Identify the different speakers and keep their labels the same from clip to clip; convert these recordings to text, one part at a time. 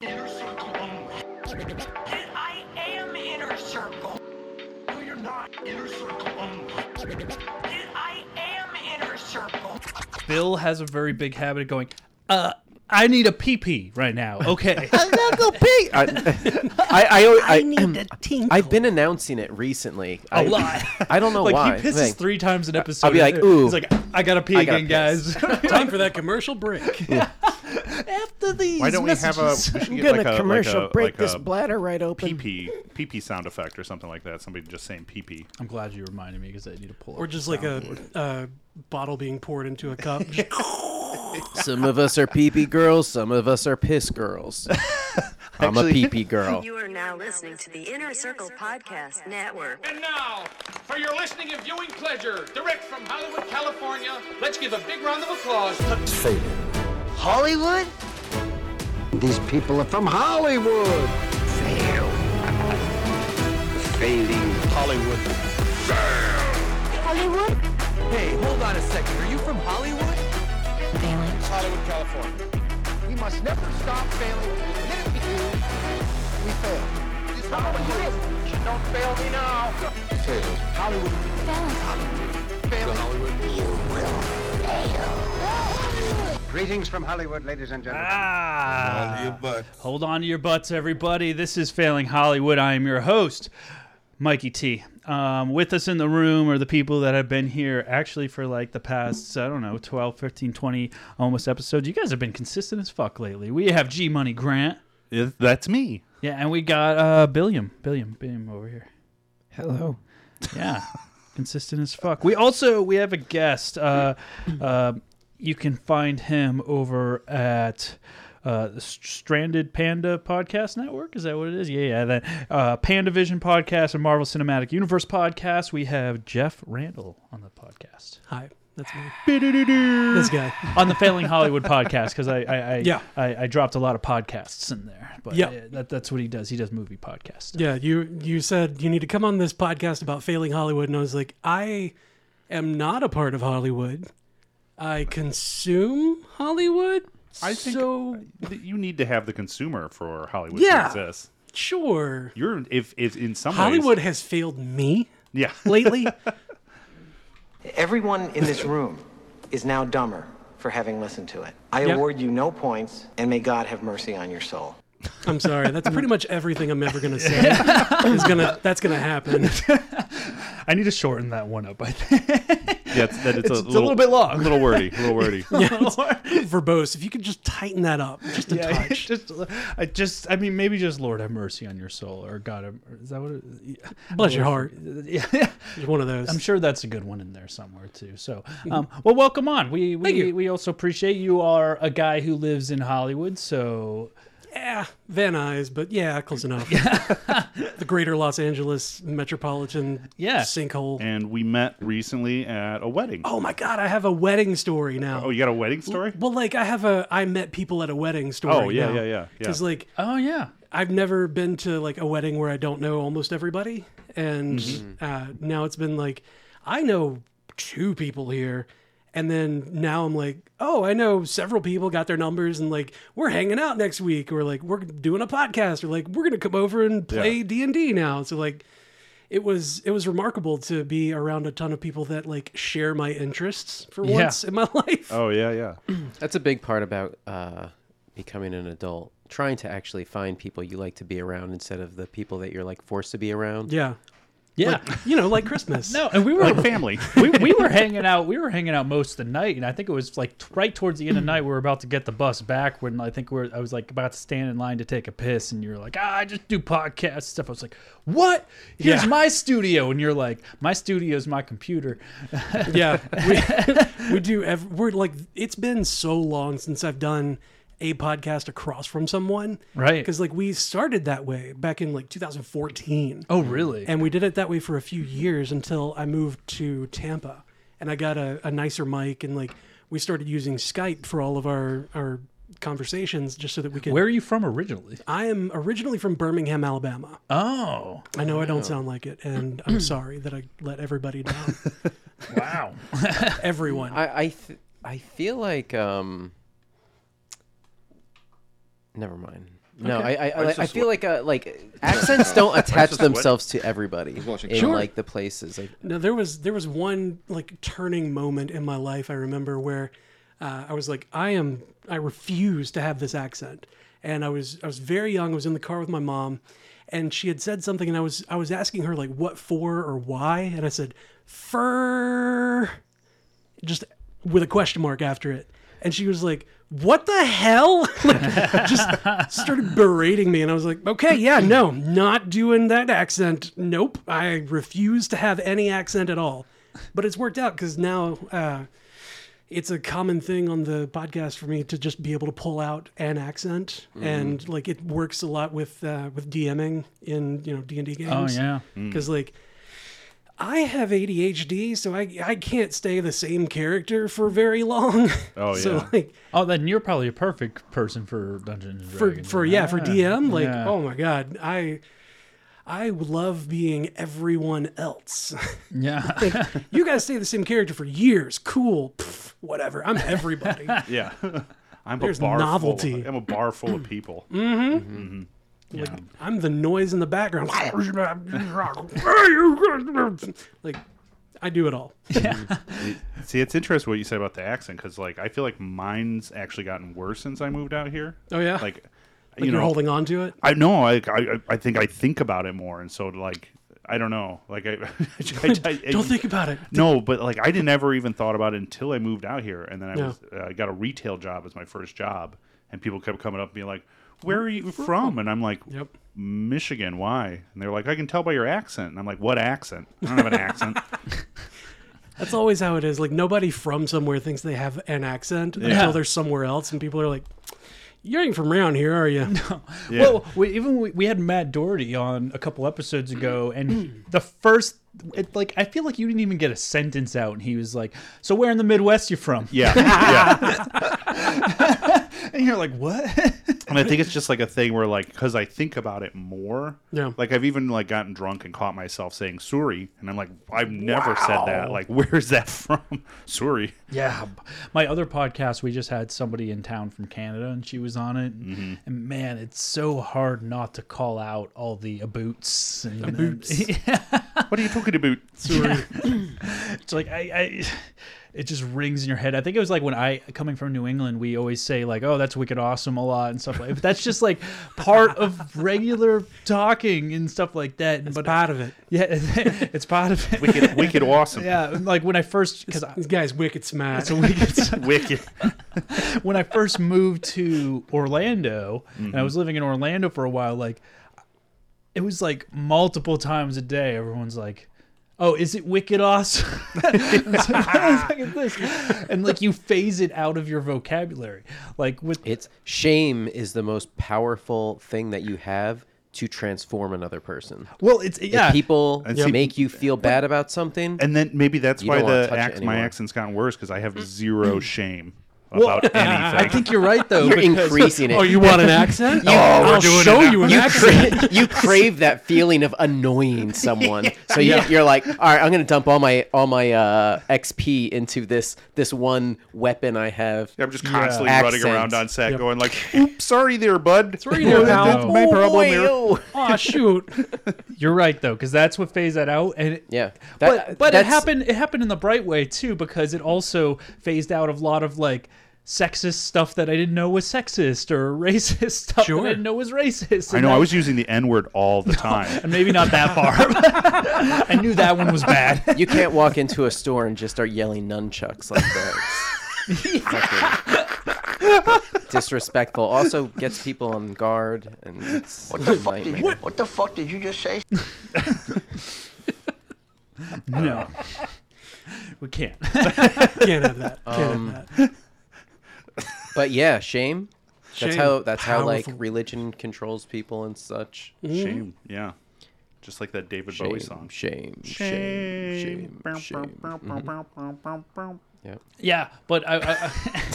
Speaker 1: inner circle only. And I am inner circle. No, you're not inner circle only. And I am inner circle.
Speaker 2: Bill has a very big habit of going, uh, I need a pee pee right now. Okay.
Speaker 3: I'm not gonna pee.
Speaker 4: I, I, I, always- I,
Speaker 3: need to tinkle.
Speaker 4: I've been announcing it recently. A
Speaker 2: lot.
Speaker 4: I don't know
Speaker 2: like
Speaker 4: why.
Speaker 2: he pisses
Speaker 4: Like,
Speaker 2: three times an episode.
Speaker 4: I'll be like, ooh.
Speaker 2: He's like, I gotta pee
Speaker 4: I gotta
Speaker 2: again, guys.
Speaker 5: Time for that commercial break.
Speaker 3: After these
Speaker 6: Why don't we have
Speaker 3: messages,
Speaker 6: a? We should
Speaker 3: I'm
Speaker 6: get
Speaker 3: gonna
Speaker 6: like a,
Speaker 3: commercial
Speaker 6: like a,
Speaker 3: break
Speaker 6: like
Speaker 3: this
Speaker 6: a
Speaker 3: bladder right open.
Speaker 6: pee pee pee pee sound effect or something like that. Somebody just saying pee pee.
Speaker 2: I'm glad you reminded me because I need to pull.
Speaker 5: Or
Speaker 2: up.
Speaker 5: just like a, uh bottle being poured into a cup. Just-
Speaker 4: some of us are pee pee girls. Some of us are piss girls. I'm a Actually- pee pee girl.
Speaker 7: You are now listening to the Inner Circle Podcast Network.
Speaker 8: And now, for your listening and viewing pleasure, direct from Hollywood, California, let's give a big round of applause to
Speaker 9: Hollywood? These people are from Hollywood. Fail. Failing Hollywood. Hollywood? Hey, hold on a second. Are you from Hollywood? Failing. Hollywood, California. We must never stop failing. The minute we do, we fail. This Hollywood. You don't fail me now. Fail. Hollywood. Fail. Failing. Hollywood. You will fail. Greetings from Hollywood, ladies and gentlemen.
Speaker 2: Ah. Hold on to your butts, everybody. This is Failing Hollywood. I am your host, Mikey T. Um, with us in the room are the people that have been here actually for like the past, I don't know, 12, 15, 20 almost episodes. You guys have been consistent as fuck lately. We have G Money Grant.
Speaker 6: Is- That's me.
Speaker 2: Yeah, and we got uh, Billiam. Billiam. Billiam over here.
Speaker 3: Hello.
Speaker 2: Yeah, consistent as fuck. We also we have a guest. Uh, uh, you can find him over at uh, the St- Stranded Panda Podcast Network. Is that what it is? Yeah, yeah. That uh, Panda Vision Podcast and Marvel Cinematic Universe Podcast. We have Jeff Randall on the podcast.
Speaker 5: Hi, that's me. This guy.
Speaker 2: on the Failing Hollywood podcast because I I, I,
Speaker 5: Yeah.
Speaker 2: I I dropped a lot of podcasts in there. But
Speaker 5: Yeah.
Speaker 2: yeah, that, that's what he does. He does movie podcasts.
Speaker 5: Yeah, you you said you need to come on this podcast about failing Hollywood, and I was like, I am not a part of Hollywood. I consume Hollywood.
Speaker 6: I think
Speaker 5: so.
Speaker 6: that you need to have the consumer for Hollywood
Speaker 5: Yeah.
Speaker 6: to exist.
Speaker 5: Sure,
Speaker 6: You're if if in some
Speaker 5: Hollywood
Speaker 6: ways,
Speaker 5: has failed me
Speaker 6: yeah.
Speaker 5: lately.
Speaker 10: Everyone in this room is now dumber for having listened to it. I
Speaker 5: Yeah.
Speaker 10: award you no points, and may God have mercy on your soul.
Speaker 5: I'm sorry. That's pretty much everything I'm ever gonna say. is gonna that's gonna happen.
Speaker 2: I need to shorten that one up. I think
Speaker 6: Yeah, it's, that it's,
Speaker 2: it's, a little bit long.
Speaker 6: a little wordy, a little wordy.
Speaker 5: Verbose. If you could just tighten that up just a
Speaker 2: Yeah,
Speaker 5: touch.
Speaker 2: just, I just, I mean, maybe just Lord have mercy on your soul, or God, have- is that what? It, yeah.
Speaker 5: Bless your heart.
Speaker 2: Yeah,
Speaker 5: It's one of those.
Speaker 2: I'm sure that's a good one in there somewhere too. So, um, well, welcome on. We we,
Speaker 5: Mm-hmm. you.
Speaker 2: we also appreciate you are a guy who lives in Hollywood, so
Speaker 5: Yeah, Eh, Van Nuys, but yeah, close enough. the greater Los Angeles metropolitan
Speaker 2: Yeah.
Speaker 5: sinkhole.
Speaker 6: And we met recently at a wedding.
Speaker 5: oh my God, I have a wedding story now.
Speaker 6: Oh, you got a wedding story?
Speaker 5: Well, like I have a I met people at a wedding story.
Speaker 6: Oh, yeah,
Speaker 5: now.
Speaker 6: yeah, yeah, yeah.
Speaker 5: Because like
Speaker 2: oh yeah,
Speaker 5: I've never been to like a wedding where I don't know almost everybody, and uh, now it's been like I know two people here, and then now I'm like, oh, I know several people got their numbers, and like we're hanging out next week, or like we're doing a podcast, or like we're gonna come over and play D and D now. So like it was it was remarkable to be around a ton of people that like share my interests for
Speaker 2: Yeah.
Speaker 5: once in my life.
Speaker 6: Oh yeah, yeah.
Speaker 4: That's a big part about uh, becoming an adult. Trying to actually find people you like to be around instead of the people that you're like forced to be around.
Speaker 5: Yeah,
Speaker 2: yeah.
Speaker 5: you know, like Christmas.
Speaker 2: no, and we were
Speaker 6: Like family.
Speaker 2: we, we were hanging out. We were hanging out most of the night, and I think it was like t- right towards the end of the night. We were about to get the bus back when I think we are I was like about to stand in line to take a piss, and you were like, "Ah, I just do podcast stuff." I was like, "What? Here's
Speaker 5: Yeah.
Speaker 2: my studio," and you're like, "My studio is my computer."
Speaker 5: yeah we, we do ev- we're like it's been so long since i've done a podcast across from someone
Speaker 2: Right.
Speaker 5: because like we started that way back in like 2014
Speaker 2: Oh, really?
Speaker 5: and we did it that way for a few years until i moved to tampa and i got a, a nicer mic and like we started using skype for all of our our conversations just so that we could
Speaker 2: Where are you from originally?
Speaker 5: i am originally from birmingham alabama
Speaker 2: Oh,
Speaker 5: i know i don't sound like it and i'm sorry that i let everybody down
Speaker 2: wow.
Speaker 5: everyone
Speaker 4: I I, th- I feel like um. Never mind. No,
Speaker 5: Okay.
Speaker 4: I I,
Speaker 5: Why
Speaker 4: I,
Speaker 5: is
Speaker 4: I
Speaker 5: this
Speaker 4: feel
Speaker 5: wha-
Speaker 4: like uh like accents don't
Speaker 5: Why is
Speaker 4: attach
Speaker 5: this what-
Speaker 4: themselves to everybody
Speaker 5: He's watching.
Speaker 4: in
Speaker 5: Sure.
Speaker 4: like the places. Like,
Speaker 5: No, there was there was one like turning moment in my life I remember where uh, I was like, I am I refuse to have this accent, and I was I was very young. I was in the car with my mom, and she had said something, and I was I was asking her like what for or why, and I said fur, just with a question mark after it, and she was like. What the hell? like, just started berating me, and I was like, "Okay, yeah, no, not doing that accent. Nope, I refuse to have any accent at all." But it's worked out because now uh, it's a common thing on the podcast for me to just be able to pull out an accent,
Speaker 2: Mhm.
Speaker 5: and like it works a lot with uh, with DMing in you know D and D
Speaker 2: Oh,
Speaker 5: games.
Speaker 2: yeah. Mm.
Speaker 5: because like I have ADHD, so I I can't stay the same character for very long.
Speaker 2: Oh yeah.
Speaker 5: so, like,
Speaker 2: oh, then you're probably a perfect person for Dungeons and
Speaker 5: for
Speaker 2: Dragons.
Speaker 5: for yeah, for DM like
Speaker 2: Yeah.
Speaker 5: oh my god I I love being everyone else
Speaker 2: yeah
Speaker 5: Like, you guys stay the same character for years cool pff, whatever I'm everybody
Speaker 6: yeah. I'm
Speaker 5: There's
Speaker 6: a bar
Speaker 5: novelty.
Speaker 6: Full of, I'm a bar full of people.
Speaker 5: Mhm.
Speaker 6: Mhm.
Speaker 5: like I'm the noise in the background like I do it all
Speaker 6: See, it's interesting what you said about the accent because, like, I feel like mine's actually gotten worse since I moved out here.
Speaker 5: Oh, yeah?
Speaker 6: like,
Speaker 5: Like you're holding on to it?
Speaker 6: I know. I, I I think I think about it more, and so like I don't know. Like I, I- I- I-
Speaker 5: Don't think about it.
Speaker 6: No, but like I didn't ever even thought about it until I moved out here, and then I
Speaker 5: Yeah.
Speaker 6: was uh, I got a retail job as my first job, and people kept coming up and being like, "Where are you from?" And I'm like,
Speaker 5: "Yep,
Speaker 6: Michigan. Why?" And they're like, "I can tell by your accent." And I'm like, "What accent? I don't have an accent."
Speaker 5: that's always how it is like nobody from somewhere thinks they have an accent
Speaker 6: Yeah.
Speaker 5: until they're somewhere else and people are like you ain't from around here are you no
Speaker 2: Well, we, even we, we had Matt Doherty on a couple episodes ago, and he- the first, it, like, I feel like you didn't even get a sentence out, and he was like, "So where in the Midwest you from?"
Speaker 6: Yeah, yeah.
Speaker 2: and you're like, "What?"
Speaker 6: and I think it's just like a thing where like because I think about it more.
Speaker 5: Yeah.
Speaker 6: Like I've even like gotten drunk and caught myself saying "Suri," and I'm like, I've never
Speaker 2: Wow.
Speaker 6: said that. Like, where's that from? Suri.
Speaker 2: Yeah, b- my other podcast, we just had somebody in town from Canada, and she was on it. And, and man, it's so hard not to call out all the aboots and
Speaker 6: Aboots. What are you talking about?
Speaker 2: Sorry. it's like I, I, it just rings in your head. I think it was like when I coming from New England, we always say like, "Oh, that's wicked awesome" a lot and stuff like. But that's just like part of regular talking and stuff like that. It's but,
Speaker 5: part of it.
Speaker 2: Yeah, it's part of it.
Speaker 6: Wicked, wicked awesome.
Speaker 2: Yeah, and, like when I first because
Speaker 5: this guy's wicked smart.
Speaker 2: It's a wicked,
Speaker 6: wicked.
Speaker 2: when I first moved to Orlando, and I
Speaker 6: Mm-hmm.
Speaker 5: Mhm.
Speaker 2: was living in Orlando for a while, like it was like multiple times a day. Everyone's like. Oh, is it wicked awesome? I was like, what the fuck is this? And like you phase it out of your vocabulary. Like with
Speaker 4: it's shame is the most powerful thing that you have to transform another person.
Speaker 2: Well, it's
Speaker 4: If
Speaker 2: yeah.
Speaker 4: people
Speaker 6: And see-
Speaker 4: make you feel bad about something,
Speaker 6: and then maybe that's
Speaker 4: you
Speaker 6: why
Speaker 4: don't wanna
Speaker 6: the
Speaker 4: touch it
Speaker 6: ac- my
Speaker 4: anymore.
Speaker 6: accent's gotten worse because I have zero shame
Speaker 2: Mm. Well,
Speaker 6: about
Speaker 2: I
Speaker 6: anything.
Speaker 2: think you're right though.
Speaker 4: You're
Speaker 2: because-
Speaker 4: increasing it.
Speaker 6: oh, we're doing it now.
Speaker 4: Crave, you crave that feeling of annoying someone, so you,
Speaker 2: Yeah.
Speaker 4: you're like, "All right, I'm gonna dump all my all my uh, XP into this this one weapon I have."
Speaker 6: I'm just constantly running around on set going like, "Oops, sorry there, bud. Sorry
Speaker 5: there, pal.
Speaker 6: That's my
Speaker 5: Oh,
Speaker 6: problem
Speaker 5: boy,
Speaker 6: here."
Speaker 5: oh. Aw, shoot.
Speaker 2: You're right though, because that's what phased that out, and it,
Speaker 4: yeah, uh,
Speaker 2: but but it
Speaker 4: that's-
Speaker 2: happened it happened in the bright way too, because it also phased out a lot of like sexist stuff that I didn't know was sexist or racist stuff
Speaker 6: Sure.
Speaker 2: that I didn't know was racist.
Speaker 6: I
Speaker 2: and
Speaker 6: know. I
Speaker 2: that-
Speaker 6: was using the N word all the time.
Speaker 2: and maybe not that far. I knew that one was bad.
Speaker 4: You can't walk into a store and just start yelling nunchucks like that. It's fucking disrespectful. Also gets people on guard and it's
Speaker 1: What the fuck
Speaker 4: nightmare.
Speaker 1: did you, what the fuck did you just say?
Speaker 2: No, we can't.
Speaker 5: Can't have that. Can't
Speaker 4: Um,
Speaker 5: have that.
Speaker 4: But yeah, shame. That's
Speaker 5: Shame.
Speaker 4: how that's how like
Speaker 5: Powerful.
Speaker 4: religion controls people and such.
Speaker 5: Mhm.
Speaker 6: Shame. Yeah. Just like that David Bowie
Speaker 4: Shame,
Speaker 6: song.
Speaker 4: Shame. Shame.
Speaker 6: Shame.
Speaker 4: Shame. Shame. Mhm. Yep.
Speaker 2: Yeah, but I, I, I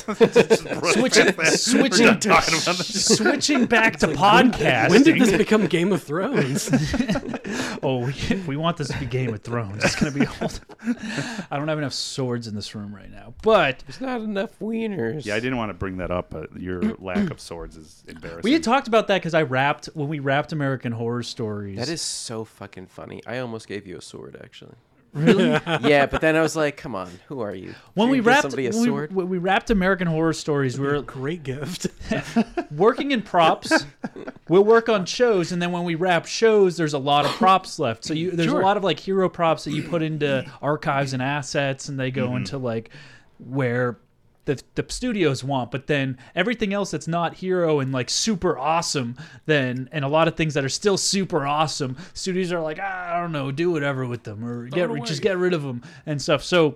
Speaker 5: really
Speaker 2: switching
Speaker 5: fast. We're
Speaker 2: switching
Speaker 5: not talking about this.
Speaker 2: switching back to
Speaker 5: It's like, when-
Speaker 2: podcast.
Speaker 5: when did this become Game of Thrones?
Speaker 2: oh, we, we want this to be Game of Thrones. It's gonna be old. I don't have enough swords in this room right now, but
Speaker 4: there's not enough wieners.
Speaker 6: Yeah, I didn't want to bring that up, but your lack of swords is embarrassing.
Speaker 2: We had talked about that because I wrapped when we wrapped American Horror Stories.
Speaker 4: That is so fucking funny. I almost gave you a sword, actually.
Speaker 2: Really?
Speaker 4: yeah, but then I was like, "Come on, who are you?"
Speaker 2: when
Speaker 4: You're
Speaker 2: we
Speaker 4: gonna give
Speaker 2: wrapped
Speaker 4: somebody a
Speaker 2: when we-
Speaker 4: sword.
Speaker 2: when we wrapped American Horror Stories, we were
Speaker 5: great gift.
Speaker 2: working in props. we'll work on shows, and then when we wrap shows, there's a lot of props left. So you, there's
Speaker 5: Sure.
Speaker 2: a lot of like hero props that you put into archives and assets, and they go into like where. The, the studios want, but then everything else that's not hero and like super awesome, then and a lot of things that are still super awesome, studios are like, "Ah, I don't know, do whatever with them or get
Speaker 5: it
Speaker 2: ri- just
Speaker 5: away.
Speaker 2: get rid of them and stuff. So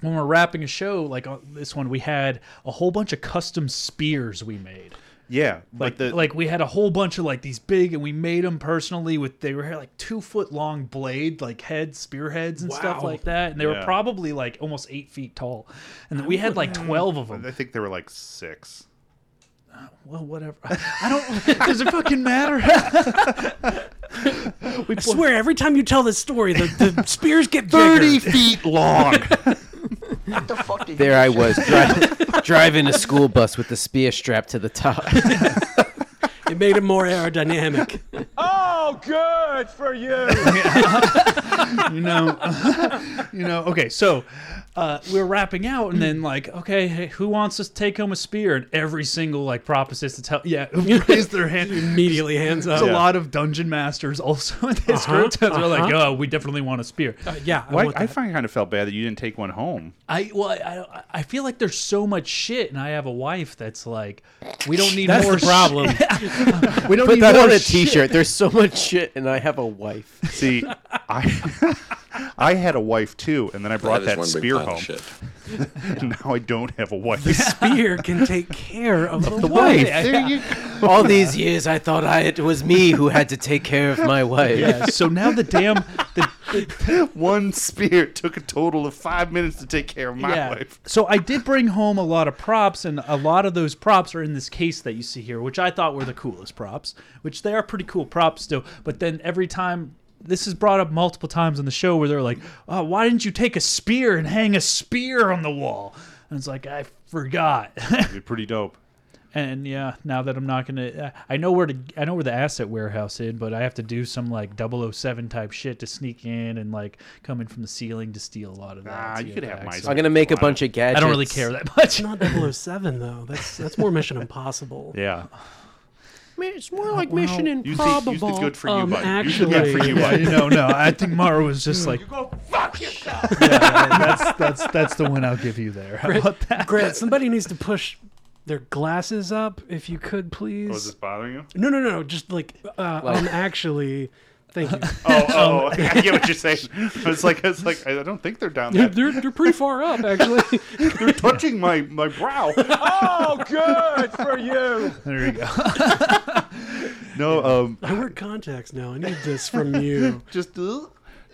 Speaker 2: when we're wrapping a show like on this one, we had a whole bunch of custom spears we made.
Speaker 6: Yeah,
Speaker 2: Like,
Speaker 6: like the
Speaker 2: like we had a whole bunch of like these big, and we made them personally with they were like two foot long blade, like heads, spear heads, and stuff
Speaker 5: Wow.
Speaker 2: like that. And they were
Speaker 6: Yeah.
Speaker 2: probably like almost eight feet tall, and then we had like twelve of them.
Speaker 6: I think there were like six.
Speaker 2: Well, whatever. I don't. Does it fucking matter? we
Speaker 5: I swear, every time you tell this story, the, the spears get bigger.
Speaker 6: feet long.
Speaker 4: There I was dri- driving a school bus with the spear strapped to the top.
Speaker 5: It made it more aerodynamic.
Speaker 8: Oh, good for you.
Speaker 2: you know, you know. Okay, so uh, we were wrapping out, and then like, okay, hey, who wants to take home a spear? And every single like prop assist to tell, yeah, raised their hand.
Speaker 5: Immediately hands up.
Speaker 2: There's a lot of dungeon masters also in this
Speaker 5: Uh-huh,
Speaker 2: group. They're like,
Speaker 5: uh-huh.
Speaker 2: oh, we definitely want a spear.
Speaker 5: Uh, yeah, I
Speaker 6: Why,
Speaker 5: want
Speaker 6: I
Speaker 5: that.
Speaker 6: find kind of felt bad that you didn't take one home.
Speaker 2: I well, I, I feel like there's so much shit, and I have a wife that's like, we don't need
Speaker 5: That's
Speaker 2: more
Speaker 5: the problem.
Speaker 2: shit. We don't
Speaker 4: Put
Speaker 2: need
Speaker 4: that
Speaker 2: more
Speaker 4: on a
Speaker 2: shit.
Speaker 4: T-shirt. There's so much shit, and I have a wife.
Speaker 6: See, I I had a wife too, and then I brought that, spear home. now I don't have a wife.
Speaker 5: Spear can take care of the,
Speaker 2: Wife,
Speaker 5: wife.
Speaker 2: there you
Speaker 4: All these years, I thought I, it was me who had to take care of my wife.
Speaker 2: Yeah, so now the damn the,
Speaker 6: one spear took a total of five minutes to take care of my wife.
Speaker 2: So I did bring home a lot of props, and a lot of those props are in this case that you see here, which I thought were the coolest props, which they are pretty cool props still. But then every time. This is brought up multiple times on the show where they're like, oh, why didn't you take a spear and hang a spear on the wall? And it's like, I forgot.
Speaker 6: You're pretty dope.
Speaker 2: and yeah, now that I'm not going to, I know where to, I know where the asset warehouse is, but I have to do some like 007 type shit to sneak in and like come in from the ceiling to steal a lot of that.
Speaker 6: Ah,
Speaker 2: to
Speaker 6: you
Speaker 2: get
Speaker 6: could have
Speaker 2: back.
Speaker 6: my
Speaker 2: So-
Speaker 4: I'm gonna make a bunch of gadgets.
Speaker 2: I don't really care that much.
Speaker 5: Not 007, though. That's that's more Mission Impossible.
Speaker 6: Yeah.
Speaker 4: It's more like
Speaker 2: Mission
Speaker 6: Use the, use the good for you
Speaker 5: Um,
Speaker 6: button. Use the good for
Speaker 5: actually-
Speaker 6: you button.
Speaker 2: no, no. I think Mara was just like,
Speaker 8: Go fuck yourself.
Speaker 2: that's that's that's the one I'll give you there. How about that?
Speaker 5: Grant, somebody needs to push their glasses up, if you could,
Speaker 6: Oh, is
Speaker 5: please.
Speaker 6: this bothering you?
Speaker 5: No, no, no, no. Just like, uh,
Speaker 4: Well-
Speaker 5: um, actually, thank you.
Speaker 8: Um,
Speaker 6: Oh, oh, I get what you're saying. It's like, it's like, I don't think they're down
Speaker 5: they're,
Speaker 6: there.
Speaker 5: they're, they're pretty far up, actually.
Speaker 6: They're touching my, my brow.
Speaker 8: Oh, good for you.
Speaker 2: There you go.
Speaker 6: No, um,
Speaker 5: I wear contacts now. I need this from you.
Speaker 6: just uh,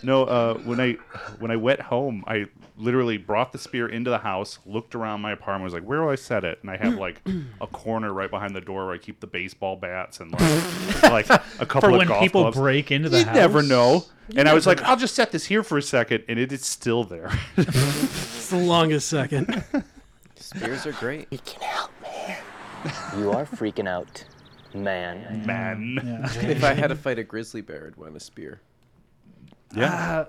Speaker 6: no uh, when i when i went home i literally brought the spear into the house looked around my apartment was like where do i set it and i have like a corner right behind the door where i keep the baseball bats and like, like a couple
Speaker 2: For
Speaker 6: of
Speaker 2: when
Speaker 6: golf
Speaker 2: people
Speaker 6: gloves.
Speaker 2: break into the
Speaker 6: you
Speaker 2: house.
Speaker 6: never know and i was like i'll just set this here for a second and it is still there
Speaker 5: It's the longest second.
Speaker 4: Spears are great.
Speaker 11: You are freaking out, man.
Speaker 6: man
Speaker 4: if I had to fight a grizzly bear, I'd want a spear.
Speaker 6: Ah,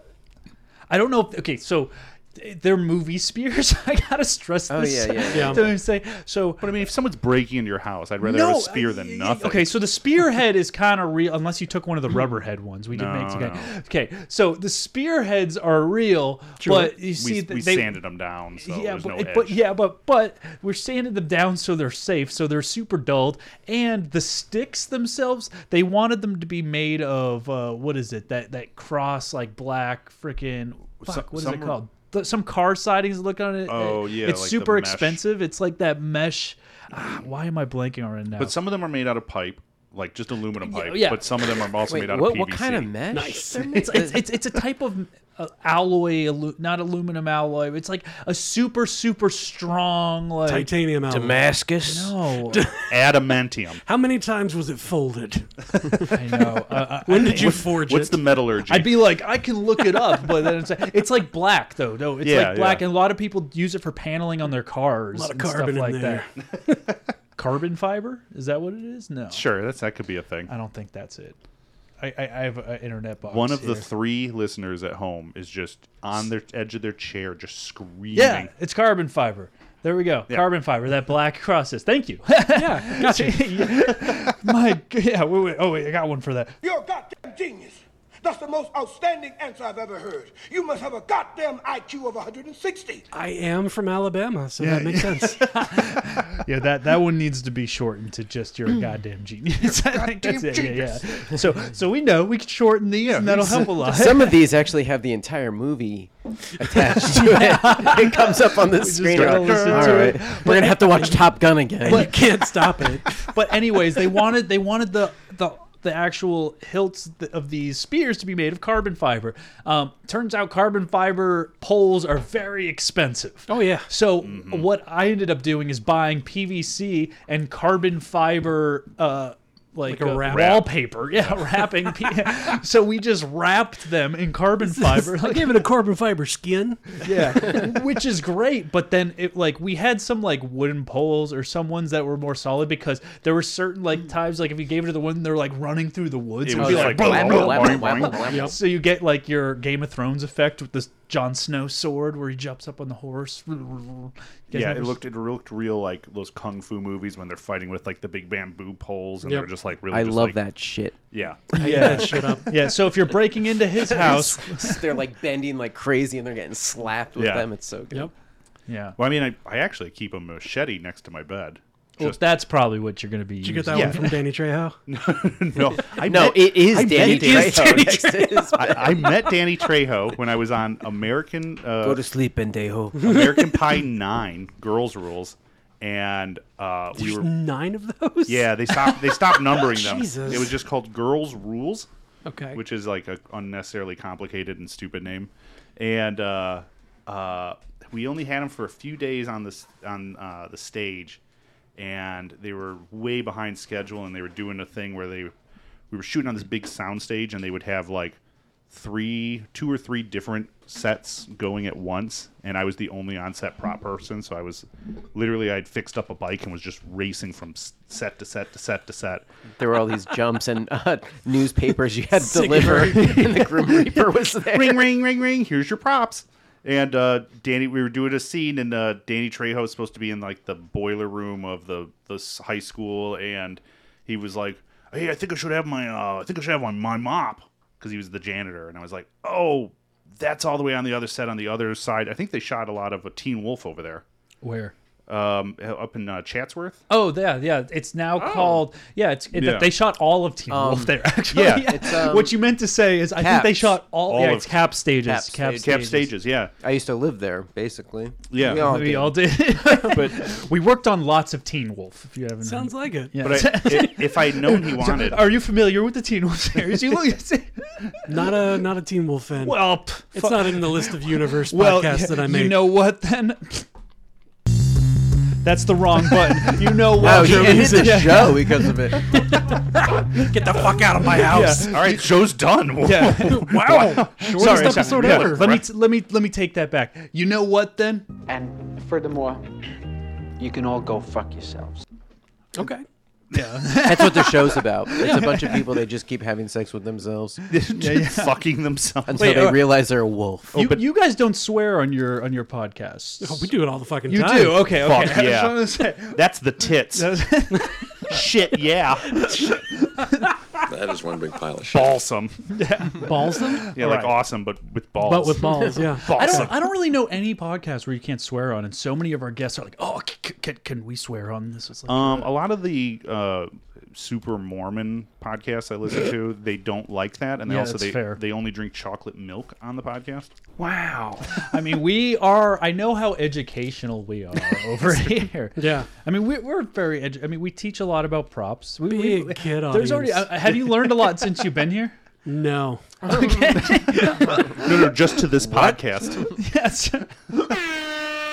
Speaker 2: I don't know. If, okay, so th- they're movie spears. I gotta stress
Speaker 4: Oh,
Speaker 2: this.
Speaker 4: yeah, yeah,
Speaker 5: yeah.
Speaker 2: Don't even say so.
Speaker 6: but i mean if someone's breaking into your house i'd rather have a spear
Speaker 2: I-
Speaker 6: than nothing
Speaker 2: Okay, so the spearhead is kind of real, unless you took one of the rubber head ones. We did make
Speaker 6: Mm-hmm. No,
Speaker 2: together. Okay, so the spearheads are real, but you see,
Speaker 6: we,
Speaker 2: that
Speaker 6: we
Speaker 2: they,
Speaker 6: sanded them down so
Speaker 2: yeah,
Speaker 6: there's
Speaker 2: but,
Speaker 6: no
Speaker 2: it- but
Speaker 6: edge.
Speaker 2: yeah, but but we're sanding them down so they're safe, so they're super dulled. And the sticks themselves, they wanted them to be made of uh, what is it? That that cross like black freaking fuck.
Speaker 6: Some-
Speaker 2: what is
Speaker 6: some
Speaker 2: it
Speaker 6: are-
Speaker 2: called? Th- some car sightings look on it.
Speaker 6: Oh, yeah,
Speaker 2: it's
Speaker 6: like the
Speaker 2: super
Speaker 6: mesh.
Speaker 2: expensive. It's like that mesh. Ah, why am I blanking on it now?
Speaker 6: But some of them are made out of pipe. like just aluminum pipe.
Speaker 2: yeah.
Speaker 6: But some of them are also
Speaker 2: Wait,
Speaker 6: made out
Speaker 2: what-
Speaker 6: of PVC.
Speaker 2: what kind of
Speaker 4: mesh?
Speaker 2: Nice. it's, it's, it's, it's a type of uh, alloy, alu- not aluminum alloy. It's like a super, super strong, like
Speaker 5: Titanium alloy. Damascus?
Speaker 2: No,
Speaker 6: Adamantium.
Speaker 5: How many times was it folded?
Speaker 2: I know. Uh,
Speaker 5: when did you
Speaker 2: what's-
Speaker 5: forge
Speaker 6: what's
Speaker 5: it?
Speaker 6: the metallurgy?
Speaker 2: I'd be like, I can look it up, but then it's, it's like black though. No, it's
Speaker 6: Yeah,
Speaker 2: like black, and a lot of people use it for paneling on their cars.
Speaker 5: A lot
Speaker 2: and
Speaker 5: of carbon in
Speaker 2: stuff like
Speaker 5: there.
Speaker 2: that. carbon fiber? Is that what it is? No,
Speaker 6: Sure, that's that could be a thing.
Speaker 2: I don't think that's it. I, I, I have an internet box.
Speaker 6: One of the
Speaker 2: here.
Speaker 6: three listeners at home is just on their edge of their chair, just screaming.
Speaker 2: Yeah, it's carbon fiber. There we go. Carbon fiber, that black crosses. Thank you. yeah, gotcha. My, g- yeah, wait, wait, oh, wait, I got one for that.
Speaker 12: You're a goddamn genius. That's the most outstanding answer I've ever heard. You must have a goddamn IQ of 160.
Speaker 5: I am from Alabama, so
Speaker 2: Yeah,
Speaker 5: that makes sense.
Speaker 2: Yeah, that, that one needs to be shortened to just
Speaker 5: Mm.
Speaker 2: you're a goddamn genius. I think that's it. Yeah, yeah. So, so we know we can shorten these, and that'll help a lot.
Speaker 4: Some of these actually have the entire movie attached to it. It comes up on the
Speaker 2: We just
Speaker 4: screen.
Speaker 2: gotta
Speaker 4: All
Speaker 2: listen to
Speaker 4: right,
Speaker 2: it.
Speaker 4: we're gonna have to watch Top Gun again.
Speaker 2: But-
Speaker 5: can't stop it.
Speaker 2: but anyways, they wanted they wanted the the the actual hilts th- of these spears to be made of carbon fiber. Um, turns out carbon fiber poles are very expensive.
Speaker 5: Oh yeah.
Speaker 2: So
Speaker 6: Mm-hmm.
Speaker 2: what I ended up doing is buying PVC and carbon fiber. Uh, like,
Speaker 5: Like a
Speaker 2: uh,
Speaker 5: wrap.
Speaker 2: wallpaper, yeah, wrapping. P- so we just wrapped them in carbon fiber.
Speaker 5: I gave it a carbon fiber skin.
Speaker 2: Yeah, which is great. But then it like we had some like wooden poles or some ones that were more solid because there were certain like times like if you gave it to the one they're like running through the woods.
Speaker 6: Mm.
Speaker 2: it'd
Speaker 6: It was
Speaker 2: be
Speaker 6: just like,
Speaker 2: blah,
Speaker 6: whap,
Speaker 2: blah,
Speaker 6: whap,
Speaker 2: blah,
Speaker 6: whap,
Speaker 2: blah,
Speaker 6: whap.
Speaker 2: blah. So you get like your Game of Thrones effect with this Jon Snow sword where he jumps up on the horse. You guys
Speaker 6: yeah,
Speaker 2: never
Speaker 6: it
Speaker 2: s-
Speaker 6: looked it looked real like those kung fu movies when they're fighting with like the big bamboo poles and
Speaker 2: Yep.
Speaker 6: they're just like really.
Speaker 4: I
Speaker 6: just,
Speaker 4: love
Speaker 6: like-
Speaker 4: that shit.
Speaker 6: Yeah,
Speaker 2: Yeah. yeah. So if you're breaking into his house,
Speaker 4: they're like bending like crazy and they're getting slapped with
Speaker 6: Yeah.
Speaker 4: them. It's so good.
Speaker 5: Yep.
Speaker 2: yeah.
Speaker 6: Well, I mean, I, I actually keep a machete next to my bed.
Speaker 2: Well,
Speaker 6: Just
Speaker 2: that's probably what you're going to be.
Speaker 5: Did you get that
Speaker 6: Yeah.
Speaker 5: one from Danny Trejo?
Speaker 6: no, I
Speaker 4: No,
Speaker 6: met-
Speaker 4: it is
Speaker 6: I
Speaker 4: Danny
Speaker 6: met Danny
Speaker 4: Trejo
Speaker 6: Trejo.
Speaker 4: next to his
Speaker 6: I, I met Danny Trejo when I was on American. Uh,
Speaker 4: Go to sleep, Bendejo.
Speaker 6: American Pie Nine, Girls Rules, and uh, we
Speaker 5: There's
Speaker 6: were
Speaker 5: nine of those.
Speaker 6: yeah they stopped they stopped numbering them.
Speaker 5: Jesus.
Speaker 6: It was just called Girls Rules,
Speaker 5: Okay.
Speaker 6: which is like a unnecessarily complicated and stupid name, and uh, uh, we only had them for a few days on this on uh, the stage, and they were way behind schedule, and they were doing a thing where they we were shooting on this big sound stage, and they would have like three, two or three different sets going at once, and I was the only on-set prop person. So I was literally I'd fixed up a bike and was just racing from s- set to set to set to set.
Speaker 4: there were all these jumps and uh, newspapers you had to deliver, and the Grim Reaper was there.
Speaker 6: ring, ring, ring, ring. Here's your props. And uh, Danny, we were doing a scene, and uh, Danny Trejo was supposed to be in like the boiler room of the the s- high school, and he was like, "Hey, I think I should have my, uh, I think I should have my, my mop," because he was the janitor, and I was like, "Oh, that's all the way on the other set, on the other side." I think they shot a lot of a Teen Wolf over there,
Speaker 2: Where?
Speaker 6: um, up in uh, Chatsworth.
Speaker 2: Oh, yeah, yeah. It's now called. Yeah, it's it,
Speaker 6: Yeah.
Speaker 2: they shot all of Teen
Speaker 4: Um,
Speaker 2: Wolf there. Actually,
Speaker 6: yeah,
Speaker 4: it's, um,
Speaker 2: what you meant to say is I think they
Speaker 4: Caps.
Speaker 2: shot all.
Speaker 6: All
Speaker 2: yeah,
Speaker 6: of-
Speaker 2: it's cap stages. Cap,
Speaker 4: Cap
Speaker 2: stages.
Speaker 4: stages.
Speaker 6: Cap stages, yeah,
Speaker 4: I used to live there, basically.
Speaker 6: Yeah.
Speaker 4: we all
Speaker 2: we
Speaker 4: did.
Speaker 2: all did, but we worked on lots of Teen Wolf. If you haven't,
Speaker 5: Sounds like it.
Speaker 2: Yeah.
Speaker 6: but I, if, if I had known he wanted,
Speaker 2: Are you familiar with the Teen Wolf series? You look.
Speaker 5: Not a not a Teen Wolf fan.
Speaker 2: well, pff,
Speaker 5: it's not in the list of universe
Speaker 2: well,
Speaker 5: podcasts
Speaker 2: yeah,
Speaker 5: that I made.
Speaker 2: You know what? Then that's the wrong button. You know
Speaker 4: Wow,
Speaker 2: what?
Speaker 4: he ended the show because of it.
Speaker 5: Get the fuck out of my house.
Speaker 6: all right, show's done.
Speaker 2: Yeah.
Speaker 6: wow,
Speaker 2: Sorry, sorry.
Speaker 5: episode
Speaker 2: Yeah,
Speaker 5: ever.
Speaker 2: Let me t- let me let me take that back. You know what? Then
Speaker 10: And furthermore, you can all go fuck yourselves.
Speaker 5: Okay.
Speaker 4: That's what the show's about. It's a bunch of people they just keep having sex with themselves
Speaker 6: fucking themselves.
Speaker 4: until
Speaker 2: Wait,
Speaker 4: they
Speaker 2: uh,
Speaker 4: realize they're a wolf.
Speaker 2: you, you guys don't swear on your on your podcast.
Speaker 5: Oh, we do it all the fucking
Speaker 2: You
Speaker 5: time.
Speaker 2: do. Okay. Okay.
Speaker 6: Fuck
Speaker 2: I just
Speaker 6: yeah.
Speaker 2: wanted to say-
Speaker 6: That's the tits. Shit, yeah.
Speaker 13: That is one big pile of shit.
Speaker 6: Balsam.
Speaker 2: Balsam.
Speaker 6: Yeah, like awesome, but with balls.
Speaker 5: But with balls, yeah.
Speaker 2: I
Speaker 6: Balsam.
Speaker 2: don't. I don't really know any podcast where you can't swear on, and so many of our guests are like, "Oh, c- c- can, can we swear on this?" It's like,
Speaker 6: um, a lot of the uh, super Mormon podcasts I listen to, they don't like that, and they
Speaker 2: Yeah,
Speaker 6: also
Speaker 2: that's
Speaker 6: they
Speaker 2: fair.
Speaker 6: they only drink chocolate milk on the podcast.
Speaker 2: Wow. I mean, we are. I know how educational we are over here.
Speaker 5: Yeah.
Speaker 2: I mean, we, we're very. Edu- I mean, we teach a lot about props. We, we,
Speaker 5: Big kid
Speaker 2: There's already.
Speaker 5: audience.
Speaker 2: Uh, have you learned a lot since you've been here?
Speaker 5: No.
Speaker 6: No, no, just to this podcast.
Speaker 2: Yes.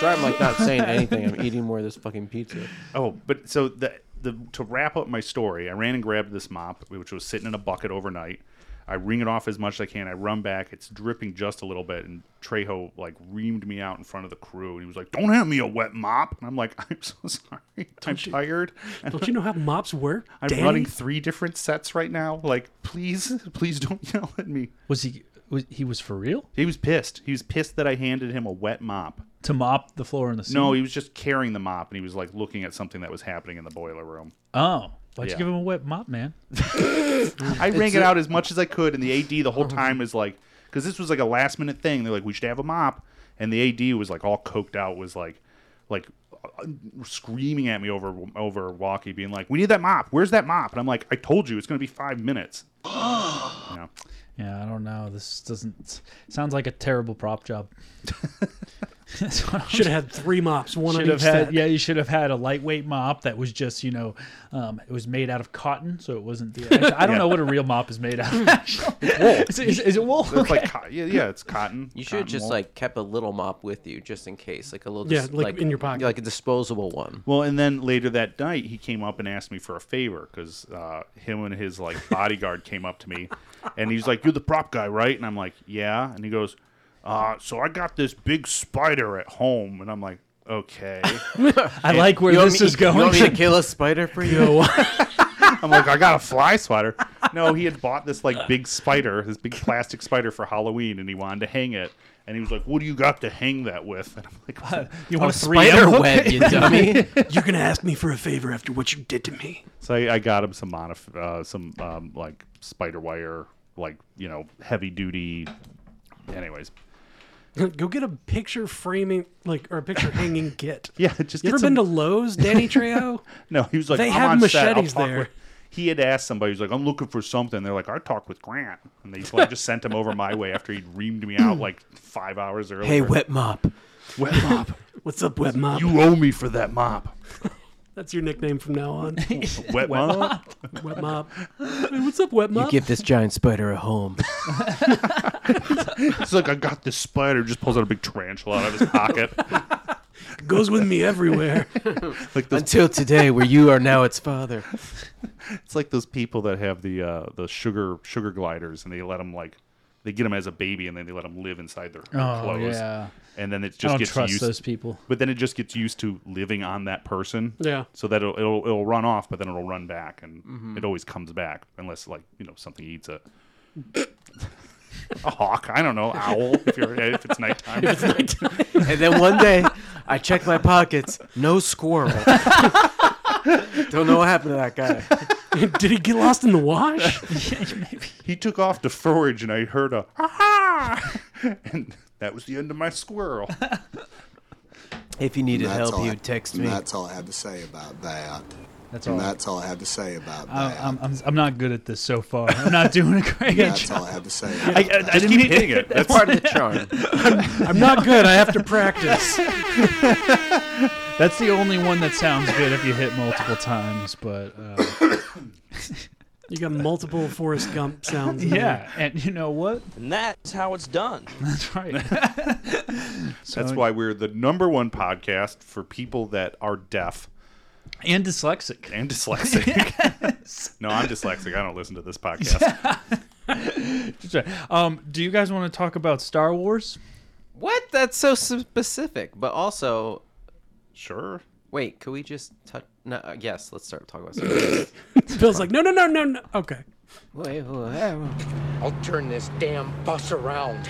Speaker 4: Sorry, I'm like not saying anything. I'm eating more of this fucking pizza.
Speaker 6: Oh, but so the the to wrap up my story, I ran and grabbed this mop, which was sitting in a bucket overnight. I wring it off as much as I can. I run back. It's dripping just a little bit, and Trejo like reamed me out in front of the crew, and he was like, "Don't hand me a wet mop." And I'm like, "I'm so sorry. I'm
Speaker 5: Don't you-
Speaker 6: tired. And
Speaker 5: Don't you know how mops work?
Speaker 6: I'm
Speaker 5: Danny?
Speaker 6: running three different sets right now. Like, please, please don't yell at me."
Speaker 2: Was he? Was, he was for real?
Speaker 6: He was pissed. He was pissed that I handed him a wet mop.
Speaker 2: To mop the floor in the. Scene?
Speaker 6: No, he was just carrying the mop, and he was like looking at something that was happening in the boiler room.
Speaker 2: Oh, why'd
Speaker 6: Yeah.
Speaker 2: you give him a wet mop, man?
Speaker 6: I rang it out as much as I could, and the AD the
Speaker 4: Oh.
Speaker 6: whole time is like, because this was like a last minute thing. They're like, we should have a mop, and the AD was like all coked out, was like, like uh, screaming at me over over walkie, being like, we need that mop. Where's that mop? And I'm like, I told you, it's gonna be five minutes. yeah.
Speaker 2: Yeah, I don't know. This doesn't sounds like a terrible prop job.
Speaker 5: Should have had three mops, one
Speaker 2: should
Speaker 5: on
Speaker 2: have
Speaker 5: each
Speaker 2: had,
Speaker 5: set.
Speaker 2: yeah, you should have had a lightweight mop that was just, you know, um, it was made out of cotton, so it wasn't. The, I don't
Speaker 6: Yeah.
Speaker 2: know what a real mop is made out of. Actually, Is, it- is, is it wool?
Speaker 6: It's like co- yeah, yeah, it's cotton.
Speaker 4: You should have
Speaker 6: cotton
Speaker 4: just
Speaker 6: wool.
Speaker 4: like kept a little mop with you just in case, like a little
Speaker 5: Yeah,
Speaker 4: dis-
Speaker 5: like, in your pocket.
Speaker 4: like a disposable one.
Speaker 6: Well, and then later that night, he came up and asked me for a favor because uh, him and his like bodyguard came up to me, and he's like, "You're the prop guy, right?" And I'm like, "Yeah." And he goes, uh, "So I got this big spider at home," and I'm like, "Okay."
Speaker 2: I like where
Speaker 4: You want
Speaker 2: this
Speaker 4: me-
Speaker 2: is going.
Speaker 4: You want me to kill a spider for you?
Speaker 6: I'm like, "I got a fly swatter." No, he had bought this like big spider, this big plastic spider for Halloween, and he wanted to hang it. And he was like, "What do you got to hang that with?" And I'm like,
Speaker 2: you
Speaker 5: want
Speaker 6: "A
Speaker 5: a 3M
Speaker 6: spider
Speaker 5: hook?"
Speaker 6: web, you dummy."
Speaker 5: You're gonna ask me for a favor after what you did to me.
Speaker 6: So I, I got him some monif- uh, some um, like spider wire, like you know, heavy duty. Anyways,
Speaker 5: Go get a picture framing, like or a picture hanging kit.
Speaker 6: Yeah, just
Speaker 5: you
Speaker 6: get
Speaker 5: ever
Speaker 6: some-
Speaker 5: been to Lowe's, Danny Trejo?
Speaker 6: no, he was like,
Speaker 5: they
Speaker 6: I'm
Speaker 5: have
Speaker 6: on set, I'll
Speaker 5: machetes
Speaker 6: talk
Speaker 5: there.
Speaker 6: with-" He had asked somebody, he was like, I'm looking for something. They're like, I talked with Grant, and they like, just sent him over my way after he'd reamed me out like five hours earlier.
Speaker 5: Hey, wet mop.
Speaker 6: wet mop.
Speaker 5: What's up, wet mop?
Speaker 6: You owe me for that mop.
Speaker 5: That's your nickname from now on.
Speaker 6: Wet mop.
Speaker 5: wet mop. Hey, what's up, wet mop?
Speaker 4: You give this giant spider a home.
Speaker 6: it's like I got this spider. Just pulls out a big tarantula out of his pocket.
Speaker 5: Goes with me everywhere.
Speaker 6: like those
Speaker 4: Until today, where you are now its father.
Speaker 6: It's like those people that have the uh, the sugar sugar gliders, and they let them like they get them as a baby, and then they let them live inside their
Speaker 2: Oh,
Speaker 6: clothes.
Speaker 2: yeah.
Speaker 6: And then
Speaker 2: I
Speaker 6: it just
Speaker 2: don't
Speaker 6: gets
Speaker 2: trust
Speaker 6: used,
Speaker 2: those people.
Speaker 6: But then it just gets used to living on that person.
Speaker 5: Yeah.
Speaker 6: So that it'll it'll, it'll run off, but then it'll run back, and
Speaker 5: Mhm.
Speaker 6: it always comes back unless like you know something eats it. a hawk. I don't know. Owl. If you're if it's nighttime.
Speaker 4: If it's and then one day, I check my pockets. No squirrel. Don't know what happened to that guy.
Speaker 5: Did he get lost in the wash?
Speaker 6: he took off to forage, and I heard a aha, and that was the end of my squirrel.
Speaker 4: If you needed
Speaker 14: And that's
Speaker 4: help,
Speaker 14: all
Speaker 4: you
Speaker 14: I-
Speaker 4: would text
Speaker 14: and
Speaker 4: me.
Speaker 14: That's all I have to say about that.
Speaker 2: That's
Speaker 14: And
Speaker 2: all.
Speaker 14: that's all I have to say about
Speaker 15: Oh.
Speaker 14: that.
Speaker 2: I- I'm, I'm, I'm not good at this so far. I'm not doing a great
Speaker 14: Yeah, that's
Speaker 2: job.
Speaker 14: all I have to say.
Speaker 2: I- I- I
Speaker 14: Just
Speaker 2: didn't
Speaker 14: keep
Speaker 2: mean-
Speaker 14: hitting it. That's part of the charm. I'm- I'm not good. I have to practice.
Speaker 2: that's the only one that sounds good if you hit multiple times, but. Uh,
Speaker 5: You got multiple Forrest Gump sounds. In
Speaker 2: yeah, and you know what?
Speaker 16: And that's how it's done.
Speaker 2: That's right.
Speaker 6: That's
Speaker 2: So-
Speaker 6: why we're the number one podcast for people that are deaf
Speaker 2: and dyslexic.
Speaker 6: And dyslexic. no, I'm dyslexic. I don't listen to this podcast.
Speaker 2: That's right. Um, do you guys want to talk about Star Wars?
Speaker 4: What? That's so specific, but also.
Speaker 6: Sure.
Speaker 4: Wait, could we just touch? No, uh, yes, let's start talking about. Star
Speaker 5: there. Bill's like, no, no, no, no, no. Okay.
Speaker 9: I'll turn this damn bus around.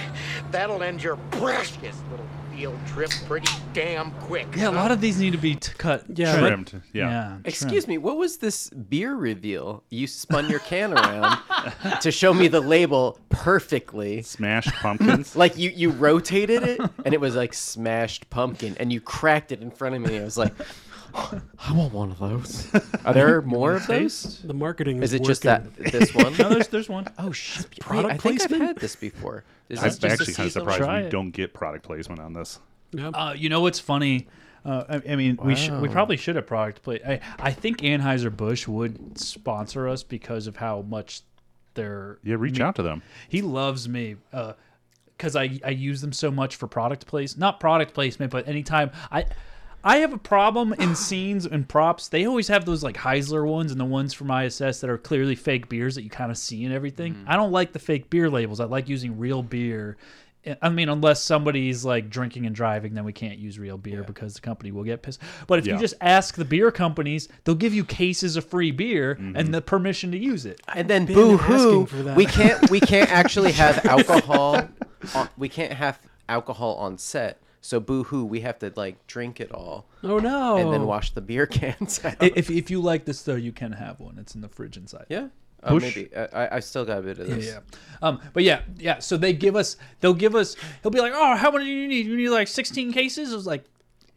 Speaker 9: That'll end your precious little field trip pretty damn quick.
Speaker 2: Yeah, a lot of these need to be t- cut.
Speaker 4: Yeah.
Speaker 2: trimmed.
Speaker 4: Trimmed,
Speaker 6: yeah.
Speaker 4: Excuse me, what was this beer reveal? You spun your can around to show me the label perfectly.
Speaker 6: Smashed pumpkins.
Speaker 4: like you you rotated it and it was like smashed pumpkin and you cracked it in front of me. I was like, I want one of those. Are there more of those?
Speaker 5: The marketing
Speaker 4: Is
Speaker 5: is
Speaker 4: it just
Speaker 5: working.
Speaker 4: that this one?
Speaker 2: No, there's- there's one.
Speaker 4: Oh shit! Wait,
Speaker 5: Product
Speaker 4: I think
Speaker 5: placement?
Speaker 4: I've had this before. Is
Speaker 6: I'm
Speaker 4: this just
Speaker 6: actually
Speaker 4: a
Speaker 6: kind of
Speaker 4: seasonal-
Speaker 6: surprised
Speaker 2: Try
Speaker 6: we
Speaker 2: it.
Speaker 6: don't get product placement on this.
Speaker 2: Uh, you know what's funny? Uh, I, I mean, we sh- we
Speaker 6: Wow.
Speaker 2: probably should have product play. I, I think Anheuser Busch would sponsor us because of how much they're.
Speaker 6: Yeah, reach
Speaker 2: me-
Speaker 6: out to them.
Speaker 2: He loves me because I I use them so much for product place, not product placement, but anytime I. I have a problem in scenes and props. They always have those like Heisler ones and the ones from ISS that are clearly fake beers that you kind of see and everything. I don't like the fake beer labels. I like using real beer. I mean, unless somebody's like drinking and driving, then we can't use real beer because the company will get pissed. But if
Speaker 6: Yeah.
Speaker 2: you just ask the beer companies, they'll give you cases of free beer and the permission to use it.
Speaker 4: And then boo hoo. We can't we can't actually have alcohol. On, we can't have alcohol on set. So boo hoo. We have to like drink it all.
Speaker 5: Oh, no.
Speaker 4: And then wash the beer cans. Out.
Speaker 2: I- If, if you like this though, you can have one. It's in the fridge inside.
Speaker 4: Yeah. Oh, maybe I, I- I still got a bit of
Speaker 2: Yeah,
Speaker 4: this.
Speaker 2: yeah. Um, but yeah, yeah. So they give us, they'll give us. He'll be like, "Oh, how many do you need? You need like 16 cases." I was like,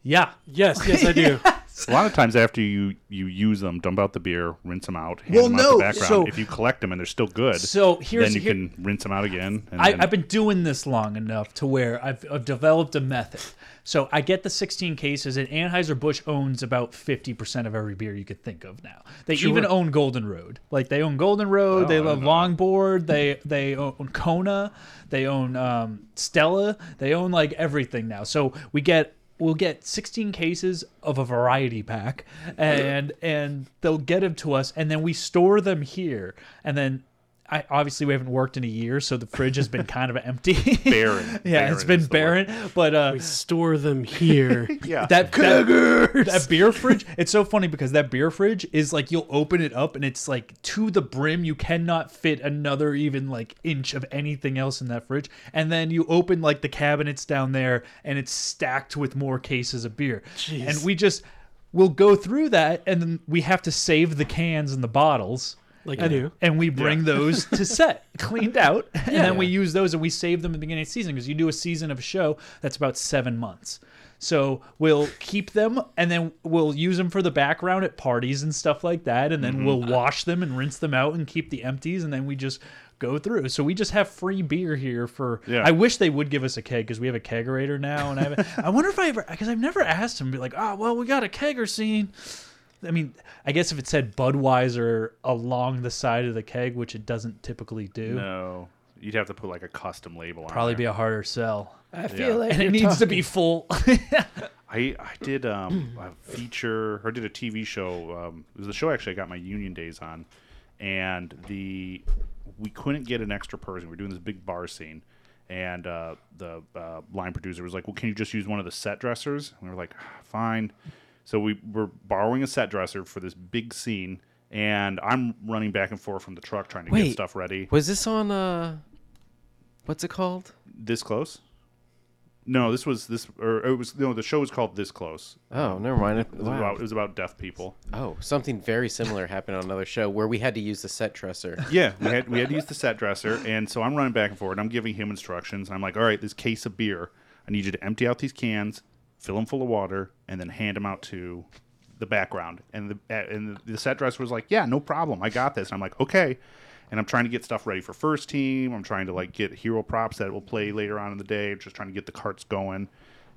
Speaker 2: "Yeah,
Speaker 5: yes, yes, I do."
Speaker 6: A lot of times after you you use them, dump out the beer, rinse them out, hand
Speaker 2: Well,
Speaker 6: them out
Speaker 2: no,
Speaker 6: the background.
Speaker 2: so-
Speaker 6: if you collect them and they're still good,
Speaker 2: So here's-
Speaker 6: then you
Speaker 2: here-
Speaker 6: can rinse them out again. And
Speaker 2: I,
Speaker 6: then-
Speaker 2: I've been doing this long enough to where I've, I've developed a method. So I get the 16 cases, and Anheuser Busch owns about 50% of every beer you could think of now. They
Speaker 5: Sure.
Speaker 2: even own Golden Road. Like they own Golden Road. they love Longboard. They they own Kona. They own um, Stella. They own like everything now. So we get. We'll get 16 cases of a variety pack, and and they'll get them to us, and then we store them here, and then I obviously we haven't worked in a year, so the fridge has been kind of empty,
Speaker 6: Barren.
Speaker 2: yeah,
Speaker 6: Barren
Speaker 2: it's been
Speaker 6: is the word.
Speaker 2: barren. But uh,
Speaker 5: we store them here.
Speaker 6: yeah,
Speaker 2: that that, that beer fridge. It's so funny because that beer fridge is like you'll open it up and it's like to the brim. You cannot fit another even like inch of anything else in that fridge. And then you open like the cabinets down there, and it's stacked with more cases of beer.
Speaker 5: Jeez.
Speaker 2: And we just we'll go through that, and then we have to save the cans and the bottles.
Speaker 5: Like you
Speaker 2: and,
Speaker 5: do.
Speaker 2: and we bring those to set cleaned out and
Speaker 5: Yeah.
Speaker 2: then we use those and we save them at the beginning of the season because you do a season of a show that's about seven months so we'll keep them and then we'll use them for the background at parties and stuff like that and then we'll wash them and rinse them out and keep the empties and then we just go through so we just have free beer here for
Speaker 6: Yeah.
Speaker 2: i wish they would give us a keg because we have a kegerator now and i haven't i wonder if i ever because i've never asked him be like oh well we got a kegger scene I mean, I guess if it said Budweiser along the side of the keg, which it doesn't typically do,
Speaker 6: no, you'd have to put like a custom label. on
Speaker 2: probably
Speaker 6: there.
Speaker 2: be a harder sell.
Speaker 3: I
Speaker 6: feel Yeah. like
Speaker 2: and it
Speaker 6: you're
Speaker 2: needs to be full.
Speaker 6: I, I did um, a feature or did a TV show. Um, it was the show actually I got my union days on, and the we couldn't get an extra person. We are doing this big bar scene, and uh, the uh, line producer was like, "Well, can you just use one of the set dressers?" And we were like, "Ah, "Fine." So we were borrowing a set dresser for this big scene, and I'm running back and forth from the truck trying to get
Speaker 4: Wait,
Speaker 6: stuff ready.
Speaker 4: Was this on uh, what's it called?
Speaker 6: This close? No, this was this or it was no. The show was called This Close.
Speaker 4: Oh, never mind.
Speaker 6: It was,
Speaker 4: Wow.
Speaker 6: about, it was about deaf people.
Speaker 4: Oh, something very similar happened on another show where we had to use the set dresser.
Speaker 6: Yeah, we had we had to use the set dresser, and so I'm running back and forth. And I'm giving him instructions, and I'm like, "All right, this case of beer, I need you to empty out these cans, fill them full of water, and then hand them out to the background." And the and the set dresser was like, "Yeah, no problem, I got this." And I'm like, "Okay," and I'm trying to get stuff ready for first team. I'm trying to like get hero props that will play later on in the day. Just trying to get the carts going,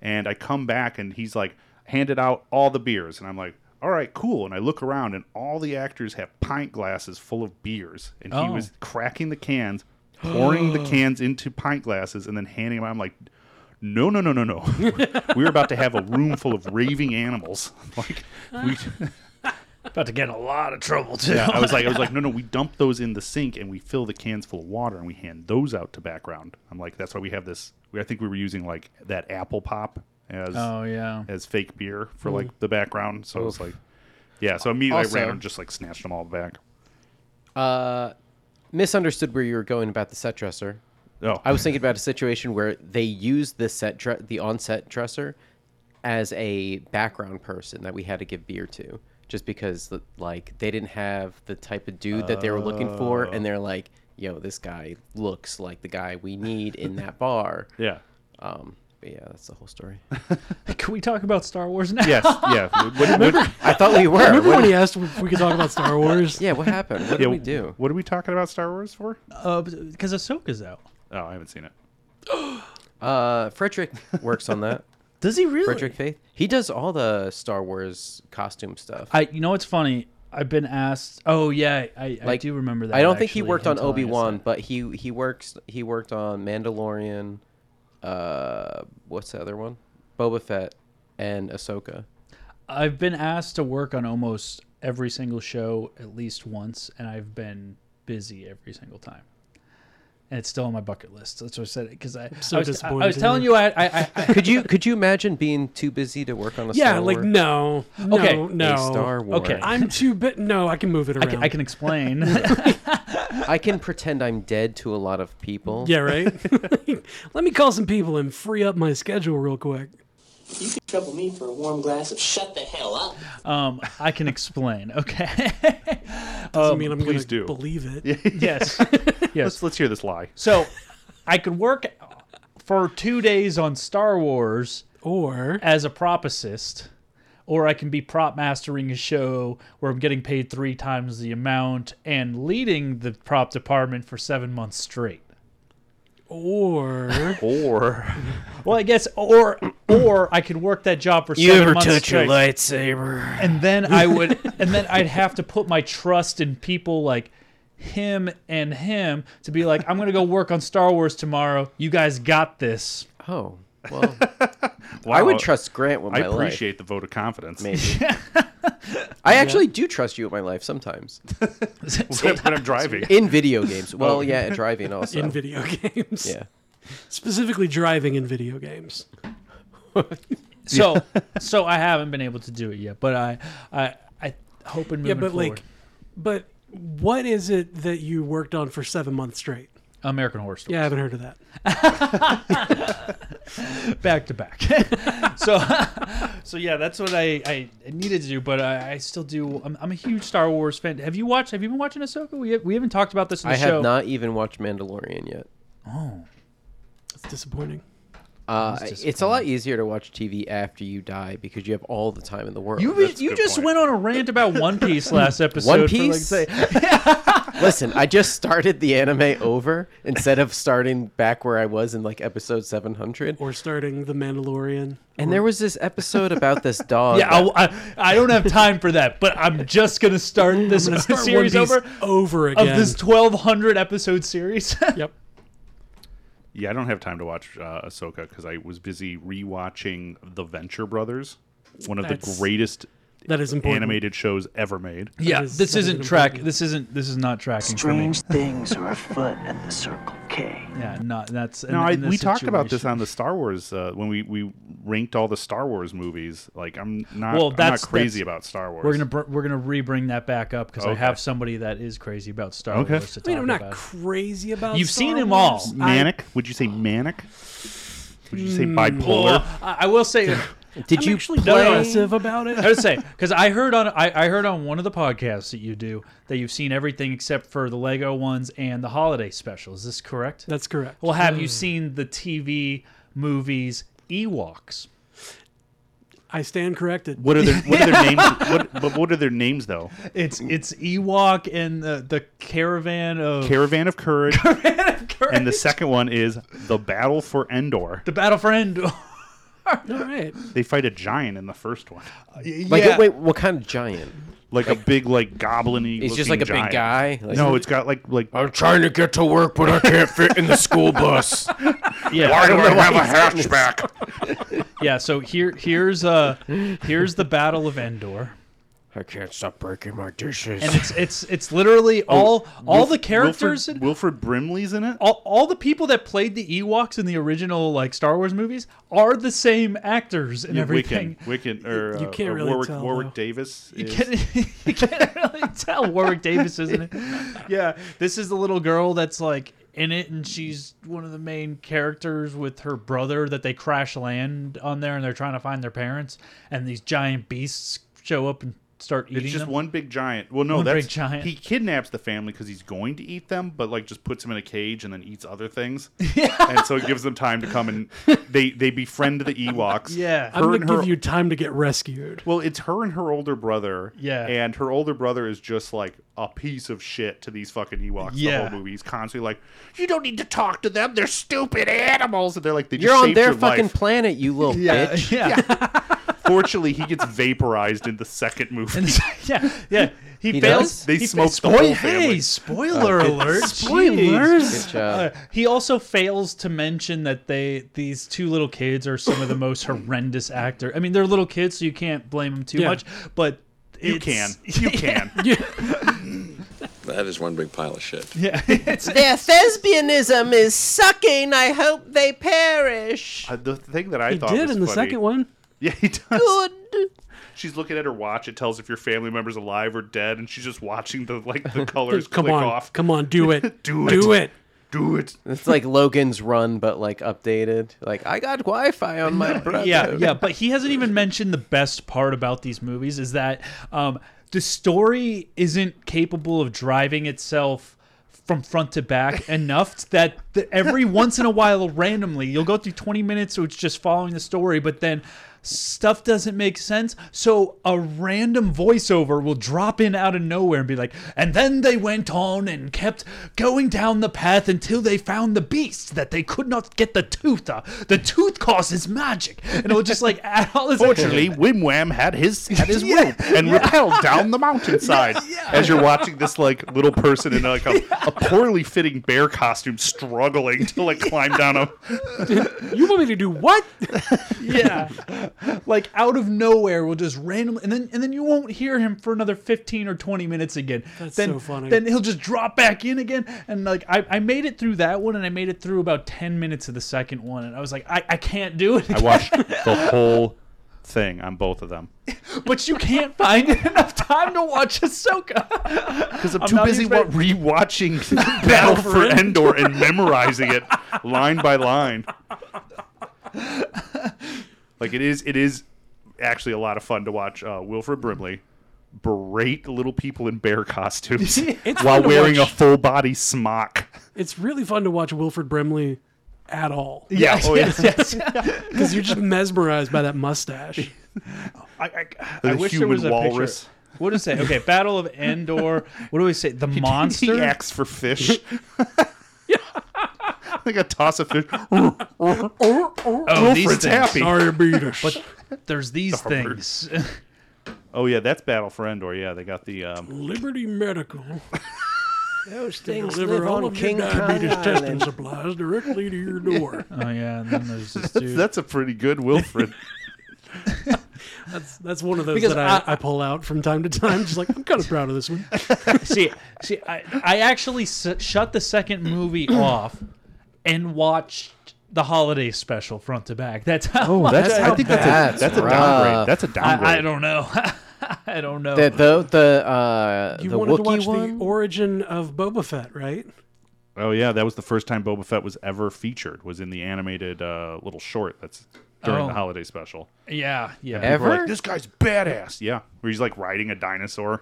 Speaker 6: and I come back, and he's like, handed out all the beers, and I'm like. All right, cool. And I look around, and all the actors have pint glasses full of beers, and he
Speaker 2: Oh.
Speaker 6: was cracking the cans, pouring the cans into pint glasses, and then handing them out. I'm like, no, no, no, no, no. we were about to have a room full of raving animals. Like, we,
Speaker 2: About to get in a lot of trouble too.
Speaker 6: yeah, I was like, I was like, no, no. We dump those in the sink, and we fill the cans full of water, and we hand those out to background. I'm like, that's why we have this. We, I think we were using like that apple pop as
Speaker 2: Oh, yeah.
Speaker 6: as fake beer for
Speaker 2: Mm.
Speaker 6: like the background. So it's
Speaker 4: Oof.
Speaker 6: like, yeah. So immediately I
Speaker 4: Also-
Speaker 6: ran and just like snatched them all back.
Speaker 4: Uh, misunderstood where you were going about the set dresser.
Speaker 6: Oh.
Speaker 4: I was thinking about a situation where they used the set dre- the on-set dresser as a background person that we had to give beer to just because like they didn't have the type of dude that they were looking for
Speaker 6: Oh.
Speaker 4: and they're like, "Yo, this guy looks like the guy we need in that bar."
Speaker 6: Yeah.
Speaker 4: Um But yeah, that's the whole story.
Speaker 2: Can we talk about Star Wars now?
Speaker 4: Yes, yeah. What- what- Remember- I thought we were.
Speaker 5: Remember
Speaker 4: What-
Speaker 5: when he asked if we could talk about Star Wars?
Speaker 4: Yeah, what happened? What did we do?
Speaker 6: What are we talking about Star Wars for?
Speaker 2: Because Uh, Ahsoka's out.
Speaker 6: Oh, I haven't seen it.
Speaker 4: Uh, Frederick works on that.
Speaker 2: does he really?
Speaker 4: Frederick Faith. He does all the Star Wars costume stuff.
Speaker 2: I you know what's funny? I've been asked. Oh yeah, I, I do remember that.
Speaker 4: I don't think he
Speaker 2: actually,
Speaker 4: worked on
Speaker 2: until I
Speaker 4: Obi Wan, but he he works he worked on Mandalorian. Uh, what's the other one? Boba Fett and Ahsoka.
Speaker 2: I've been asked to work on almost every single show at least once, and I've been busy every single time. And it's still on my bucket list. That's what I said. Because I,
Speaker 5: so
Speaker 2: I was, I- I,
Speaker 5: disappointed
Speaker 2: was telling
Speaker 5: in
Speaker 2: you, I, I, I
Speaker 4: could you could you imagine being too busy to work on a
Speaker 5: yeah,
Speaker 4: Star
Speaker 5: like
Speaker 4: Wars?
Speaker 5: no, no,
Speaker 4: Okay.
Speaker 5: no.
Speaker 4: A Star Wars.
Speaker 5: Okay, I'm too bit. No, I can move it
Speaker 4: I
Speaker 5: around.
Speaker 4: can-
Speaker 2: I can explain.
Speaker 4: I can pretend I'm dead to a lot of people.
Speaker 5: yeah, right. Let me call some people and free up my schedule real quick.
Speaker 11: You could trouble me for a warm glass of shut the hell up.
Speaker 2: um, I can explain. Okay.
Speaker 5: Doesn't
Speaker 2: Um,
Speaker 5: mean I'm
Speaker 2: please
Speaker 5: gonna
Speaker 2: do.
Speaker 5: believe it.
Speaker 2: yes. Yes.
Speaker 6: Let's let's hear this lie.
Speaker 2: So I could work for two days on Star Wars
Speaker 5: or
Speaker 2: as a propicist, or I can be prop mastering a show where I'm getting paid three times the amount and leading the prop department for seven months straight.
Speaker 5: Or
Speaker 6: or
Speaker 2: Well, I guess or or I could work that job for
Speaker 5: You
Speaker 2: seven
Speaker 5: ever
Speaker 2: months
Speaker 5: touch your
Speaker 2: straight.
Speaker 5: lightsaber?
Speaker 2: And then I would and then I'd have to put my trust in people like him and him to be like, I'm gonna go work on Star Wars tomorrow. You guys got this.
Speaker 4: Oh. Well I would trust Grant with
Speaker 6: I
Speaker 4: my life.
Speaker 6: appreciate the vote of confidence.
Speaker 4: Maybe. I actually do trust you with my life sometimes.
Speaker 6: when I'm driving.
Speaker 4: In video games. Well,
Speaker 5: Oh.
Speaker 4: yeah, driving also.
Speaker 5: In video games.
Speaker 4: Yeah.
Speaker 5: Specifically, driving in video games.
Speaker 2: So so I haven't been able to do it yet, but I I I hope and moving
Speaker 5: yeah, but
Speaker 2: forward.
Speaker 5: like, but what is it that you worked on for seven months straight?
Speaker 2: American Horror Story.
Speaker 5: Yeah, I haven't heard of that.
Speaker 2: back to back. so, so yeah, that's what I, I needed to do, but I, I still do. I'm, I'm a huge Star Wars fan. Have you watched? Have you been watching Ahsoka? We we haven't talked about this in the
Speaker 4: I
Speaker 2: show.
Speaker 4: have not even watched Mandalorian yet.
Speaker 2: Oh,
Speaker 5: It's disappointing.
Speaker 4: Uh,
Speaker 2: That's disappointing.
Speaker 4: it's a lot easier to watch TV after you die because you have all the time in the world.
Speaker 2: you you just went on a rant about One Piece last episode.
Speaker 4: One
Speaker 2: for, like,
Speaker 4: Piece?
Speaker 2: say-
Speaker 4: Listen, I just started the anime over instead of starting back where I was in like episode 700.
Speaker 5: Or starting The Mandalorian.
Speaker 4: And there was this episode about this dog.
Speaker 2: yeah, I'll- I, I don't have time for that, but I'm just gonna start this
Speaker 5: gonna start One
Speaker 2: series
Speaker 5: Piece
Speaker 2: over
Speaker 5: over
Speaker 2: of this
Speaker 5: again.
Speaker 2: 1,200 episode series.
Speaker 5: yep.
Speaker 6: Yeah, I don't have time to watch uh, Ahsoka because I was busy rewatching The Venture Brothers, one of
Speaker 5: That's-
Speaker 6: the greatest
Speaker 5: that is important.
Speaker 6: animated shows ever made.
Speaker 2: Yeah,
Speaker 5: is-
Speaker 2: this
Speaker 5: that is
Speaker 2: isn't
Speaker 5: important.
Speaker 2: track. This isn't. This is not tracking.
Speaker 6: Strange
Speaker 2: things are afoot at the Circle K. Yeah, not that's. in-
Speaker 6: No, I,
Speaker 2: in
Speaker 6: we
Speaker 2: this
Speaker 6: talked about this
Speaker 2: situation.
Speaker 6: on the Star Wars uh, when we, we ranked all the Star Wars movies. Like I'm not
Speaker 2: well,
Speaker 6: I'm
Speaker 2: that's
Speaker 6: not
Speaker 2: that's-
Speaker 6: crazy about Star Wars.
Speaker 2: We're gonna br- we're gonna re-bring that back up because I
Speaker 6: Okay.
Speaker 2: have somebody that is crazy about Star
Speaker 6: Okay.
Speaker 2: Wars to
Speaker 5: I
Speaker 2: talk
Speaker 5: mean, I'm not
Speaker 2: about.
Speaker 5: crazy about.
Speaker 2: You've
Speaker 5: Star
Speaker 2: seen 'em
Speaker 5: Wars.
Speaker 2: all.
Speaker 5: I-
Speaker 6: manic? Would you say manic? Would you say bipolar?
Speaker 2: Well, I, I will say.
Speaker 4: Did
Speaker 5: I'm
Speaker 4: you
Speaker 5: actually
Speaker 2: play-
Speaker 5: progressive about it?
Speaker 2: I would say because I heard on I, I heard on one of the podcasts that you do that you've seen everything except for the Lego ones and the holiday special. Is this correct? Hmm.
Speaker 5: That's correct.
Speaker 2: Well, have you seen the TV movies Ewoks?
Speaker 5: I stand corrected.
Speaker 6: What are their What are their names? What, but what are their names though?
Speaker 2: It's it's Ewok and the, the caravan of
Speaker 6: Caravan of Courage. And the second one is the Battle for Endor.
Speaker 2: the battle for Endor.
Speaker 5: All right.
Speaker 6: They fight a giant in the first one,
Speaker 4: Like,
Speaker 2: yeah.
Speaker 4: wait, what kind of giant?
Speaker 6: like, a big like goblin.
Speaker 4: He's just like a big guy. Like-
Speaker 6: no, it's got like like. I'm
Speaker 14: trying to get to work, but I can't fit in the school bus. Why do I have a hatchback?
Speaker 2: yeah. So here here's uh here's the battle of Endor.
Speaker 14: I can't stop breaking my dishes.
Speaker 2: and it's it's it's literally all all
Speaker 6: Oh, Wilf-
Speaker 2: the characters
Speaker 6: Wilfred, Wilfred Brimley's in it.
Speaker 2: all, all the people that played the Ewoks in the original like Star Wars movies are the same actors and
Speaker 6: Yeah,
Speaker 2: everything.
Speaker 6: Wiccan, Wiccan, or
Speaker 5: You
Speaker 6: uh,
Speaker 5: can't
Speaker 6: or
Speaker 5: really
Speaker 6: Warwick,
Speaker 5: tell,
Speaker 6: Warwick
Speaker 5: though.
Speaker 6: Davis.
Speaker 2: You
Speaker 6: is-
Speaker 2: can't, you can't really tell Warwick Davis, isn't it? Yeah, this is the little girl that's like in it, and she's one of the main characters with her brother that they crash land on there, and they're trying to find their parents, and these giant beasts show up and start eating
Speaker 6: It's just
Speaker 2: them?
Speaker 6: one big giant. Well, no,
Speaker 2: One
Speaker 6: that's
Speaker 2: big giant.
Speaker 6: He kidnaps the family because he's going to eat them, but like just puts them in a cage and then eats other things. and so it gives them time to come and they they befriend the Ewoks.
Speaker 2: Yeah.
Speaker 5: I'm
Speaker 6: Her
Speaker 5: gonna
Speaker 6: and her
Speaker 5: give you time to get rescued.
Speaker 6: Well, it's her and her older brother.
Speaker 5: Yeah.
Speaker 6: And her older brother is just like a piece of shit to these fucking Ewoks the
Speaker 14: Yeah.
Speaker 6: whole movie. He's constantly like, You don't need to talk to them. They're stupid animals. And they're like, they just
Speaker 4: You're on
Speaker 6: saved
Speaker 4: their
Speaker 6: your
Speaker 4: fucking
Speaker 6: life.
Speaker 4: planet, you little
Speaker 6: Yeah,
Speaker 4: bitch.
Speaker 6: yeah. Fortunately, he gets vaporized in the second movie.
Speaker 2: yeah, yeah. He,
Speaker 6: He
Speaker 2: fails.
Speaker 6: does? They
Speaker 2: he
Speaker 6: smoke
Speaker 2: fails-
Speaker 6: the whole
Speaker 2: Spoil-
Speaker 6: family.
Speaker 2: Hey, spoiler
Speaker 6: Uh, good-
Speaker 2: alert!
Speaker 6: spoilers.
Speaker 2: Jeez.
Speaker 6: Good job.
Speaker 2: Uh, he also fails to mention that they these two little kids are some of the most horrendous actor. I mean, they're little kids, so you can't blame them too
Speaker 13: Yeah.
Speaker 2: much. But
Speaker 6: You
Speaker 2: it's-
Speaker 6: can. You can.
Speaker 13: That is one big pile of shit.
Speaker 2: yeah.
Speaker 4: Their thespianism is sucking. I hope they perish.
Speaker 6: Uh, the thing that I
Speaker 4: He
Speaker 6: thought
Speaker 4: did
Speaker 6: was
Speaker 4: in the
Speaker 6: funny-
Speaker 4: second
Speaker 5: one.
Speaker 6: Yeah, he does.
Speaker 4: Good.
Speaker 6: She's looking at her watch. It tells if your family member's alive or dead, and she's just watching the like the colors
Speaker 5: Come
Speaker 6: click
Speaker 5: on,
Speaker 6: off.
Speaker 5: come on, do it,
Speaker 6: do it,
Speaker 5: do it.
Speaker 6: do it.
Speaker 4: It's like Logan's Run, but like updated. Like I got Wi-Fi on my brother.
Speaker 2: yeah, yeah, but he hasn't even mentioned the best part about these movies is that um, the story isn't capable of driving itself from front to back enough that the, every once in a while, randomly, you'll go through 20 minutes, so it's just following the story, but then stuff doesn't make sense. So a random voiceover will drop in out of nowhere and be like, and then they went on and kept going down the path until they found the beast that they could not get the tooth. Uh, the tooth causes magic. And it'll just like add all this.
Speaker 6: Fortunately, Wim Wham had his had his
Speaker 2: Yeah,
Speaker 6: rope and
Speaker 2: yeah.
Speaker 6: rappelled down the mountainside as you're watching this like little person in like a, a poorly fitting bear costume struggling to like climb down a
Speaker 5: You want me to do what?
Speaker 2: yeah. Like out of nowhere will just randomly and then and then you won't hear him for another 15 or 20 minutes again.
Speaker 5: That's
Speaker 2: then,
Speaker 5: so funny.
Speaker 2: Then he'll just drop back in again and like I, I made it through that one and I made it through about 10 minutes of the second one and I was like I, I can't do it.
Speaker 6: I
Speaker 2: again.
Speaker 6: watched the whole thing on both of them
Speaker 2: but you can't find enough time to watch Ahsoka.
Speaker 6: because I'm
Speaker 2: I'm
Speaker 6: too
Speaker 2: not
Speaker 6: busy
Speaker 2: even-
Speaker 6: wa- rewatching Battle for Endor and memorizing it line by line. Like it is, it is actually a lot of fun to watch uh, Wilfred Brimley berate little people in bear costumes
Speaker 5: It's
Speaker 6: while
Speaker 5: fun to
Speaker 6: wearing
Speaker 5: watch.
Speaker 6: a full body smock.
Speaker 5: It's really fun to watch Wilfred Brimley at all.
Speaker 6: Yeah, oh, yeah.
Speaker 5: Because you're just mesmerized by that mustache.
Speaker 2: I, I,
Speaker 6: The
Speaker 2: I wish there
Speaker 6: human
Speaker 2: was a
Speaker 6: walrus.
Speaker 2: picture. What do we say? Okay, Battle of Endor. What do we say? The monster.
Speaker 6: He acts E for fish. like a toss of fish.
Speaker 2: Oh, these
Speaker 6: Wilfred's
Speaker 2: things.
Speaker 6: happy.
Speaker 2: But there's these things.
Speaker 6: Oh yeah, that's Battle for Endor. Yeah, they got the um,
Speaker 5: Liberty Medical.
Speaker 3: Those
Speaker 5: They
Speaker 3: things
Speaker 5: deliver
Speaker 3: live
Speaker 5: all
Speaker 3: on
Speaker 5: of your
Speaker 3: King Kong
Speaker 5: diabetes testing
Speaker 3: Island.
Speaker 5: supplies directly to your door.
Speaker 2: Oh yeah, and then there's this
Speaker 6: that's,
Speaker 2: dude.
Speaker 6: that's a pretty good Wilfred.
Speaker 5: That's that's one of those
Speaker 2: Because
Speaker 5: that I, I pull out from time to time. Just like I'm kind of proud of this one.
Speaker 2: see, see, I, I actually s- shut the second movie off and watched the holiday special front to back. That's how.
Speaker 6: Oh,
Speaker 2: much
Speaker 6: that's-
Speaker 2: I,
Speaker 6: I think that's a-
Speaker 2: bad.
Speaker 6: that's a downgrade. That's a downgrade.
Speaker 2: I, I don't know. I don't know.
Speaker 4: The the the uh,
Speaker 5: You
Speaker 4: the
Speaker 5: wanted to
Speaker 4: Wookiee
Speaker 5: watch
Speaker 4: one.
Speaker 5: the origin of Boba Fett, right?
Speaker 6: oh yeah, that was the first time Boba Fett was ever featured. Was in the animated uh, little short that's during
Speaker 2: Oh.
Speaker 6: the holiday special.
Speaker 2: yeah, yeah.
Speaker 6: And people were like, this guy's badass. Yeah, where he's like riding a dinosaur.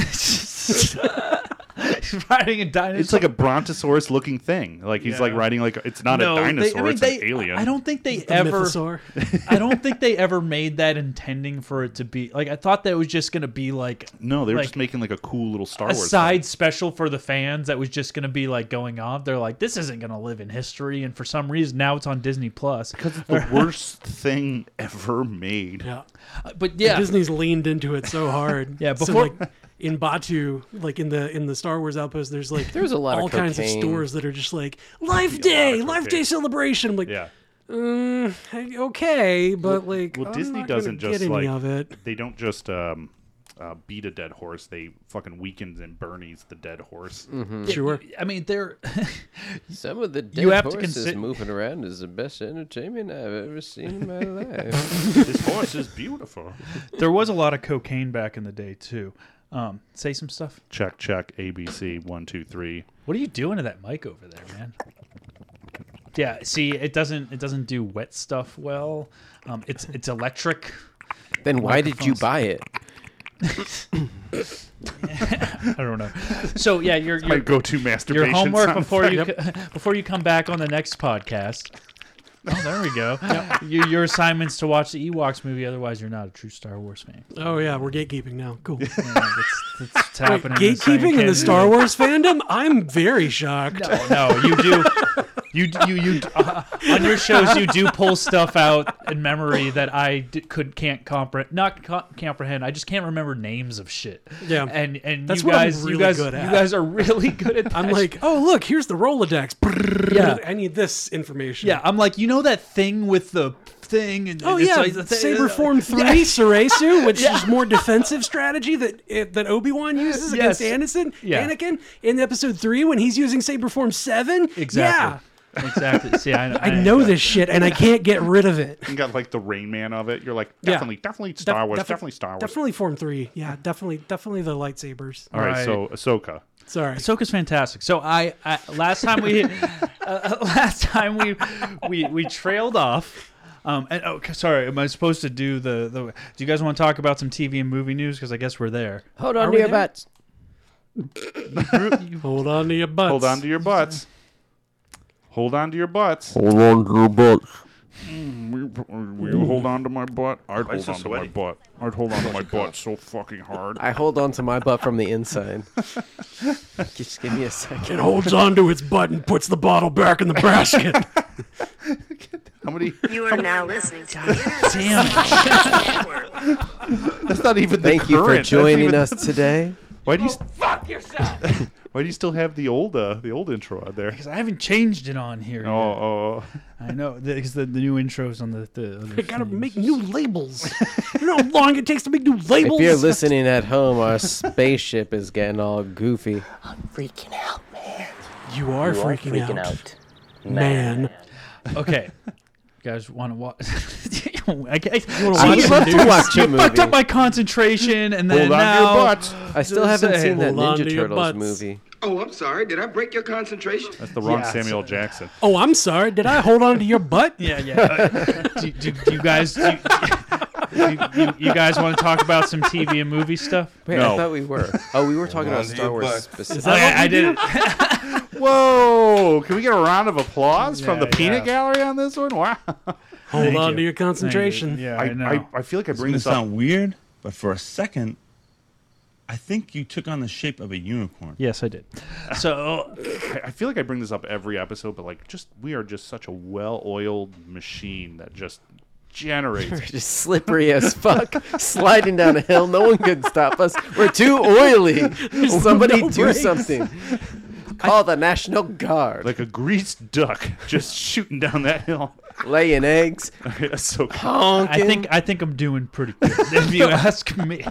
Speaker 2: riding a dinosaur.
Speaker 6: It's like a brontosaurus looking thing. Like he's like
Speaker 2: Yeah.
Speaker 6: riding like it's not
Speaker 2: No,
Speaker 6: a
Speaker 2: they- I
Speaker 6: dinosaur.
Speaker 2: mean,
Speaker 6: it's
Speaker 2: they-
Speaker 6: an alien.
Speaker 2: I don't think they
Speaker 5: The
Speaker 2: ever.
Speaker 5: mythosaur.
Speaker 2: I don't think they ever made that intending for it to be like. I thought that was just gonna be like.
Speaker 6: No, they were
Speaker 2: like,
Speaker 6: just making like a cool little Star
Speaker 2: a
Speaker 6: Wars.
Speaker 2: side special for the fans that was just going to be like going off. They're like, this isn't going to live in history, and for some reason now it's on Disney Plus. Because
Speaker 6: thing. the worst thing ever made.
Speaker 5: Yeah.
Speaker 2: Uh, but yeah,
Speaker 5: Disney's leaned into it so hard.
Speaker 2: Yeah,
Speaker 5: So,
Speaker 2: before-
Speaker 5: like, in Batu, like in the in the Star Wars outpost, there's like
Speaker 4: There was a lot of
Speaker 5: all kinds of
Speaker 4: cocaine.
Speaker 5: stores that are just like Life Day, Life Day
Speaker 6: cocaine.
Speaker 5: celebration. I'm like,
Speaker 6: Yeah.
Speaker 5: mm, hey, okay, but like,
Speaker 6: well,
Speaker 5: I'm
Speaker 6: Disney
Speaker 5: not gonna
Speaker 6: doesn't
Speaker 5: get
Speaker 6: just
Speaker 5: any
Speaker 6: like
Speaker 5: of it.
Speaker 6: they don't just um, uh, beat a dead horse. They fucking weakens and burnies the dead horse.
Speaker 5: Sure.
Speaker 2: I mean, they're
Speaker 4: Some of the dead
Speaker 2: You have to
Speaker 4: horses
Speaker 2: consi-
Speaker 4: moving around is the best entertainment I've ever seen in my
Speaker 6: this
Speaker 4: life.
Speaker 6: horse is beautiful.
Speaker 2: there was a lot of cocaine back in the day too. Um, say some stuff.
Speaker 6: Check check ABC one two three.
Speaker 2: What are you doing to that mic over there, man? Yeah, see, it doesn't it doesn't do wet stuff well. Um, it's it's electric.
Speaker 4: Then why did you buy it?
Speaker 2: I don't know. So yeah, your
Speaker 6: It's
Speaker 2: your
Speaker 6: my go-to
Speaker 2: Your
Speaker 6: masturbation
Speaker 2: homework
Speaker 6: sound
Speaker 2: before you
Speaker 6: effect.
Speaker 2: co- before you come back on the next podcast. Oh, there we go. Your your assignments to watch the Ewoks movie. Otherwise, you're not a true Star Wars fan.
Speaker 5: Oh yeah, we're gatekeeping now. Cool.
Speaker 2: that's, that's happening in the same
Speaker 5: gatekeeping in the
Speaker 2: canon.
Speaker 5: Star Wars fandom? I'm very shocked.
Speaker 2: Oh, No, you do. You you you uh, on your shows you do pull stuff out in memory that I d- could can't comprehend not co- comprehend I just can't remember names of shit
Speaker 5: Yeah.
Speaker 2: and and
Speaker 5: That's
Speaker 2: you
Speaker 5: what I'm
Speaker 2: guys you
Speaker 5: really
Speaker 2: guys
Speaker 5: good at.
Speaker 2: you guys are really good at that
Speaker 5: I'm like, oh look, here's the Rolodex.
Speaker 2: Yeah.
Speaker 5: I need this information.
Speaker 2: Yeah, I'm like, you know that thing with the thing uh, and
Speaker 5: Oh
Speaker 2: and it's
Speaker 5: yeah,
Speaker 2: like the thi-
Speaker 5: Saber Form Three,
Speaker 2: Yeah.
Speaker 5: Suresu, which
Speaker 2: Yeah.
Speaker 5: is more defensive strategy that it, that Obi Wan uses against
Speaker 2: Yes.
Speaker 5: Anderson,
Speaker 2: Yeah.
Speaker 5: Anakin in Episode Three when he's using Saber Form Seven.
Speaker 2: Exactly. Exactly. See, I,
Speaker 5: Yeah, I know this shit and I can't get rid of it.
Speaker 6: You got like the Rain Man of it. You're like
Speaker 5: Yeah.
Speaker 6: definitely, definitely Star
Speaker 5: Def-
Speaker 6: Wars,
Speaker 5: defi-
Speaker 6: definitely Star Wars.
Speaker 5: Definitely Form Three. Yeah, definitely, definitely the lightsabers.
Speaker 6: All right, so Ahsoka.
Speaker 5: Sorry.
Speaker 2: Ahsoka's fantastic. So I, I last time we uh, last time we we we trailed off. Um, and oh, c- sorry, am I supposed to do the the? Do you guys want to talk about some TV and movie news? Because I guess we're there.
Speaker 4: Hold
Speaker 2: Are
Speaker 4: on
Speaker 2: we
Speaker 4: to your
Speaker 2: there?
Speaker 4: butts.
Speaker 5: Hold on to your butts.
Speaker 6: Hold on to your butts. Hold on to your butts. Mm,
Speaker 14: Hold on to your butts.
Speaker 6: Will you hold on to my butt? I'd
Speaker 14: Why
Speaker 6: hold
Speaker 14: is
Speaker 6: on
Speaker 14: it
Speaker 6: to my butt. I'd hold on to my butt so fucking hard.
Speaker 4: I hold on to my butt from the inside. Just give me a second.
Speaker 5: It holds on to its butt and puts the bottle back in the basket.
Speaker 6: How many?
Speaker 7: You are now listening to the Inner
Speaker 2: Damn.
Speaker 7: Circle Network.
Speaker 6: That's not even the
Speaker 4: Thank you for
Speaker 6: current. That's
Speaker 4: joining
Speaker 6: even-
Speaker 4: us today.
Speaker 6: Why do you
Speaker 7: Fuck yourself.
Speaker 6: Why do you still have the old uh, the old intro out there?
Speaker 2: Because I haven't changed it on here.
Speaker 6: Oh, oh, oh.
Speaker 2: yet. I know because the, the new intros on the the. Other
Speaker 5: I gotta
Speaker 2: thing.
Speaker 5: make new labels. you know how long it takes to make new labels.
Speaker 4: If you're listening at home, our spaceship is getting all goofy.
Speaker 5: freaking out, man. You are,
Speaker 4: You are
Speaker 5: freaking,
Speaker 4: freaking
Speaker 5: out.
Speaker 4: out.
Speaker 5: man.
Speaker 2: Okay. You guys want to watch? I guess
Speaker 5: wanna
Speaker 2: See,
Speaker 5: watch
Speaker 2: you
Speaker 5: some
Speaker 2: fucked
Speaker 5: dudes?
Speaker 2: up-
Speaker 5: Watch a
Speaker 2: you fucked
Speaker 5: movie.
Speaker 2: up my concentration, and then
Speaker 4: Hold on to your
Speaker 2: now
Speaker 4: butts. I still haven't seen that Hold on Ninja to your Turtles butts. movie.
Speaker 9: Oh, I'm sorry. Did I break your concentration?
Speaker 6: That's the wrong
Speaker 2: Yeah,
Speaker 6: Samuel Jackson.
Speaker 5: Oh, I'm sorry. Did I hold on to your butt?
Speaker 2: Yeah, yeah. Uh, do, do, do you guys do you, you, you, you guys want to talk about some TV and movie stuff?
Speaker 4: Wait, I thought we were. Oh, we were talking about Star Wars
Speaker 2: Is
Speaker 4: specifically.
Speaker 2: that what we do?
Speaker 6: Whoa! Can we get a round of applause from
Speaker 2: Yeah,
Speaker 6: the peanut
Speaker 2: yeah.
Speaker 6: gallery on this one? Wow.
Speaker 5: Hold
Speaker 2: Thank
Speaker 5: on
Speaker 2: you.
Speaker 5: to your concentration.
Speaker 2: Thank you. Yeah,
Speaker 6: I,
Speaker 2: I know.
Speaker 6: I, I feel like I
Speaker 15: It's going
Speaker 6: bring
Speaker 15: to
Speaker 6: this up.
Speaker 15: sound weird, but for a second, I think you took on the shape of a unicorn.
Speaker 2: yes, I did. So
Speaker 6: I I feel like I bring this up every episode, but like, just we are just such a well-oiled machine that just generates.
Speaker 4: We're just slippery as fuck, sliding down a hill. No one can stop us. We're too oily.
Speaker 5: There's
Speaker 4: Somebody
Speaker 5: no
Speaker 4: do
Speaker 5: brakes.
Speaker 4: something. Call the National Guard.
Speaker 6: like a greased duck just shooting down that hill.
Speaker 4: Laying eggs.
Speaker 6: That's so
Speaker 2: I think I think I'm doing pretty good. If you ask me.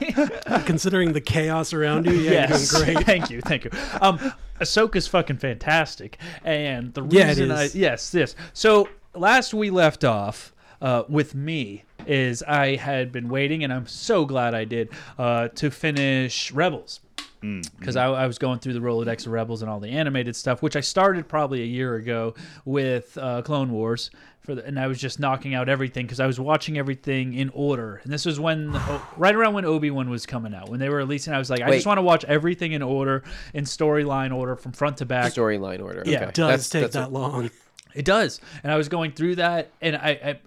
Speaker 5: Considering the chaos around you, yeah,
Speaker 2: yes.
Speaker 5: you're doing great.
Speaker 2: thank you. Thank you. Um, Ahsoka's fucking fantastic, and the
Speaker 5: Yeah, it
Speaker 2: reason
Speaker 5: is.
Speaker 2: I yes this. So last we left off uh, with me is I had been waiting, and I'm so glad I did uh, to finish Rebels because I, I was going through the Rolodex of Rebels and all the animated stuff, which I started probably a year ago with uh, Clone Wars. For the, and I was just knocking out everything because I was watching everything in order. And this was when, oh, right around when Obi Wan was coming out, when they were releasing, I was like, I
Speaker 4: Wait.
Speaker 2: just want to watch everything in order, in storyline order, from front to back.
Speaker 4: Storyline order.
Speaker 2: Yeah,
Speaker 4: okay.
Speaker 2: it
Speaker 5: does
Speaker 4: That's-
Speaker 5: take
Speaker 4: that's
Speaker 5: that
Speaker 4: a-
Speaker 5: long.
Speaker 2: It does. And I was going through that, and I, I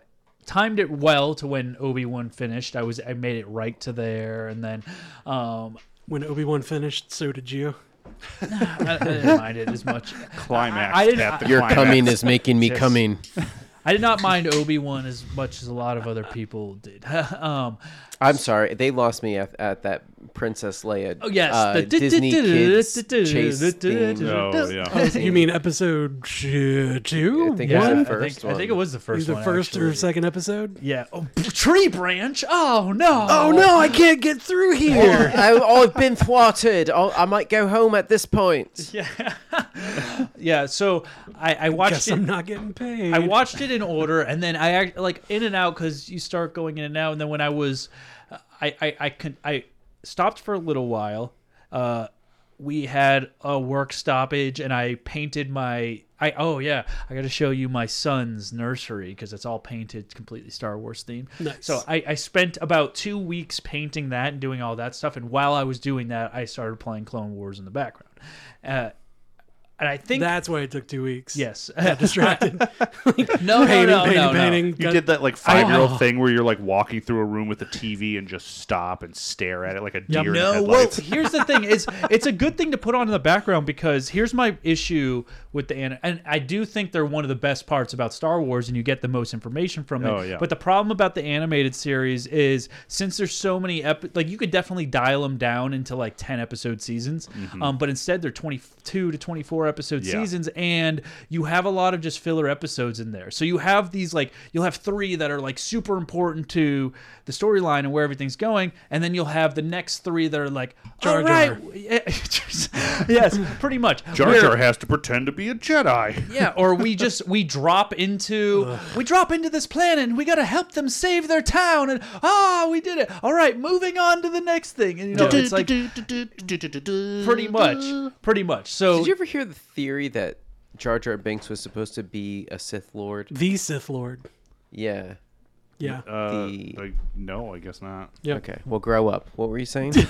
Speaker 2: timed it well to when Obi Wan finished. I was I made it right to there, and then um,
Speaker 5: When Obi Wan finished, so did you.
Speaker 2: I, I didn't mind it as much.
Speaker 6: Climax.
Speaker 2: I- I didn't-
Speaker 6: at the
Speaker 2: Your
Speaker 6: climax.
Speaker 4: coming is making me
Speaker 2: Yes.
Speaker 4: coming.
Speaker 2: I did not mind Obi Wan as much as a lot of other people did. um,
Speaker 4: I'm sorry, they lost me at, at that Princess Leia.
Speaker 2: Oh, yes,
Speaker 4: uh,
Speaker 2: the
Speaker 4: Disney kids chase theme.
Speaker 6: Oh, yeah.
Speaker 5: Oh, you mean episode uh, two?
Speaker 4: I think it was
Speaker 2: I
Speaker 4: the
Speaker 5: One?
Speaker 2: think,
Speaker 4: first one.
Speaker 2: I think it was the first
Speaker 5: Either
Speaker 2: one.
Speaker 5: first or
Speaker 2: actually.
Speaker 5: second episode?
Speaker 2: Yeah. Oh, p- tree branch. Oh no.
Speaker 4: Oh, no, I
Speaker 5: can't get
Speaker 4: Oh, I,
Speaker 5: through
Speaker 4: have been thwarted. i I might go home at this point.
Speaker 2: Yeah. Yeah. So I, I watched
Speaker 5: Guess
Speaker 2: it.
Speaker 5: I'm not getting paid.
Speaker 2: I watched it in order, and then I act like in and out because you start going in and out. And then when I was, I I I, con- I stopped for a little while. Uh, we had a work stoppage, and I painted my. I oh yeah, I got to show you my son's nursery because it's all painted completely Star Wars themed.
Speaker 5: Nice.
Speaker 2: So I, I spent about two weeks painting that and doing all that stuff. And while I was doing that, I started playing Clone Wars in the background. Uh, and I think
Speaker 5: that's why it took two weeks.
Speaker 2: Yes,
Speaker 5: got distracted.
Speaker 2: no,
Speaker 5: Painting,
Speaker 2: no, no,
Speaker 5: painting,
Speaker 2: no, no.
Speaker 5: painting,
Speaker 6: You
Speaker 5: got-
Speaker 6: did that like five year
Speaker 5: Oh.
Speaker 6: old thing where you're like walking through a room with a TV and just stop and stare at it like a
Speaker 2: Yeah,
Speaker 6: deer. in
Speaker 2: no, well,
Speaker 6: headlights.
Speaker 2: here's the thing: is it's a good thing to put on in the background because here's my issue with the anime, and I do think they're one of the best parts about Star Wars, and you get the most information from it.
Speaker 6: Oh, yeah.
Speaker 2: But the problem about the animated series is since there's so many epi- like you could definitely dial them down into like ten episode seasons, um, but instead they're twenty two to twenty four episode
Speaker 6: Mm-hmm. Yeah.
Speaker 2: seasons, and you have a lot of just filler episodes in there. So you have these like you'll have three that are like super important to the storyline and where everything's going, and then you'll have the next three that are like all
Speaker 5: Jar Jar.
Speaker 2: right, yes, pretty much.
Speaker 6: Jar
Speaker 2: Where-
Speaker 6: Jar has to pretend to be a Jedi.
Speaker 2: yeah, or we just we drop into we drop into this planet and we gotta help them save their town and ah we did it. All right, moving on to the next thing. And you know it's like pretty much, pretty much. So
Speaker 4: Did you ever hear the theory that Jar Jar Binks was supposed to be a Sith Lord?
Speaker 5: The Sith Lord.
Speaker 4: Yeah.
Speaker 5: Yeah.
Speaker 6: Uh, like, no, I guess not.
Speaker 4: Okay. Well, grow up. What were you saying?
Speaker 2: Do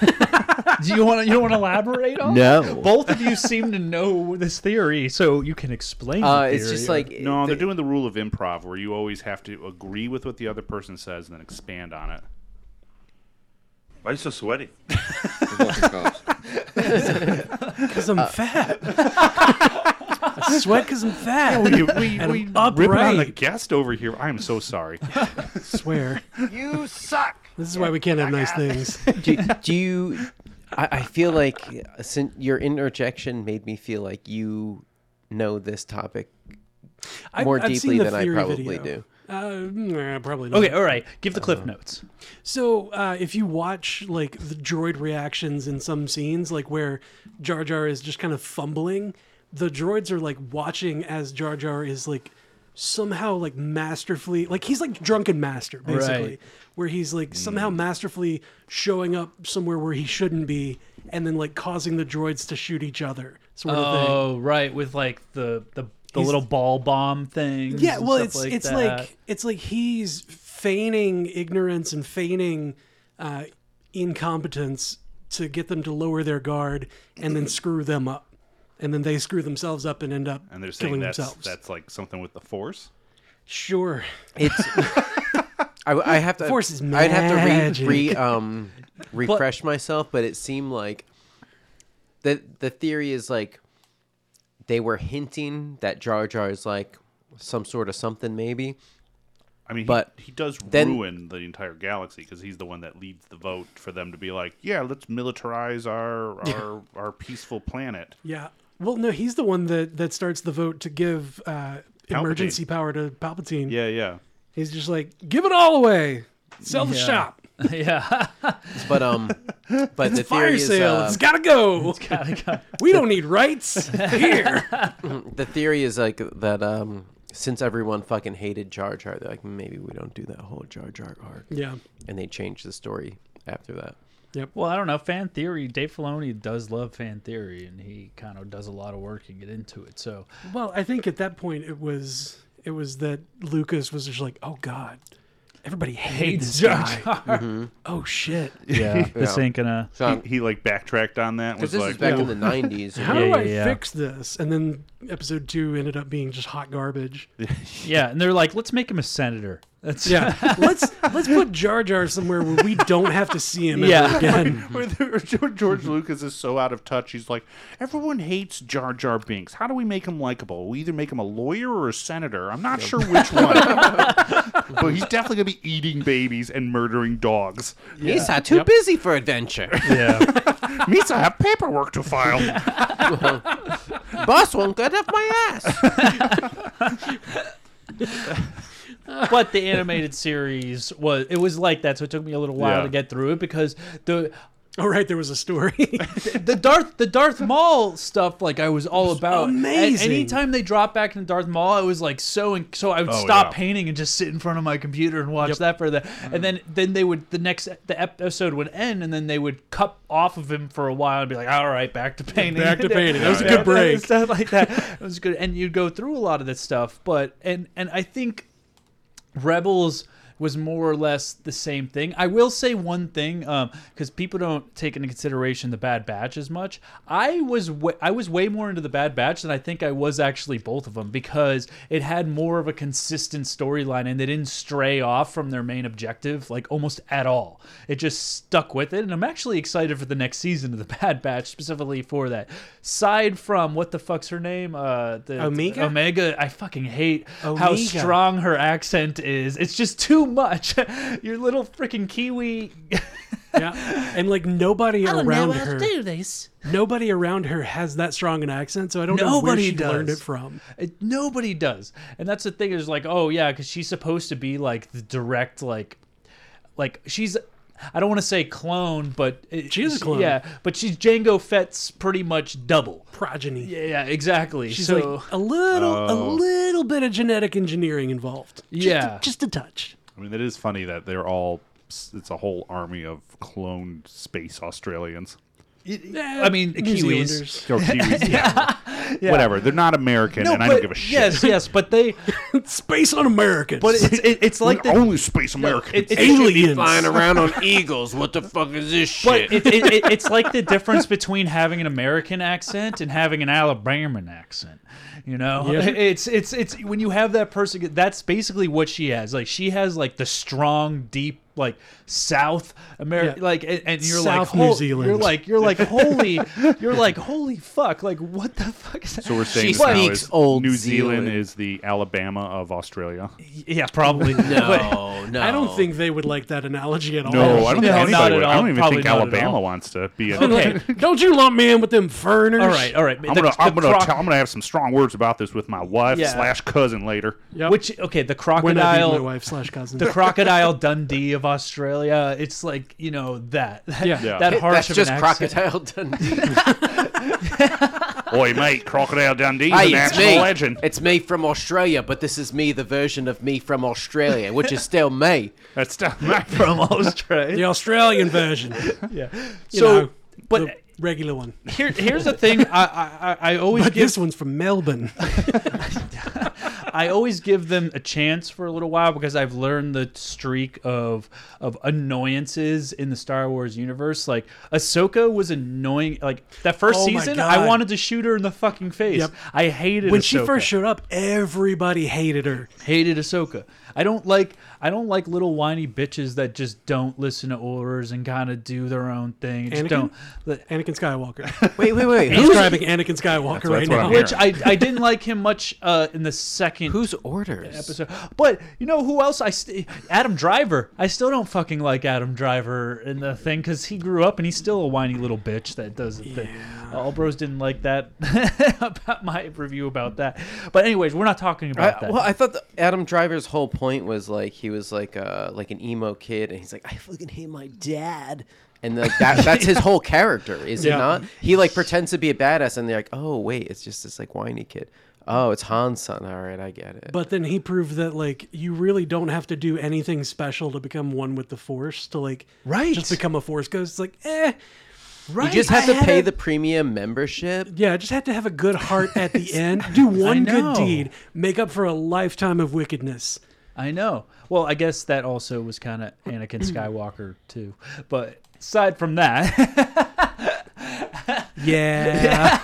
Speaker 2: you want to? You don't want to elaborate on?
Speaker 4: No.
Speaker 2: Both of you seem to know this theory, so you can explain.
Speaker 4: Uh,
Speaker 2: the theory.
Speaker 6: no, they're doing the rule of improv where you always have to agree with what the other person says and then expand on it.
Speaker 14: Why are you so sweaty?
Speaker 5: Because I'm
Speaker 6: Uh,
Speaker 5: fat. I sweat because I'm fat.
Speaker 6: we we,
Speaker 5: And
Speaker 6: we
Speaker 5: I'm
Speaker 6: ripping on the
Speaker 5: upright.
Speaker 6: guest over here. I am so sorry.
Speaker 5: swear.
Speaker 12: You suck.
Speaker 5: This is why we can't have nice things.
Speaker 4: do, do you? I, I feel like since your interjection made me feel like you know this topic
Speaker 5: I've-
Speaker 4: more
Speaker 5: I've
Speaker 4: deeply
Speaker 5: seen the
Speaker 4: than I
Speaker 5: Fury
Speaker 4: probably
Speaker 5: video.
Speaker 4: do.
Speaker 5: Uh, nah, probably not.
Speaker 2: Okay, all right. Give the cliff notes.
Speaker 5: So uh, if you watch like the droid reactions in some scenes, like where Jar Jar is just kind of fumbling, the droids are like watching as Jar Jar is like somehow like masterfully like he's like drunken master basically
Speaker 2: Right. Mm.
Speaker 5: where he's like somehow masterfully showing up somewhere where he shouldn't be and then like causing the droids to shoot each other sort of thing
Speaker 2: Oh, right, with like the the, the
Speaker 5: He's-
Speaker 2: little ball bomb thing.
Speaker 5: yeah well it's it's
Speaker 2: that.
Speaker 5: like it's like he's feigning ignorance and feigning uh, incompetence to get them to lower their guard and then screw them up and then they screw themselves up and end up
Speaker 6: And they're saying
Speaker 5: killing
Speaker 6: that's
Speaker 5: themselves
Speaker 6: that's like something with the force.
Speaker 5: sure
Speaker 4: It's. I, I have to.
Speaker 5: Force is
Speaker 4: I'd have to
Speaker 5: magic.
Speaker 4: re, re um refresh myself, but it seemed like the the theory is like they were hinting that Jar Jar is like some sort of something maybe.
Speaker 6: I mean, he-
Speaker 4: but
Speaker 6: he, does
Speaker 4: then-
Speaker 6: ruin the entire galaxy because he's the one that leads the vote for them to be like, yeah, let's militarize our our, our peaceful planet.
Speaker 5: yeah well no he's the one that that starts the vote to give uh, emergency power to palpatine
Speaker 6: Yeah, yeah.
Speaker 5: he's just like give it all away sell the
Speaker 4: Yeah.
Speaker 5: shop
Speaker 2: yeah
Speaker 4: But um, but
Speaker 5: it's
Speaker 4: the
Speaker 5: a fire
Speaker 4: theory is
Speaker 5: sale
Speaker 4: uh,
Speaker 5: it's gotta go it's
Speaker 2: gotta go
Speaker 5: we don't need rights here
Speaker 4: the theory is like that um since everyone fucking hated Jar Jar, they're like maybe we don't do that whole Jar Jar arc.
Speaker 5: Yeah.
Speaker 4: and they changed the story after that.
Speaker 5: Yep.
Speaker 2: Well, I don't know. Fan theory. Dave Filoni does love fan theory, and he kind of does a lot of work and get into it. So
Speaker 5: Well, I think at that point it was it was that Lucas was just like, oh god, everybody hates
Speaker 2: Hates
Speaker 5: this
Speaker 2: Jar
Speaker 5: guy.
Speaker 2: Jar. Mhm.
Speaker 5: Oh shit.
Speaker 2: Yeah, this
Speaker 6: Yeah.
Speaker 2: ain't gonna.
Speaker 6: he, he, like backtracked on that. and Was
Speaker 4: 'Cause this
Speaker 6: like,
Speaker 4: is back in
Speaker 6: "Ooh."
Speaker 4: the 90s.
Speaker 5: How do I fix this? And then episode two ended up being just hot garbage.
Speaker 2: Yeah, and they're like, let's make him a senator. That's
Speaker 5: Yeah, let's let's put Jar Jar somewhere where we don't have to see him ever again.
Speaker 6: Where- where George Lucas is so out of touch. He's like, everyone hates Jar Jar Binks. How do we make him likable? We either make him a lawyer or a senator. I'm not sure which one. but he's definitely gonna be eating babies and murdering dogs.
Speaker 4: Misa too busy for adventure.
Speaker 2: Yeah.
Speaker 6: Misa have paperwork to file.
Speaker 4: Boss won't get off my ass.
Speaker 2: but the animated series was it was like that so it took me a little while
Speaker 6: Yeah.
Speaker 2: to get through it because the
Speaker 5: Oh right, there was a story.
Speaker 2: the Darth the Darth Maul stuff, like I was all about.
Speaker 5: amazing.
Speaker 2: A- anytime they dropped back into Darth Maul, I was like so. In- so I would
Speaker 5: Oh,
Speaker 2: stop
Speaker 5: yeah.
Speaker 2: painting and just sit in front of my computer and watch that for the. And then then they would the next e, the episode would end, and then they would cut off of him for a while and be like, all right, back to painting.
Speaker 5: Back to painting. That was a
Speaker 2: Yeah.
Speaker 5: good break.
Speaker 2: Stuff like that. It was good, and you'd go through a lot of this stuff. But and and I think Rebels was more or less the same thing. I will say one thing because people don't take into consideration the Bad Batch as much. I was wa- I was way more into the Bad Batch than I think I was actually both of them because it had more of a consistent storyline and they didn't stray off from their main objective like almost at all. It just stuck with it, and I'm actually excited for the next season of the Bad Batch specifically for that. Aside from what the fuck's her name, uh, the
Speaker 5: Omega?
Speaker 2: Omega, I fucking hate how
Speaker 5: Omega.
Speaker 2: strong strong her accent is. It's just too much. Your little freaking Kiwi.
Speaker 5: yeah, and like nobody
Speaker 2: I don't know
Speaker 5: around
Speaker 2: how to
Speaker 5: her.
Speaker 2: do this.
Speaker 5: Nobody around her has that strong an accent, so I don't know where
Speaker 2: Nobody
Speaker 5: she learned
Speaker 2: does.
Speaker 5: it from.
Speaker 2: It- nobody does, and that's the thing is like, oh yeah, because she's supposed to be like the direct like, like she's. I don't want to say clone, but it,
Speaker 5: She is a clone.
Speaker 2: Yeah, but she's Django Fett's pretty much double.
Speaker 5: Progeny.
Speaker 2: Yeah, yeah exactly.
Speaker 5: She's
Speaker 2: so
Speaker 5: like a little, a
Speaker 6: Oh.
Speaker 5: little bit of genetic engineering involved. Just a-
Speaker 2: Yeah.
Speaker 5: just a touch.
Speaker 6: I mean, it is funny that they're all. It's a whole army of cloned space Australians.
Speaker 2: I mean,
Speaker 5: New
Speaker 2: Kiwis.
Speaker 5: Zealanders.
Speaker 6: Or Kiwis, yeah.
Speaker 2: Yeah.
Speaker 6: Whatever. They're not American,
Speaker 2: No,
Speaker 6: and I don't
Speaker 2: but-
Speaker 6: give a shit.
Speaker 2: Yes, yes, but they
Speaker 5: space on Americans.
Speaker 2: But it's it, it's like
Speaker 6: We're
Speaker 2: the-
Speaker 6: only space
Speaker 2: No,
Speaker 6: Americans.
Speaker 2: it- it's-
Speaker 14: flying around on eagles. What the fuck is this shit?
Speaker 2: But it, it, it, it's like the difference between having an American accent and having an Alabama accent. You know,
Speaker 5: Yeah.
Speaker 2: it's it's it's when you have that person. That's basically what she has. Like she has like the strong, deep, like South America.
Speaker 5: Yeah.
Speaker 2: Like and, and you're like
Speaker 5: South New
Speaker 2: hol-
Speaker 5: Zealand.
Speaker 2: You're like you're like holy. you're like holy fuck. Like what the fuck is that?
Speaker 6: So we're saying
Speaker 2: She
Speaker 6: this now
Speaker 2: speaks
Speaker 6: is
Speaker 4: Old
Speaker 6: New Zealand,
Speaker 4: Zealand.
Speaker 6: is the Alabama of Australia.
Speaker 2: Yeah, probably.
Speaker 4: No, no.
Speaker 5: I don't think they would like that analogy at all.
Speaker 6: No, I don't think
Speaker 2: Oh, No, not at
Speaker 6: anybody would. I
Speaker 2: all.
Speaker 6: don't even
Speaker 2: Probably
Speaker 6: think
Speaker 2: not at
Speaker 6: Alabama
Speaker 2: all.
Speaker 6: wants to be. A,
Speaker 5: Okay, don't you lump me in with them foreigners?
Speaker 2: All right, all right.
Speaker 6: I'm
Speaker 2: The-
Speaker 6: gonna, I'm
Speaker 2: the
Speaker 6: gonna,
Speaker 2: croc-
Speaker 6: tell- I'm gonna have some strong words about this with my wife
Speaker 2: Yeah.
Speaker 6: slash cousin later.
Speaker 2: Which okay, the
Speaker 5: When I beat
Speaker 2: crocodile.
Speaker 5: my wife slash cousin.
Speaker 2: the crocodile Dundee of Australia. It's like you know that that,
Speaker 5: Yeah. Yeah.
Speaker 2: that harsh
Speaker 4: That's
Speaker 2: of
Speaker 4: just
Speaker 2: an accent.
Speaker 4: crocodile Dundee.
Speaker 6: Oi, mate, Crocodile Dundee's
Speaker 4: Hey,
Speaker 6: a
Speaker 4: it's
Speaker 6: national
Speaker 4: me.
Speaker 6: legend.
Speaker 4: It's me from Australia, but this is me, the version of me from Australia, which is still me.
Speaker 6: That's still me
Speaker 2: from Australia.
Speaker 5: the Australian version.
Speaker 2: yeah.
Speaker 5: You
Speaker 2: So,
Speaker 5: know,
Speaker 2: but-
Speaker 5: the regular one.
Speaker 2: Here, here's the thing. I I, I always
Speaker 5: But
Speaker 2: give
Speaker 5: this one's from Melbourne.
Speaker 2: I always give them a chance for a little while because I've learned the streak of of annoyances in the Star Wars universe. Like Ahsoka was annoying. Like that first
Speaker 5: Oh my
Speaker 2: season,
Speaker 5: God.
Speaker 2: I wanted to shoot her in the fucking face.
Speaker 5: Yep.
Speaker 2: I hated
Speaker 5: when
Speaker 2: Ahsoka.
Speaker 5: she first showed up, everybody hated her.
Speaker 2: hated Ahsoka. I don't like I don't like little whiny bitches that just don't listen to orders and kind of do their own thing. and Just
Speaker 5: Anakin,
Speaker 2: don't.
Speaker 5: Anakin Skywalker.
Speaker 4: Wait, wait, wait.
Speaker 5: I'm
Speaker 4: Who's,
Speaker 5: describing Anakin Skywalker right
Speaker 6: that's what
Speaker 5: now.
Speaker 6: I'm hearing.
Speaker 2: Which I, I didn't like him much uh, in the second
Speaker 4: whose orders?
Speaker 2: episode. But you know who else? I st- Adam Driver. I still don't fucking like Adam Driver in the thing because he grew up and he's still a whiny little bitch that does the thing. All bros didn't like that about my review about that. But anyways, we're not talking about
Speaker 4: I,
Speaker 2: that.
Speaker 4: well, I thought the, Adam Driver's whole point was like he was like uh like an emo kid, and he's like I fucking hate my dad, and like that that's his whole character, is
Speaker 5: Yeah.
Speaker 4: it not? He like pretends to be a badass, and they're like, oh wait, it's just this like whiny kid. Oh, it's Han's son. All right, I get it.
Speaker 5: But then he proved that like you really don't have to do anything special to become one with the Force to like
Speaker 2: Right.
Speaker 5: just become a Force ghost. It's like eh,
Speaker 4: you just
Speaker 5: I
Speaker 4: have to
Speaker 5: had
Speaker 4: pay
Speaker 5: a-
Speaker 4: the premium membership.
Speaker 5: yeah. I Just have to have a good heart at the end. Do one
Speaker 2: know.
Speaker 5: good deed, make up for a lifetime of wickedness.
Speaker 2: I know. Well, I guess that also was kind of Anakin Skywalker too. But aside from that,
Speaker 5: Yeah,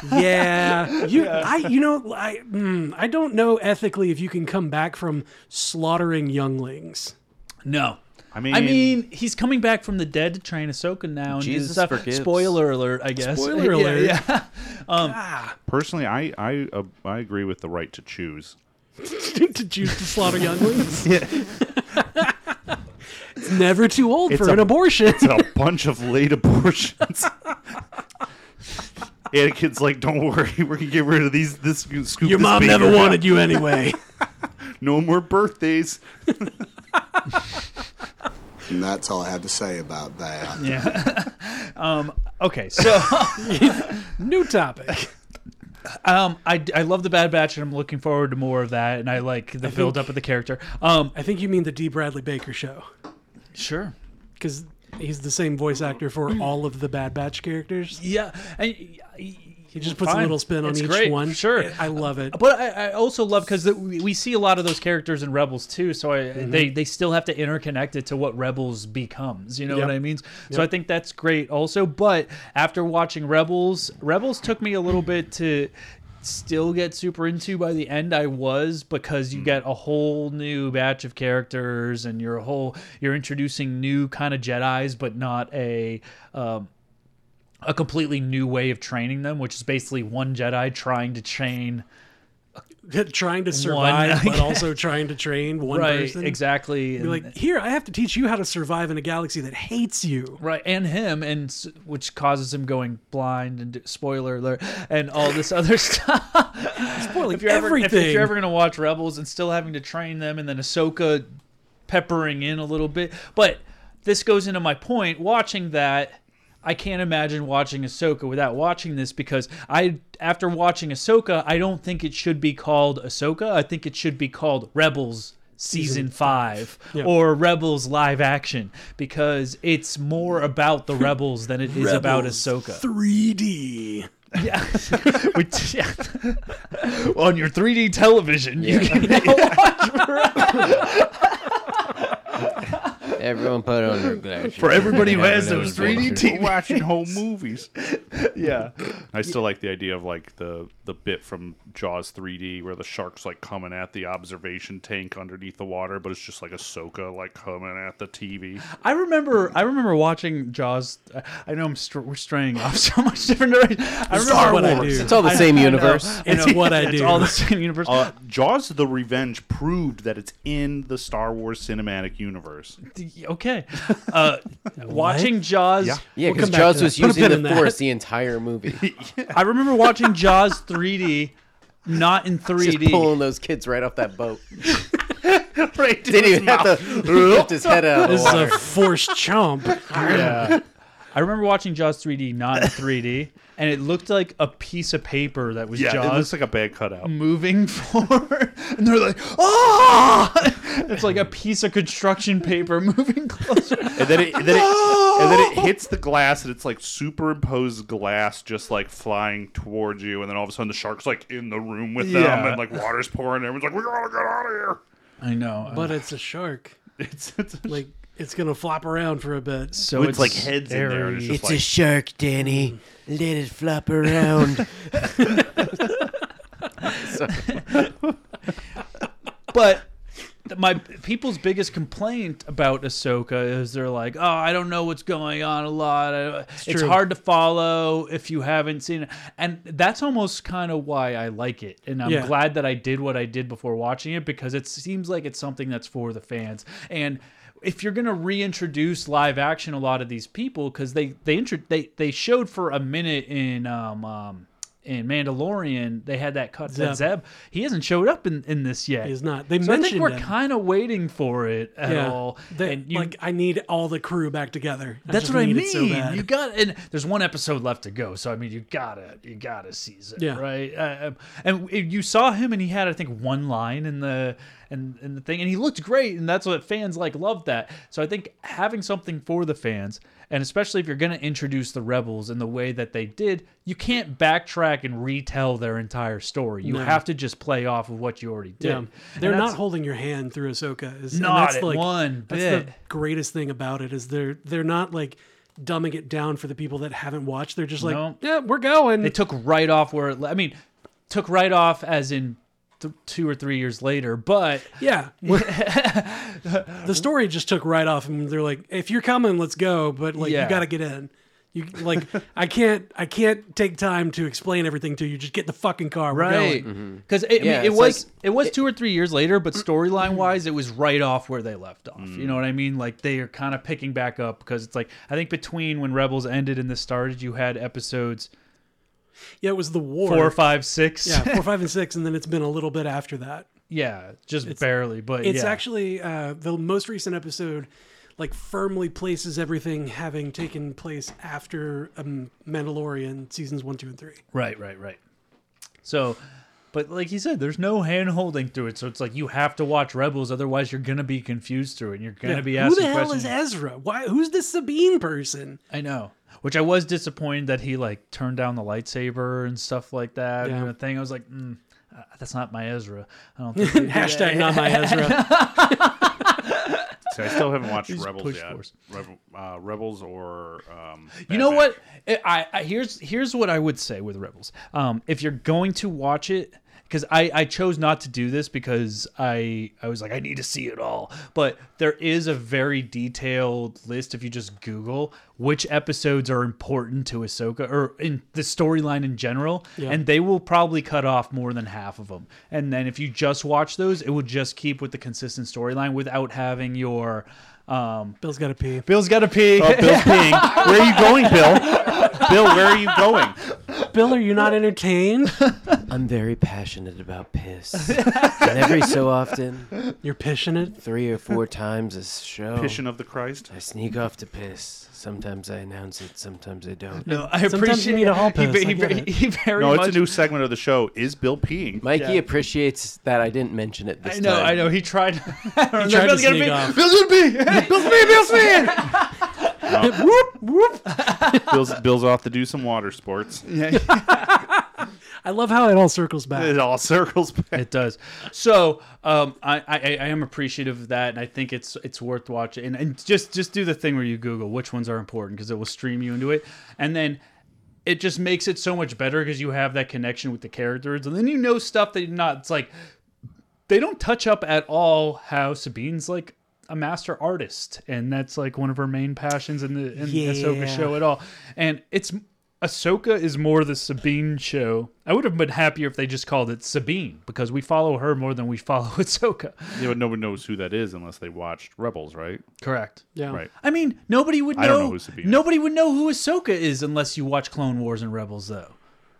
Speaker 5: yeah. You, I, you know, I, mm, I don't know ethically if you can come back from slaughtering younglings.
Speaker 2: no.
Speaker 6: I mean,
Speaker 2: I mean, he's coming back from the dead to train Ahsoka now. And do
Speaker 4: Jesus
Speaker 2: stuff.
Speaker 4: forgives.
Speaker 2: Spoiler alert, I guess.
Speaker 5: Spoiler
Speaker 2: Yeah,
Speaker 5: alert.
Speaker 2: Yeah,
Speaker 6: personally, I I uh, I agree with the right to choose.
Speaker 5: to choose to slaughter younglings. it's never too old for an abortion.
Speaker 6: It's a bunch of late abortions. Anakin's like, don't worry, we're gonna get rid of these. This scoop.
Speaker 5: Your
Speaker 6: this
Speaker 5: mom
Speaker 6: baby
Speaker 5: never
Speaker 6: up.
Speaker 5: wanted you anyway.
Speaker 6: No more birthdays.
Speaker 17: And that's all I have to say about that.
Speaker 2: Yeah. um, okay, so
Speaker 5: new topic.
Speaker 2: Um, I, I love the Bad Batch, and I'm looking forward to more of that. And I like the
Speaker 5: think-
Speaker 2: build up of the character. Um,
Speaker 5: I think you mean the D. Bradley Baker show.
Speaker 2: Sure.
Speaker 5: Because he's the same voice actor for all of the Bad Batch characters.
Speaker 2: Yeah. And
Speaker 5: he just puts
Speaker 2: fine.
Speaker 5: a little spin on
Speaker 2: It's
Speaker 5: each
Speaker 2: great,
Speaker 5: one.
Speaker 2: Sure,
Speaker 5: I love it.
Speaker 2: But I, I also love because we we see a lot of those characters in Rebels too. So I,
Speaker 5: Mhm.
Speaker 2: they they still have to interconnect it to what Rebels becomes. You know
Speaker 5: Yep.
Speaker 2: what I mean? So
Speaker 5: Yep.
Speaker 2: I think that's great. Also, but after watching Rebels, Rebels took me a little bit to still get super into by the end I was because
Speaker 5: Mm.
Speaker 2: you get a whole new batch of characters and you're a whole you're introducing new kind of Jedi's but not a um a completely new way of training them, which is basically one Jedi trying to train
Speaker 5: trying to survive,
Speaker 2: I
Speaker 5: but also trying to train one
Speaker 2: Right,
Speaker 5: person.
Speaker 2: exactly.
Speaker 5: Be
Speaker 2: And-
Speaker 5: like, here, I have to teach you how to survive in a galaxy that hates you.
Speaker 2: Right, and him, and s- which causes him going blind, and d- spoiler alert, and all this other stuff.
Speaker 5: Spoiling
Speaker 2: if you're Ever, if- if,
Speaker 5: everything.
Speaker 2: you're ever gonna watch Rebels and still having to train them, and then Ahsoka peppering in a little bit, but this goes into my point. Watching that, I can't imagine watching Ahsoka without watching this because I, after watching Ahsoka, I don't think it should be called Ahsoka. I think it should be called Rebels. Season
Speaker 5: Season
Speaker 2: five
Speaker 5: Yeah.
Speaker 2: or Rebels live action because it's more about the Rebels than it is about
Speaker 5: Rebels
Speaker 2: Ahsoka.
Speaker 5: 3D.
Speaker 2: Which, yeah. on your 3D television, you can now watch
Speaker 4: Everyone put on their glasses.
Speaker 6: For everybody who
Speaker 4: Have
Speaker 6: has
Speaker 4: another
Speaker 6: those 3D
Speaker 4: picture.
Speaker 6: TVs. Watching home movies.
Speaker 2: yeah.
Speaker 6: I still like the idea of like the the bit from Jaws 3D where the shark's like coming at the observation tank underneath the water, but it's just like Ahsoka like coming at the TV.
Speaker 2: I remember, I remember watching Jaws. I- I know I'm str- we're straying off so much different directions. I remember
Speaker 6: Star Wars.
Speaker 4: It's all the
Speaker 2: I-
Speaker 4: same
Speaker 2: I know,
Speaker 4: universe.
Speaker 2: I
Speaker 4: It's
Speaker 2: know.
Speaker 4: what I
Speaker 2: It's
Speaker 4: do.
Speaker 2: all the same universe.
Speaker 6: Uh, Jaws: The Revenge proved that it's in the Star Wars cinematic universe.
Speaker 2: okay. Uh, watching Jaws.
Speaker 6: Yeah.
Speaker 4: Yeah, because Jaws was using the force the entire movie.
Speaker 2: I remember watching Jaws 3D, not in 3D.
Speaker 4: Just pulling those kids right off that boat.
Speaker 2: right,
Speaker 4: Didn't even have to lift his head out of the
Speaker 5: This is a
Speaker 4: water.
Speaker 5: forced chomp.
Speaker 2: Yeah. I remember watching Jaws 3D, not in 3D, and it looked like a piece of paper that was
Speaker 6: Yeah, it
Speaker 2: Jaws
Speaker 6: looks like a bad cutout.
Speaker 2: moving forward, and they're like, "Oh!" it's like a piece of construction paper moving closer.
Speaker 6: And then it, and then it, and then it hits the glass, and it's like superimposed glass, just like flying towards you. And then all of a sudden, the shark's like in the room with them,
Speaker 2: Yeah.
Speaker 6: and like water's pouring. And everyone's like, "We gotta get out of here."
Speaker 2: I know,
Speaker 5: But it's a shark.
Speaker 6: It's, it's
Speaker 5: like it's gonna flop around for a bit.
Speaker 2: So With, it's like, heads in there, and it's just It's a like-
Speaker 9: shark, Danny.
Speaker 5: Mm.
Speaker 9: Let it flop around.
Speaker 2: but th- my people's biggest complaint about Ahsoka is they're like, "Oh, I don't know what's going on a lot. I- It's,
Speaker 5: true.
Speaker 2: hard to follow if you haven't seen it." And that's almost kind of why I like it, and I'm
Speaker 5: Yeah.
Speaker 2: glad that I did what I did before watching it because it seems like it's something that's for the fans and. If you're gonna reintroduce live action, a lot of these people because they they, intro- they they showed for a minute in um, um in Mandalorian they had that cut that
Speaker 5: Zeb.
Speaker 2: Zeb he hasn't showed up in, in this yet
Speaker 5: He's not. They
Speaker 2: so I think
Speaker 5: mentioned
Speaker 2: we're
Speaker 5: him.
Speaker 2: kind of waiting for it at
Speaker 5: yeah.
Speaker 2: all.
Speaker 5: They-
Speaker 2: and you,
Speaker 5: like I need all the crew back together. I
Speaker 2: that's
Speaker 5: just
Speaker 2: what I
Speaker 5: need
Speaker 2: mean.
Speaker 5: it so bad.
Speaker 2: you got and there's one episode left to go, so I mean you gotta you gotta seize it,
Speaker 5: Yeah.
Speaker 2: right? Uh, um, and it- you saw him, and he had I think one line in the and in the thing, and he looked great, and that's what fans like love that. So I think having something for the fans, and especially if you're gonna introduce the rebels in the way that they did, you can't backtrack and retell their entire story. You
Speaker 5: No.
Speaker 2: have to just play off of what you already did.
Speaker 5: Yeah.
Speaker 2: And
Speaker 5: They're
Speaker 2: that's-
Speaker 5: not holding your hand through Ahsoka. Is, and
Speaker 2: Not
Speaker 5: that's
Speaker 2: at
Speaker 5: like,
Speaker 2: one
Speaker 5: That's the
Speaker 2: bit.
Speaker 5: greatest thing about it is they're they're not like dumbing it down for the people that haven't watched. They're just like,
Speaker 2: No.
Speaker 5: yeah, we're going.
Speaker 2: They took right off where it. le- I mean, took right off as in th- two or three years later. But
Speaker 5: yeah. the story just took right off, and they're like, if you're coming, let's go. But like,
Speaker 2: Yeah.
Speaker 5: you got to get in. You like, I can't, I can't take time to explain everything to you. Just get in the fucking car. We're
Speaker 2: right
Speaker 5: going.
Speaker 2: because it, I mean,
Speaker 5: Mm-hmm. Yeah,
Speaker 2: it
Speaker 5: it's
Speaker 2: was
Speaker 5: like-
Speaker 2: it was two or three years later, but storyline wise, it was right off where they left off.
Speaker 5: Mm.
Speaker 2: You know what I mean? Like they are kind of picking back up because it's like I think between when Rebels ended and this started, you had episodes
Speaker 5: Yeah, it was the war.
Speaker 2: four, five, six.
Speaker 5: Yeah, four, five, and six, and then it's been a little bit after that.
Speaker 2: Yeah, just barely, but
Speaker 5: it's
Speaker 2: yeah.
Speaker 5: actually uh, the most recent episode like firmly places everything having taken place after um, Mandalorian seasons one, two, and three.
Speaker 2: Right, right, right. So, but like you said, there's no hand holding through it. So it's like you have to watch Rebels, otherwise you're gonna be confused through it. And you're gonna
Speaker 5: Yeah,
Speaker 2: be asking
Speaker 5: who the hell
Speaker 2: questions.
Speaker 5: is Ezra? Why? Who's this Sabine person?
Speaker 2: I know. Which I was disappointed that he like turned down the lightsaber and stuff like that.
Speaker 5: Yeah.
Speaker 2: And the thing I was like, mm, uh, that's not my Ezra. I don't think they do that.
Speaker 5: Hashtag not my Ezra.
Speaker 6: See, I still haven't watched
Speaker 2: He's
Speaker 6: Rebels
Speaker 2: push
Speaker 6: yet.
Speaker 2: force.
Speaker 6: Rebel, uh, Rebels or um,
Speaker 2: You know what? Eh, I, I here's here's what I would say with Rebels. Um, if you're going to watch it, because I I chose not to do this because I I was like I need to see it all. But there is a very detailed list if you just Google which episodes are important to Ahsoka or in the storyline in general,
Speaker 5: Yeah.
Speaker 2: and they will probably cut off more than half of them. And then if you just watch those, it will just keep with the consistent storyline without having your um,
Speaker 5: Bill's got to pee.
Speaker 2: Bill's got to pee.
Speaker 6: Oh, Bill's peeing. Where are you going, Bill? Bill, where are you going?
Speaker 5: Bill, are you not entertained?
Speaker 4: I'm very passionate about piss. and every so often,
Speaker 5: you're pissing it
Speaker 4: three or four times a show.
Speaker 6: Pissing of the Christ.
Speaker 4: I sneak off to piss. Sometimes I announce it. Sometimes I don't.
Speaker 2: No, I appreciate he, ve- he, ve- he very
Speaker 6: no,
Speaker 2: much
Speaker 6: it's a new segment of the show. Is Bill peeing?
Speaker 4: Mikey appreciates that I didn't mention it this
Speaker 2: I know,
Speaker 4: time.
Speaker 2: I know. He tried. he tried
Speaker 4: tried to
Speaker 2: Bill's gonna
Speaker 4: sneak
Speaker 2: be,
Speaker 4: off.
Speaker 2: Bill's gonna be. Bill's me. Bill's me.
Speaker 5: whoop whoop.
Speaker 6: Bill's, Bill's off to do some water sports.
Speaker 5: I love how it all circles back.
Speaker 6: It all circles back.
Speaker 2: It does. So um, I, I I am appreciative of that, and I think it's it's worth watching. And, and just just do the thing where you Google which ones are important because it will stream you into it, and then it just makes it so much better because you have that connection with the characters, and then you know stuff that you're not. It's like they don't touch up at all how Sabine's like a master artist, and that's like one of her main passions in the in the Ahsoka
Speaker 5: Yeah.
Speaker 2: show at all. And it's Ahsoka is more the Sabine show. I would have been happier if they just called it Sabine because we follow her more than we follow Ahsoka.
Speaker 6: Yeah, but nobody knows who that is unless they watched Rebels, right?
Speaker 2: Correct.
Speaker 5: Yeah.
Speaker 6: Right.
Speaker 2: I mean, nobody would know.
Speaker 6: I don't know who Sabine is.
Speaker 2: nobody would know who Ahsoka is unless you watch Clone Wars and Rebels, though,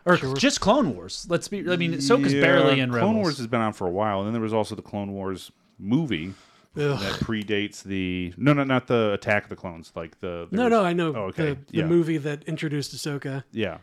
Speaker 2: or just Clone Wars. Let's be. I mean, Ahsoka's
Speaker 6: Yeah,
Speaker 2: barely in
Speaker 6: Clone
Speaker 2: Rebels.
Speaker 6: Wars has been on for a while, and then there was also the Clone Wars movie
Speaker 5: Ugh.
Speaker 6: that predates the no, no, not the Attack of the Clones, like the
Speaker 5: No,
Speaker 6: there
Speaker 5: no,
Speaker 6: was-
Speaker 5: I know
Speaker 6: Oh, okay,
Speaker 5: the, the
Speaker 6: yeah,
Speaker 5: movie that introduced Ahsoka.
Speaker 6: yeah.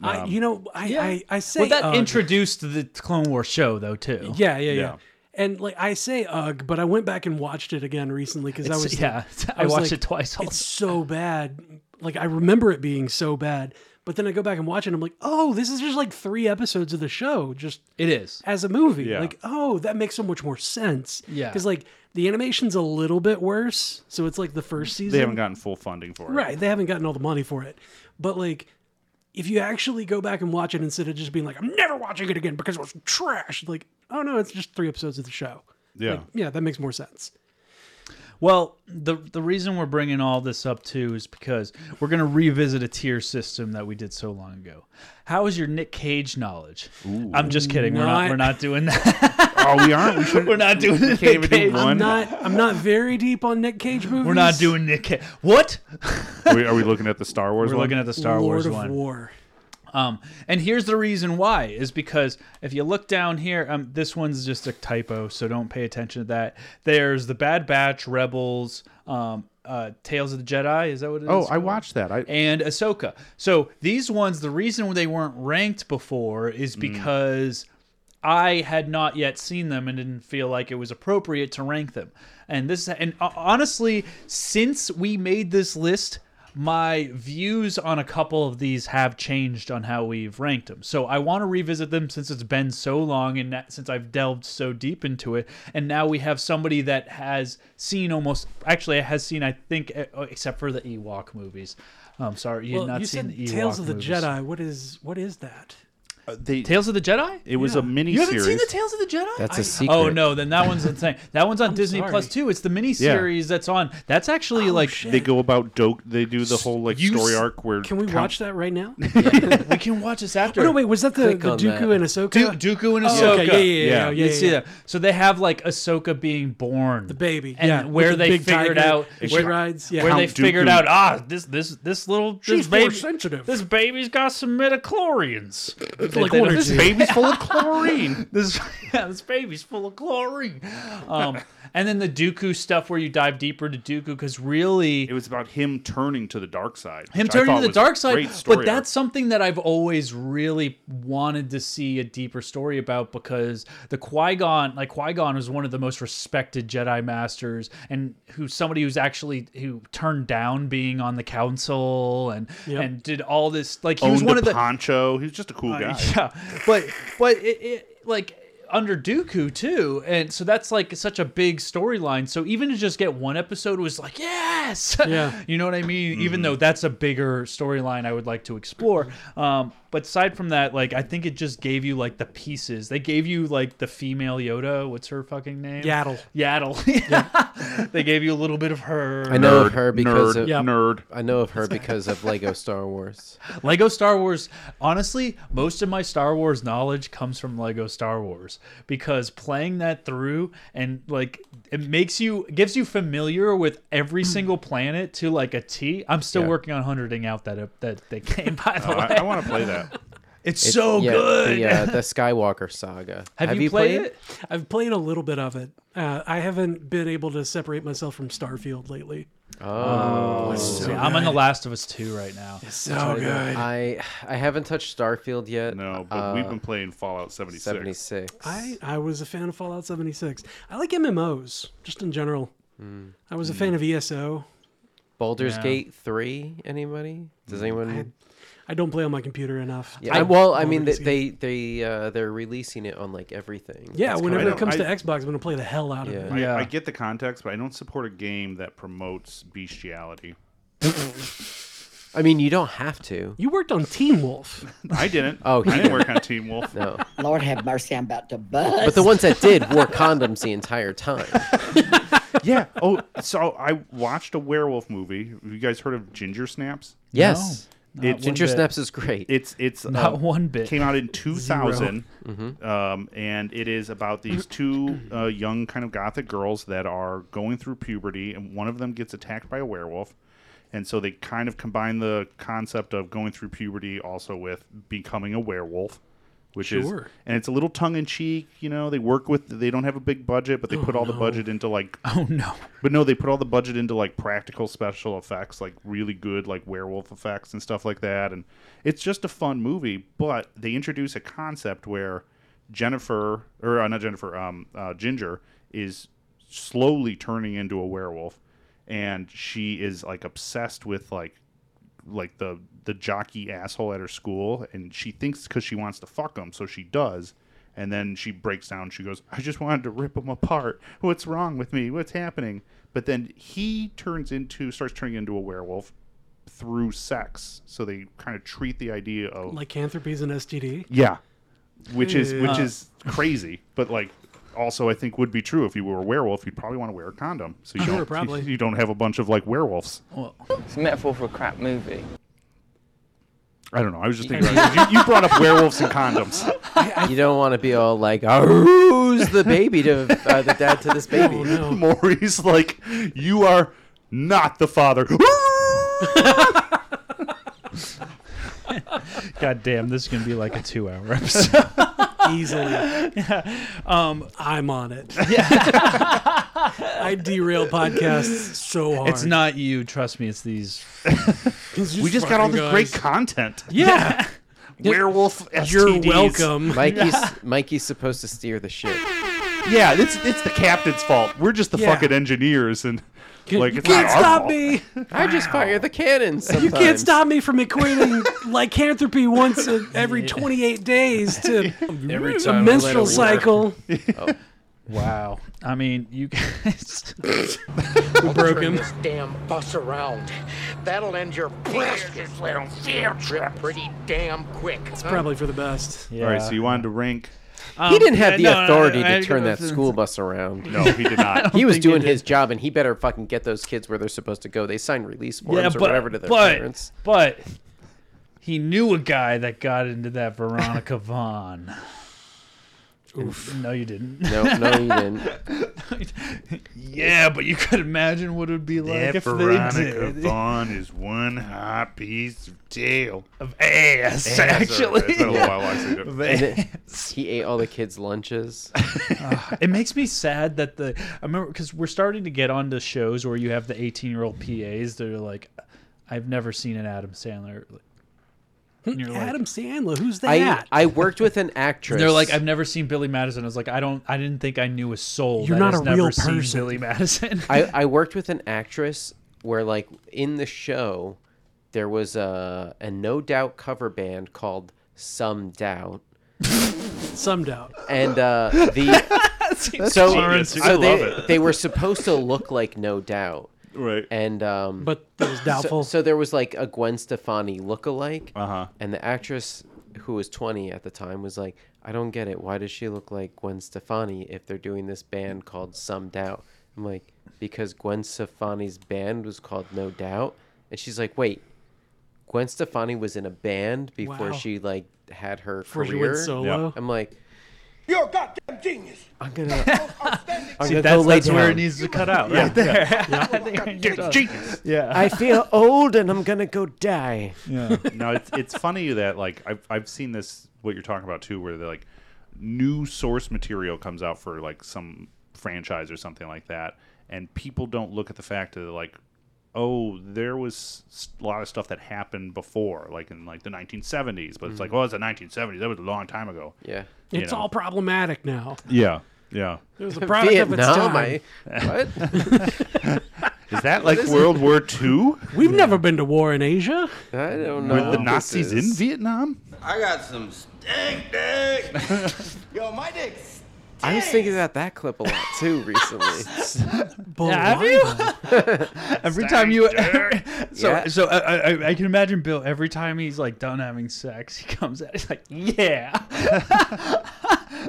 Speaker 5: I,
Speaker 6: Um,
Speaker 5: you know, I, I, I say
Speaker 2: well, that
Speaker 5: ugh.
Speaker 2: introduced the uh, Clone Wars show, though, too.
Speaker 5: Yeah, yeah, yeah,
Speaker 6: Yeah.
Speaker 5: And like I say, ugh, but I went back and watched it again recently because I
Speaker 2: It's-
Speaker 5: was like-
Speaker 2: yeah, I
Speaker 5: was
Speaker 2: watched
Speaker 5: like,
Speaker 2: it twice also.
Speaker 5: It's so bad. Like I remember it being so bad, but then I go back and watch it. and I'm like, oh, this is just like three episodes of the show, just
Speaker 2: It is.
Speaker 5: as a movie.
Speaker 2: Yeah.
Speaker 5: Like, oh, that makes so much more sense.
Speaker 2: Yeah.
Speaker 5: because like the animation's a little bit worse, so it's like the first season.
Speaker 6: they haven't gotten full funding for it.
Speaker 5: Right. They haven't gotten all the money for it. But like, if you actually go back and watch it instead of just being like, I'm never watching it again because it was trash, like, oh no, it's just three episodes of the show.
Speaker 6: Yeah.
Speaker 5: Like, yeah, that makes more sense.
Speaker 2: Well, the the reason we're bringing all this up too is because we're going to revisit a tier system that we did so long ago. How is your Nick Cage knowledge? I'm just kidding. We're
Speaker 5: Not-
Speaker 2: not. We're not doing that.
Speaker 6: oh, we aren't. We should.
Speaker 2: We're not doing the Nick Cage.
Speaker 5: I'm not I'm not very deep on Nick Cage movies.
Speaker 2: We're not doing Nick Cage. What?
Speaker 6: are, we, are we looking at the Star Wars?
Speaker 2: We're
Speaker 6: one?
Speaker 2: looking at the Star
Speaker 5: Lord
Speaker 2: Wars
Speaker 5: of
Speaker 2: one.
Speaker 5: War.
Speaker 2: Um, and here's the reason why is because if you look down here, um, this one's just a typo, so don't pay attention to that. There's the Bad Batch, Rebels, um, uh, Tales of the Jedi. Is that what it is?
Speaker 6: Oh, I watched that. I
Speaker 2: and Ahsoka. So these ones, the reason they weren't ranked before is because I had not yet seen them and didn't feel like it was appropriate to rank them. And this, and uh, honestly, since we made this list, my views on a couple of these have changed on how we've ranked them. So I want to revisit them since it's been so long and that, since I've delved so deep into it. And now we have somebody that has seen almost, actually, has seen, I think, eh, oh, except for the Ewok movies. Oh, I'm sorry, you
Speaker 5: well,
Speaker 2: had not
Speaker 5: you
Speaker 2: seen
Speaker 5: said
Speaker 2: the Ewok
Speaker 5: Tales of the
Speaker 2: movies.
Speaker 5: Jedi. What is what is that?
Speaker 6: Uh, they,
Speaker 2: Tales of the Jedi?
Speaker 6: It was a mini.
Speaker 2: You haven't
Speaker 6: series.
Speaker 2: seen the Tales of the Jedi?
Speaker 4: That's
Speaker 2: a
Speaker 4: a secret.
Speaker 2: Oh no, then that one's insane. That one's on Disney
Speaker 5: sorry. Oh,
Speaker 2: Plus too. It's the miniseries that's on. That's actually like
Speaker 6: They go about dope. They do the whole like
Speaker 2: You
Speaker 6: story
Speaker 2: s-
Speaker 6: arc where
Speaker 5: Can we
Speaker 6: count-
Speaker 5: watch that right now?
Speaker 2: we can watch this after.
Speaker 5: Oh no, wait, was that the,
Speaker 4: Click
Speaker 5: the
Speaker 4: on
Speaker 5: Dooku
Speaker 4: that.
Speaker 5: and Ahsoka?
Speaker 2: Du- Dooku and Ahsoka.
Speaker 5: Oh, okay, yeah, yeah, yeah, yeah,
Speaker 2: You
Speaker 5: yeah,
Speaker 2: see
Speaker 5: yeah.
Speaker 2: that? So they have like Ahsoka being born, the
Speaker 5: baby,
Speaker 2: and
Speaker 5: yeah,
Speaker 2: where
Speaker 5: with the
Speaker 2: they
Speaker 5: big
Speaker 2: figured
Speaker 5: tiger
Speaker 2: out
Speaker 5: and
Speaker 2: where,
Speaker 5: she rides, yeah.
Speaker 2: where they
Speaker 6: Count
Speaker 2: figured
Speaker 6: Dooku.
Speaker 2: out ah this this this little
Speaker 5: She's
Speaker 2: this baby
Speaker 5: force sensitive.
Speaker 2: This baby's got some midichlorians. It's
Speaker 5: like one or
Speaker 2: This
Speaker 5: two.
Speaker 2: baby's full of chlorine.
Speaker 6: this
Speaker 2: yeah, this baby's full of chlorine. Um, and then the Dooku stuff where you dive deeper to Dooku because really
Speaker 6: it was about him turning to the dark side.
Speaker 2: him
Speaker 6: which I
Speaker 2: turning
Speaker 6: thought
Speaker 2: to the
Speaker 6: was a
Speaker 2: dark side
Speaker 6: great story
Speaker 2: but
Speaker 6: arc.
Speaker 2: that's something that i've always really wanted to see a deeper story about because the qui-gon like qui-gon is one of the most respected jedi masters and who's somebody who's actually who turned down being on the council and
Speaker 6: Yep.
Speaker 2: and did all this like he
Speaker 6: owned
Speaker 2: was one
Speaker 6: a
Speaker 2: of the
Speaker 6: poncho. He was just a cool
Speaker 2: uh,
Speaker 6: guy.
Speaker 2: Yeah, but but it, it like under Dooku too, and so that's like such a big storyline. So even to just get one episode was like yes,
Speaker 5: Yeah.
Speaker 2: you know what I mean. Even though that's a bigger storyline, I would like to explore. Um, but aside from that, like I think it just gave you like the pieces. They gave you like the female Yoda. What's her fucking name?
Speaker 5: Yaddle.
Speaker 2: Yaddle. they gave you a little bit of her.
Speaker 4: I know of her because
Speaker 2: Nerd.
Speaker 4: of
Speaker 2: Yep.
Speaker 6: nerd.
Speaker 4: I know of her because of Lego Star Wars.
Speaker 2: Lego Star Wars. Honestly, most of my Star Wars knowledge comes from Lego Star Wars because playing that through and like it makes you gives you familiar with every single planet to like a T. I'm still
Speaker 4: Hmm. Yeah.
Speaker 2: working on hundreding out that uh, that that game. By the
Speaker 6: Oh,
Speaker 2: way,
Speaker 6: I- I wanna play that.
Speaker 2: It's
Speaker 4: It-
Speaker 2: so
Speaker 4: yeah,
Speaker 2: good.
Speaker 4: The, uh, the Skywalker saga.
Speaker 5: Have, you, played, it? I've played a little bit of it. Uh, I haven't been able to separate myself from Starfield lately.
Speaker 4: Oh,
Speaker 2: It's so See, I'm on The Last of Us 2 right now. It's
Speaker 5: so
Speaker 4: I-
Speaker 5: good.
Speaker 4: I I haven't touched Starfield yet. Uh,
Speaker 6: No, but
Speaker 2: Uh,
Speaker 6: we've been playing Fallout 76.
Speaker 4: 76.
Speaker 5: I, I was a fan of Fallout 76. I like MMOs, just in general.
Speaker 4: Mm.
Speaker 5: I was a fan of E ESO.
Speaker 4: Baldur's
Speaker 5: Yeah.
Speaker 4: Gate 3, anybody? Does anyone
Speaker 5: I don't play on my computer enough.
Speaker 4: Yeah, I- well, I mean, they they they uh, they're releasing it on like everything.
Speaker 5: Yeah,
Speaker 4: that's
Speaker 5: whenever
Speaker 4: coming
Speaker 5: it comes
Speaker 4: out.
Speaker 5: to Xbox, I'm gonna play the hell out of it.
Speaker 6: I,
Speaker 5: Yeah.
Speaker 6: I get the context, but I don't support a game that promotes bestiality.
Speaker 4: I mean, you don't have to.
Speaker 5: You worked on Team Wolf.
Speaker 6: I didn't.
Speaker 4: Oh, he
Speaker 6: I didn't
Speaker 4: didn't.
Speaker 6: work on Team Wolf.
Speaker 4: No.
Speaker 18: Lord have mercy, I'm about to bust.
Speaker 4: But the ones that did wore condoms the entire time.
Speaker 6: yeah. Oh, so I watched a werewolf movie. Have you guys heard of Ginger Snaps?
Speaker 4: Yes. No,
Speaker 2: Uh,
Speaker 4: not one Ginger bit. Snaps is great.
Speaker 6: It's it's uh,
Speaker 2: Not one bit.
Speaker 6: Came out in 2000,
Speaker 4: Zero.
Speaker 6: um, and it is about these two uh, young kind of gothic girls that are going through puberty, and one of them gets attacked by a werewolf, and so they kind of combine the concept of going through puberty also with becoming a werewolf. Which is,
Speaker 5: Sure.
Speaker 6: and it's a little tongue in cheek, you know. They work with, they don't have a big budget, but they
Speaker 5: Oh,
Speaker 6: put all the
Speaker 5: no.
Speaker 6: budget into like
Speaker 2: Oh no.
Speaker 6: but no, they put all the budget into like practical special effects, like really good like werewolf effects and stuff like that. And it's just a fun movie, but they introduce a concept where Jennifer or uh, not Jennifer, um, uh, Ginger is slowly turning into a werewolf, and she is like obsessed with like like the the jockey asshole at her school, and she thinks because she wants to fuck him, so she does. And then she breaks down. She goes, "I just wanted to rip him apart. What's wrong with me? What's happening?" But then he turns into starts turning into a werewolf through sex. So they kind of treat the idea of
Speaker 5: Lycanthropy is an STD.
Speaker 6: yeah, which is which
Speaker 5: Yeah.
Speaker 6: is crazy, but like also I think would be true if you were a werewolf. You'd probably want to wear a condom, so you
Speaker 5: Sure,
Speaker 6: don't
Speaker 5: probably.
Speaker 6: you don't have a bunch of like werewolves.
Speaker 11: It's a metaphor for a crap movie.
Speaker 6: I don't know. I was just thinking. about, you, you brought up werewolves and condoms.
Speaker 4: you don't want to be all like, "Oh, who's the baby to uh, the dad to this baby?
Speaker 5: Oh,
Speaker 6: Maury's like, you are not the father.
Speaker 2: God damn, this is gonna be like a two-hour episode.
Speaker 5: Easily.
Speaker 2: Um,
Speaker 5: I'm on it. I derail podcasts so hard.
Speaker 2: It's not you, trust me. It's these.
Speaker 6: we just got all this great content.
Speaker 5: Yeah.
Speaker 6: Werewolf
Speaker 5: You're
Speaker 6: STDs.
Speaker 5: welcome.
Speaker 4: Mikey's Mikey's supposed to steer the ship.
Speaker 6: Yeah, it's it's the captain's fault. We're just the
Speaker 4: Yeah.
Speaker 6: fucking engineers, and like
Speaker 5: you
Speaker 6: it's
Speaker 5: can't
Speaker 6: not our
Speaker 5: stop
Speaker 6: fault.
Speaker 5: me.
Speaker 4: I just fire the cannons.
Speaker 5: You can't
Speaker 4: sometimes.
Speaker 5: stop me from equating lycanthropy once a, every 28 days to
Speaker 2: Every
Speaker 5: a
Speaker 2: time I let it
Speaker 5: menstrual
Speaker 2: work.
Speaker 5: cycle.
Speaker 2: Wow. I mean, you guys.
Speaker 5: We broke him.
Speaker 9: This damn bus around. That'll end your blasted little field trip pretty damn quick.
Speaker 5: It's probably for the best.
Speaker 6: All right, so you wanted to rank.
Speaker 2: Um,
Speaker 4: he didn't
Speaker 2: uh,
Speaker 4: have the authority to turn that school bus around.
Speaker 6: No, he did not.
Speaker 4: he was
Speaker 2: think he
Speaker 4: doing
Speaker 2: did.
Speaker 4: his job, and he better fucking get those kids where they're supposed to go. They sign release forms
Speaker 2: yeah,
Speaker 4: or
Speaker 2: but,
Speaker 4: whatever to their
Speaker 2: but,
Speaker 4: parents.
Speaker 2: But he knew a guy that got into that Veronica Vaughn. Oof. No, you didn't.
Speaker 4: No, no, you didn't.
Speaker 2: yeah, but you could imagine what it would be like
Speaker 6: that
Speaker 2: if
Speaker 6: Veronica
Speaker 2: they did.
Speaker 6: Vaughn is one hot piece of tail
Speaker 2: of ass,
Speaker 6: Ass,
Speaker 2: actually.
Speaker 6: or- It's been a little while I see it.
Speaker 2: Of
Speaker 4: And it-
Speaker 2: ass.
Speaker 4: he ate all the kids' lunches.
Speaker 2: it makes me sad that the I remember because we're starting to get onto shows where you have the 18 year old PAs that are like, I've never seen an Adam Sandler. And you're like,
Speaker 5: Adam Sandler, who's
Speaker 4: I,
Speaker 5: that?
Speaker 4: I worked with an actress.
Speaker 2: And they're like, I've never seen Billy Madison. I was like, I don't, I didn't think I knew a soul.
Speaker 5: You're
Speaker 2: that
Speaker 5: not
Speaker 2: has
Speaker 5: a
Speaker 2: never
Speaker 5: real
Speaker 2: seen
Speaker 5: person.
Speaker 2: Billy Madison.
Speaker 4: I, I worked with an actress where like in the show there was a a no doubt cover band called Some Doubt.
Speaker 5: Some doubt.
Speaker 4: And uh the
Speaker 5: Seems
Speaker 4: so,
Speaker 5: genius.
Speaker 4: so
Speaker 5: I love
Speaker 4: they,
Speaker 5: it.
Speaker 4: they were supposed to look like no doubt.
Speaker 6: Right.
Speaker 4: And um
Speaker 5: But it was
Speaker 4: so-
Speaker 5: doubtful.
Speaker 4: So, there was like a Gwen Stefani lookalike. Uh-huh. And the actress who was 20 at the time was like, "I don't get it. Why does she look like Gwen Stefani if they're doing this band called Some Doubt?" I'm like, "Because Gwen Stefani's band was called No Doubt." And she's like, "Wait, Gwen Stefani was in a band before
Speaker 12: Wow.
Speaker 4: she like had her
Speaker 12: Before she
Speaker 4: career
Speaker 12: went solo? Yeah.
Speaker 4: I'm like,
Speaker 12: You're a goddamn genius.
Speaker 4: I'm gonna.
Speaker 2: See,
Speaker 4: gonna
Speaker 2: that's,
Speaker 4: go lay
Speaker 2: that's where it
Speaker 4: down.
Speaker 2: needs to cut out,
Speaker 4: Yeah.
Speaker 2: right there.
Speaker 4: Yeah.
Speaker 2: I think I need to-
Speaker 6: Genius.
Speaker 2: Yeah.
Speaker 4: I feel old and I'm gonna go die.
Speaker 2: Yeah.
Speaker 6: no, it's it's funny that like I've I've seen this what you're talking about too, where they like new source material comes out for like some franchise or something like that, and people don't look at the fact that like oh there was s- a lot of stuff that happened before like in like the 1970s but it's like oh it's the 1970s that was a long time ago
Speaker 4: yeah
Speaker 6: you
Speaker 5: It's
Speaker 6: know?
Speaker 5: all problematic now.
Speaker 6: yeah yeah
Speaker 5: It was a product
Speaker 4: Vietnam,
Speaker 5: of its time.
Speaker 6: I- What? Is that like World War II?
Speaker 5: We've never been to war in Asia.
Speaker 4: I don't
Speaker 6: know Were the what Nazis this in is. Vietnam?
Speaker 9: I got some stink dick. Yo, my dick's
Speaker 4: I was thinking about that clip a lot too recently.
Speaker 2: have you? every time you, so
Speaker 4: Yeah.
Speaker 2: so I, I, I can imagine Bill. Every time he's like done having sex, he comes out. He's like, yeah,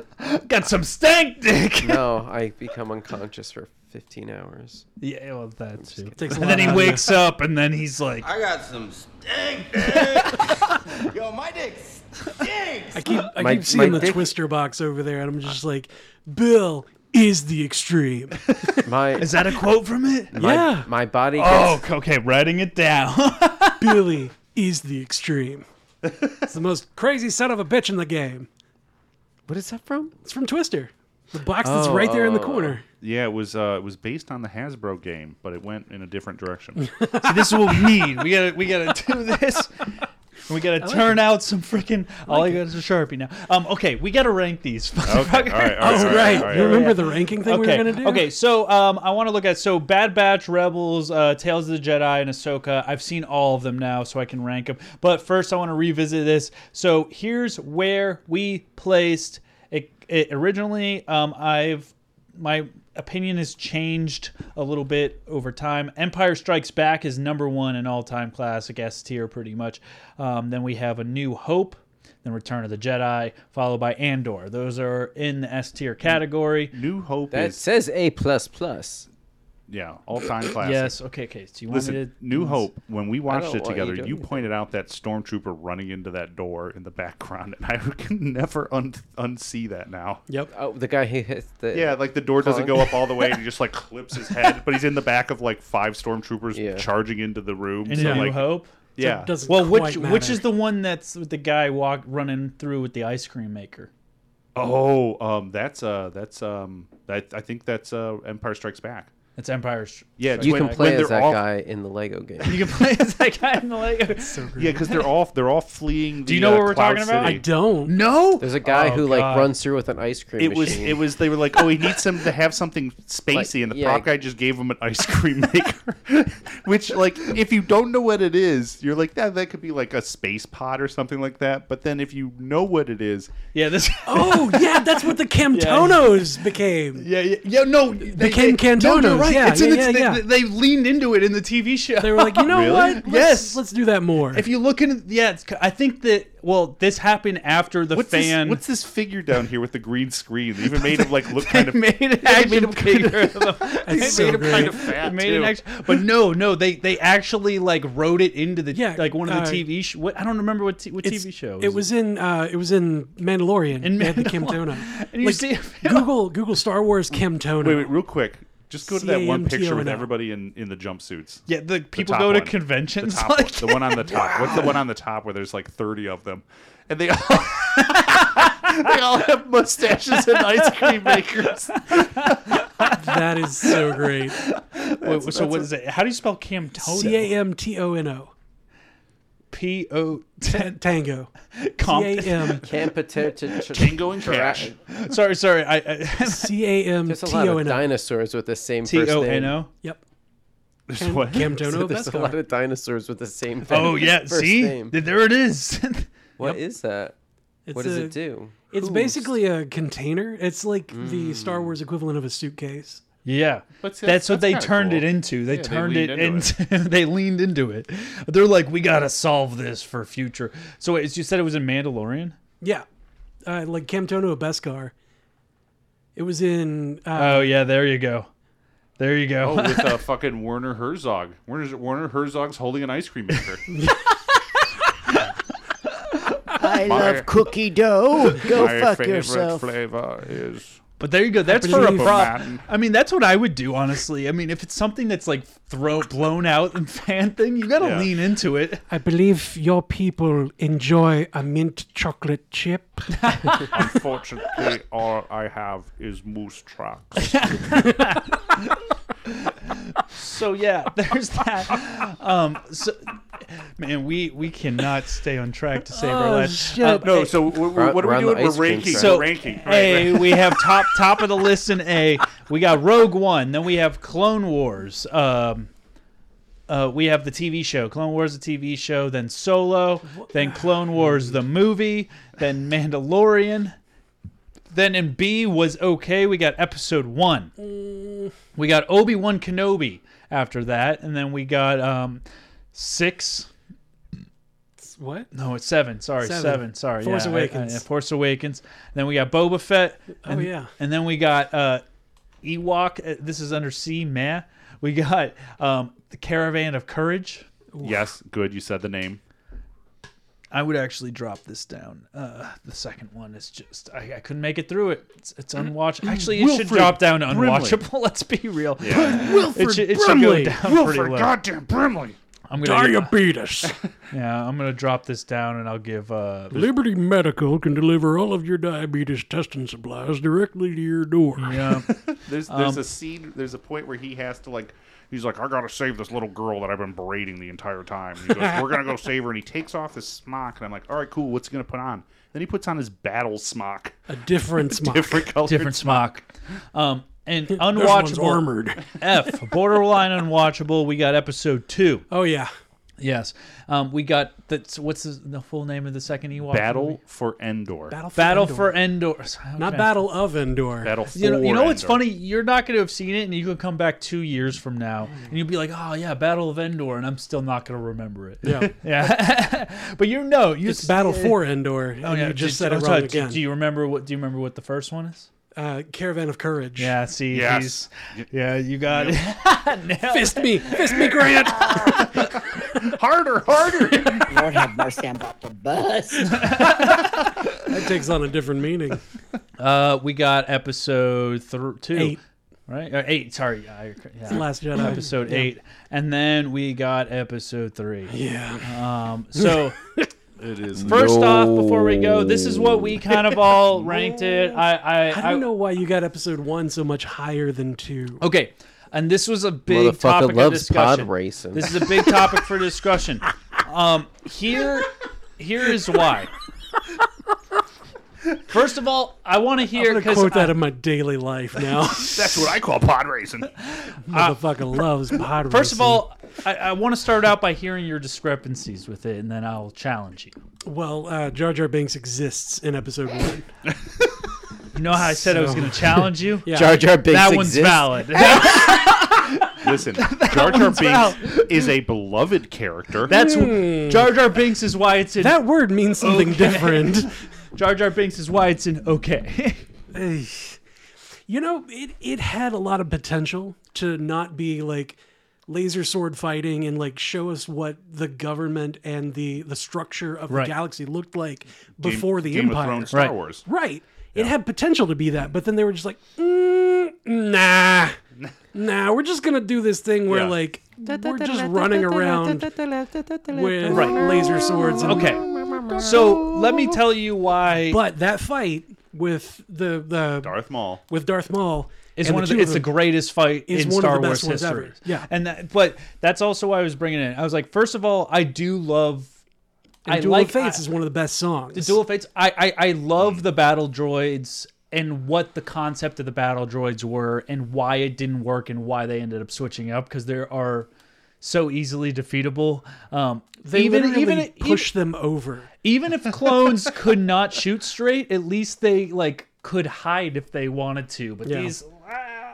Speaker 2: got some stank dick.
Speaker 4: no, I become unconscious for 15 hours.
Speaker 2: Yeah, well, that too.
Speaker 4: Takes a
Speaker 2: and
Speaker 4: lot
Speaker 2: then he
Speaker 4: out of
Speaker 2: wakes
Speaker 4: you.
Speaker 2: up, and then he's like,
Speaker 9: I got some stink dick. Yo, my dick stinks.
Speaker 5: I keep I
Speaker 2: My-
Speaker 5: keep seeing
Speaker 2: my
Speaker 5: the
Speaker 2: dick-
Speaker 5: Twister box over there, and I'm just like, Bill is the extreme.
Speaker 4: My
Speaker 2: "Is that a quote from it?"
Speaker 5: My- Yeah.
Speaker 4: my body.
Speaker 2: Oh, okay. Writing it down.
Speaker 5: Billy is the extreme. It's the most crazy son of a bitch in the game.
Speaker 4: What is that from?
Speaker 5: It's from Twister. The box that's right there in the
Speaker 6: Oh.
Speaker 5: corner.
Speaker 6: Yeah, it was uh, it was based on the Hasbro game, but it went in a different direction.
Speaker 2: See, this is what we need. We gotta we gotta do this. And We gotta
Speaker 6: I like
Speaker 2: turn
Speaker 6: it.
Speaker 2: out some freaking. all I
Speaker 6: like
Speaker 2: got is a sharpie now. Um, okay, we gotta rank these. Okay,
Speaker 6: all right, all right, Oh, all right, right. all right, You all right. remember the ranking
Speaker 5: thing we were gonna do?
Speaker 2: Okay, so um, I want to look at so Bad Batch, Rebels, uh, Tales of the Jedi, and Ahsoka. I've seen all of them now, so I can rank them. But first, I want to revisit this. So here's where we placed it, it originally. Um, I've my opinion has changed a little bit over time. Empire Strikes Back is number one in all time classic S tier, pretty much. Um, then we have A New Hope, then Return of the Jedi, followed by Andor. Those are in the S tier category.
Speaker 6: New Hope
Speaker 4: That says A plus plus.
Speaker 6: Yeah, all time classic.
Speaker 2: Yes. Okay. Okay. So you want
Speaker 6: Listen,
Speaker 2: me to
Speaker 6: New Hope. When we watched
Speaker 2: don't
Speaker 6: it
Speaker 2: want you
Speaker 6: together,
Speaker 2: to do
Speaker 6: you pointed out that stormtrooper running into that door in the background, and I can never un- unsee that now.
Speaker 5: Yep.
Speaker 4: Oh, the guy who hits the.
Speaker 6: Yeah, like the door doesn't
Speaker 4: Kong.
Speaker 6: go up all the way, and he just like clips his head. But he's in the back of like five stormtroopers
Speaker 4: Yeah.
Speaker 6: charging into the room.
Speaker 2: In
Speaker 6: so,
Speaker 2: A New
Speaker 6: like,
Speaker 2: Hope.
Speaker 6: Yeah.
Speaker 2: well, which which is the one that's with the guy walk running through with the ice cream maker?
Speaker 6: Oh, um, that's uh, that's um, that, I think that's uh, Empire Strikes Back.
Speaker 2: It's Empire. Stri-
Speaker 6: Yeah,
Speaker 2: Strikes
Speaker 6: it's
Speaker 4: You
Speaker 6: when-
Speaker 4: can play
Speaker 6: when
Speaker 4: as
Speaker 6: they're
Speaker 4: that
Speaker 6: all-
Speaker 4: guy in the Lego game.
Speaker 2: You can play as that guy in the Lego.
Speaker 6: Yeah, because they're all they're all fleeing. The,
Speaker 2: Do you know
Speaker 6: uh,
Speaker 2: what we're
Speaker 6: Cloud
Speaker 2: talking about?
Speaker 6: City.
Speaker 5: don't.
Speaker 2: No.
Speaker 4: There's a guy
Speaker 6: Oh,
Speaker 4: who like
Speaker 6: God.
Speaker 4: runs through with an ice cream.
Speaker 6: It was
Speaker 4: machine.
Speaker 6: it was they were like, oh, he needs him to have something spacey,
Speaker 4: Like,
Speaker 6: and the
Speaker 4: yeah.
Speaker 6: prop guy just gave him an ice cream maker, which like if you don't know what it is, you're like that that could be like a space pod or something like that. But then if you know what it is,
Speaker 2: yeah, this
Speaker 5: Oh yeah, that's what the Camtonos became.
Speaker 2: Yeah, yeah, yeah, no,
Speaker 5: became Cantonos.
Speaker 2: No, you're right.
Speaker 5: Yeah,
Speaker 2: it's in
Speaker 5: yeah,
Speaker 2: the,
Speaker 5: yeah,
Speaker 2: they,
Speaker 5: yeah.
Speaker 2: they leaned into it in the TV show.
Speaker 5: They were like, you know Really? what? Let's-
Speaker 2: yes,
Speaker 5: let's do that more.
Speaker 2: If you look in, yeah, it's, I think that. Well, this happened after the
Speaker 6: What's this-
Speaker 2: fan.
Speaker 6: what's this figure down here with the green screen? They even made him like look kind of
Speaker 2: made an action figure of them. They made
Speaker 6: so
Speaker 2: him kind
Speaker 6: great.
Speaker 2: of fat
Speaker 6: They
Speaker 2: made an
Speaker 6: too.
Speaker 2: action- but no, no, they they actually like wrote it into the
Speaker 5: Yeah,
Speaker 2: like one of the
Speaker 5: uh,
Speaker 2: TV show. What I don't remember what, t- what
Speaker 5: It's-
Speaker 2: TV show
Speaker 5: It was in uh, it was in Mandalorian.
Speaker 2: In
Speaker 5: they had the
Speaker 2: Mandalor-
Speaker 5: Camtona.
Speaker 2: And you
Speaker 5: Like,
Speaker 2: see-
Speaker 5: Google Google Star Wars Camtona.
Speaker 6: Wait, wait, real quick. Just go to that one picture with
Speaker 5: C-A-M-T-O-N-A.
Speaker 6: everybody in, in the jumpsuits.
Speaker 2: Yeah, the people
Speaker 6: top
Speaker 2: go to
Speaker 6: one.
Speaker 2: conventions
Speaker 6: The, top
Speaker 2: like
Speaker 6: one. the one on the top. What's the one on the top where there's like thirty of them, and they all, they all have mustaches and ice cream makers.
Speaker 5: That is so great.
Speaker 2: Wait, so what is it? How do you spell Camtona?
Speaker 5: C A M T O N O.
Speaker 2: P O
Speaker 5: Tango.
Speaker 2: Comp-
Speaker 5: C A M
Speaker 4: Camp
Speaker 6: Tango and Cash.
Speaker 2: sorry, sorry. I, I
Speaker 5: C A M
Speaker 4: There's a
Speaker 5: T
Speaker 4: lot
Speaker 5: O
Speaker 4: of
Speaker 5: N O.
Speaker 4: dinosaurs with the same first name.
Speaker 2: T-O-N-O?
Speaker 5: Yep.
Speaker 6: There's
Speaker 5: Cam-
Speaker 6: what?
Speaker 5: Camtona
Speaker 4: There's a
Speaker 5: Vesco.
Speaker 4: lot of dinosaurs with the same thing.
Speaker 2: Oh yeah,
Speaker 4: first
Speaker 2: see,
Speaker 4: name.
Speaker 2: Th- there it is.
Speaker 4: What is that? what does
Speaker 5: a-
Speaker 4: it do?
Speaker 5: It's
Speaker 4: Who- Hmm.
Speaker 5: basically a container. It's like the Star Wars equivalent of a suitcase.
Speaker 2: Yeah,
Speaker 5: But see,
Speaker 2: that's, what
Speaker 5: that's-
Speaker 2: they
Speaker 5: that's kinda
Speaker 2: turned it
Speaker 5: cool.
Speaker 2: into. They
Speaker 5: Yeah, they
Speaker 2: turned
Speaker 5: leaned
Speaker 2: it
Speaker 5: into
Speaker 2: into. they leaned into it. They're like, we gotta solve this for future. So wait, you said it was in Mandalorian.
Speaker 5: Yeah, uh, like Camtona Beskar. It was in. Uh,
Speaker 2: oh yeah, there you go. There you go.
Speaker 6: Oh, with uh, fucking Werner Herzog. Werner, Werner Herzog's holding an ice cream maker.
Speaker 18: I
Speaker 6: My-
Speaker 18: love cookie dough. Go
Speaker 6: My
Speaker 18: fuck
Speaker 6: favorite
Speaker 18: yourself.
Speaker 6: flavor is.
Speaker 2: But there you go. That's
Speaker 6: I
Speaker 2: for a
Speaker 6: believe-
Speaker 2: prop.
Speaker 6: Man.
Speaker 2: I mean, that's what I would do, honestly. I mean, if it's something that's like throw blown out and fan thing, you gotta
Speaker 5: Yeah.
Speaker 2: lean into it.
Speaker 5: I believe your people enjoy a mint chocolate chip.
Speaker 6: Unfortunately, all I have is moose tracks.
Speaker 2: So yeah, there's that. Um, so, man, we we cannot stay on track to save our
Speaker 6: Oh,
Speaker 2: lives. Uh,
Speaker 6: shit. No, so w- w- We're- what are we we're on the doing? We're ice cream ranking. track.
Speaker 2: So
Speaker 6: We're ranking. Right,
Speaker 2: A,
Speaker 6: right.
Speaker 2: we have top top of the list in A. We got Rogue One. Then we have Clone Wars. Um, uh, we have the TV show, Clone Wars, the TV show. Then Solo. Then Clone Wars, the movie. Then Mandalorian. Then in B was okay. We got Episode One.
Speaker 5: Mm.
Speaker 2: We got Obi Wan Kenobi after that, and then we got um six.
Speaker 5: What?
Speaker 2: No, it's seven. Sorry,
Speaker 5: Seven.
Speaker 2: seven. Sorry,
Speaker 5: Force
Speaker 2: yeah, I- I-
Speaker 5: Awakens.
Speaker 2: yeah, Force Awakens. then we got Boba Fett.
Speaker 5: Oh,
Speaker 2: and-
Speaker 5: yeah.
Speaker 2: And then we got uh Ewok. Uh, This is under C. Meh. We got um the Caravan of Courage.
Speaker 6: yes, good. You said the name.
Speaker 2: I would actually drop this down. Uh, the second one is just I, I couldn't make it through it. It's, it's unwatchable. Actually, it should
Speaker 6: Wilfred
Speaker 2: drop down to
Speaker 6: Brimley.
Speaker 2: unwatchable. Let's be real.
Speaker 6: Yeah.
Speaker 2: it should, it should go down pretty low.
Speaker 6: Brimley.
Speaker 2: I'm gonna give-
Speaker 5: Diabetes.
Speaker 2: yeah, I'm gonna drop this down and I'll give uh this-
Speaker 5: Liberty Medical can deliver all of your diabetes testing supplies directly to your door.
Speaker 2: Yeah.
Speaker 6: There's there's
Speaker 2: Um,
Speaker 6: a scene. There's a point where he has to like. He's like, I gotta save this little girl that I've been berating the entire time. And he goes, We're gonna go save her, and he takes off his smock, and I'm like, All right, cool. What's he gonna put on? Then he puts on his battle smock.
Speaker 5: A different smock.
Speaker 6: different color.
Speaker 2: different smock. Um and
Speaker 5: one's
Speaker 2: unwatchable
Speaker 5: armored.
Speaker 2: F borderline unwatchable. We got episode two.
Speaker 5: Oh yeah.
Speaker 2: Yes. Um we got that's what's the, the full name of the second Ewok?
Speaker 6: Battle
Speaker 2: movie?
Speaker 6: for Endor.
Speaker 5: Battle for
Speaker 2: Battle
Speaker 5: Endor.
Speaker 2: for Endor.
Speaker 5: Not
Speaker 2: Okay.
Speaker 5: Battle of Endor.
Speaker 6: Battle
Speaker 2: You know, you
Speaker 6: for
Speaker 2: know what's
Speaker 6: Endor.
Speaker 2: funny? You're not going to have seen it, and you can come back two years from now, and you'll be like, "Oh yeah, Battle of Endor," and I'm still not going to remember it.
Speaker 5: Yeah.
Speaker 2: yeah. but you know, you
Speaker 5: It's Battle for Endor,
Speaker 2: Oh
Speaker 5: and
Speaker 2: yeah,
Speaker 5: you just
Speaker 2: Did-
Speaker 5: said it
Speaker 2: I'm
Speaker 5: wrong
Speaker 2: sorry, do-
Speaker 5: again.
Speaker 2: Do you remember what? Do you remember what the first one is?
Speaker 5: uh, Caravan of Courage.
Speaker 2: Yeah. See.
Speaker 5: Yes.
Speaker 2: he's- Yeah, you got it.
Speaker 5: Fist me, fist me, Grant.
Speaker 6: harder, harder.
Speaker 18: Lord have mercy, I'm about to bust.
Speaker 5: That takes on a different meaning.
Speaker 2: Uh, we got episode th- two,
Speaker 5: Eight.
Speaker 2: right? Or eight. Sorry, yeah, yeah.
Speaker 5: The Last Jedi.
Speaker 2: episode
Speaker 5: Yeah.
Speaker 2: eight, and then we got episode three.
Speaker 5: Yeah.
Speaker 2: Um. So.
Speaker 6: It is.
Speaker 2: First off, before we go, this is what we kind of all ranked it. I, I,
Speaker 5: I don't know why you got episode one so much higher than two.
Speaker 2: Okay, and this was a big
Speaker 4: Motherfucker
Speaker 2: topic of
Speaker 4: loves pod
Speaker 2: discussion.
Speaker 4: racing.
Speaker 2: This is a big topic for discussion. Um, here, here is why. First of all, I want to
Speaker 5: I'm
Speaker 2: hear
Speaker 5: gonna
Speaker 2: because
Speaker 5: quote that in my daily life now.
Speaker 6: That's what I call pod racing.
Speaker 5: Motherfucker loves pod
Speaker 2: first of
Speaker 5: racing.
Speaker 2: all, I, I want to start out by hearing your discrepancies with it, and then I'll challenge you.
Speaker 5: well, uh, Jar Jar Binks exists in episode one.
Speaker 2: You know how I said I was
Speaker 5: So-
Speaker 2: going to challenge you?
Speaker 5: Yeah. Jar Jar Binks
Speaker 2: That one's
Speaker 5: exists.
Speaker 2: valid.
Speaker 6: Listen, Jar Jar
Speaker 2: one's out.
Speaker 6: Binks is a beloved character.
Speaker 2: That's Jar Jar Binks is why it's in
Speaker 5: that word means something different.
Speaker 2: Jar Jar Binks is why it's in okay.
Speaker 5: you know, it it had a lot of potential to not be like laser sword fighting and like show us what the government and the the structure of
Speaker 6: Right.
Speaker 5: the galaxy looked like before the
Speaker 6: Game of
Speaker 5: empire.
Speaker 6: Thrones, Star Right. Wars.
Speaker 5: Right. It had potential to be that, but then they were just like, mm, nah, nah. We're just gonna do this thing where
Speaker 2: Yeah.
Speaker 5: like we're just running around with laser swords. And
Speaker 2: okay. So let me tell you why.
Speaker 5: But that fight with the the
Speaker 6: Darth Maul
Speaker 5: with Darth Maul
Speaker 2: It's
Speaker 5: and
Speaker 2: one of the,
Speaker 5: two
Speaker 2: it's the
Speaker 5: them
Speaker 2: greatest fight
Speaker 5: is
Speaker 2: in
Speaker 5: one
Speaker 2: Star
Speaker 5: of the
Speaker 2: Wars
Speaker 5: best ones
Speaker 2: history.
Speaker 5: Ever. Yeah,
Speaker 2: and that, but that's also why I was bringing it. in. I was like, first of all, I do love.
Speaker 5: And
Speaker 2: I
Speaker 5: Duel
Speaker 2: like
Speaker 5: of Fates
Speaker 2: I-
Speaker 5: is one of the best songs.
Speaker 2: The Duel of Fates. I, I I love the battle droids and what the concept of the battle droids were and why it didn't work and why they ended up switching up because there are so easily defeatable. Um,
Speaker 5: they
Speaker 2: even
Speaker 5: literally
Speaker 2: even e-
Speaker 5: push them over.
Speaker 2: even if clones could not shoot straight, at least they like could hide if they wanted to. But
Speaker 5: Yeah.
Speaker 2: these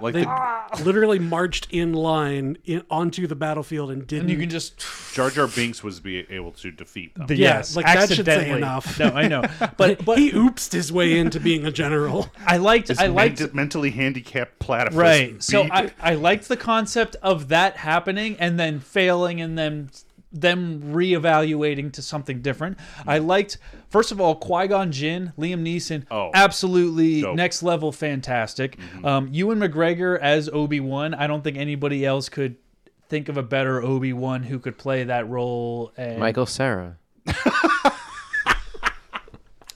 Speaker 6: Like
Speaker 5: they
Speaker 6: the-
Speaker 5: literally marched in line in, onto the battlefield and didn't.
Speaker 2: you can just
Speaker 6: Jar Jar Binks was be able to defeat them.
Speaker 2: The-
Speaker 5: yeah,
Speaker 2: yes,
Speaker 5: like that should say
Speaker 2: accidentally.
Speaker 5: enough.
Speaker 2: No, I know. But- but-
Speaker 5: he oopsed his way into being a general.
Speaker 2: I liked
Speaker 6: This
Speaker 2: I liked
Speaker 6: men- mentally handicapped platypus.
Speaker 2: right. So
Speaker 6: beat-
Speaker 2: I I liked the concept of that happening and then failing and then them reevaluating to something different. I liked first of all Qui Gon Jinn, Liam Neeson,
Speaker 6: Oh.
Speaker 2: absolutely next level fantastic.
Speaker 6: Mm-hmm.
Speaker 2: Um, Ewan McGregor as Obi Wan. I don't think anybody else could think of a better Obi Wan who could play that role. And
Speaker 4: Michael Sarah.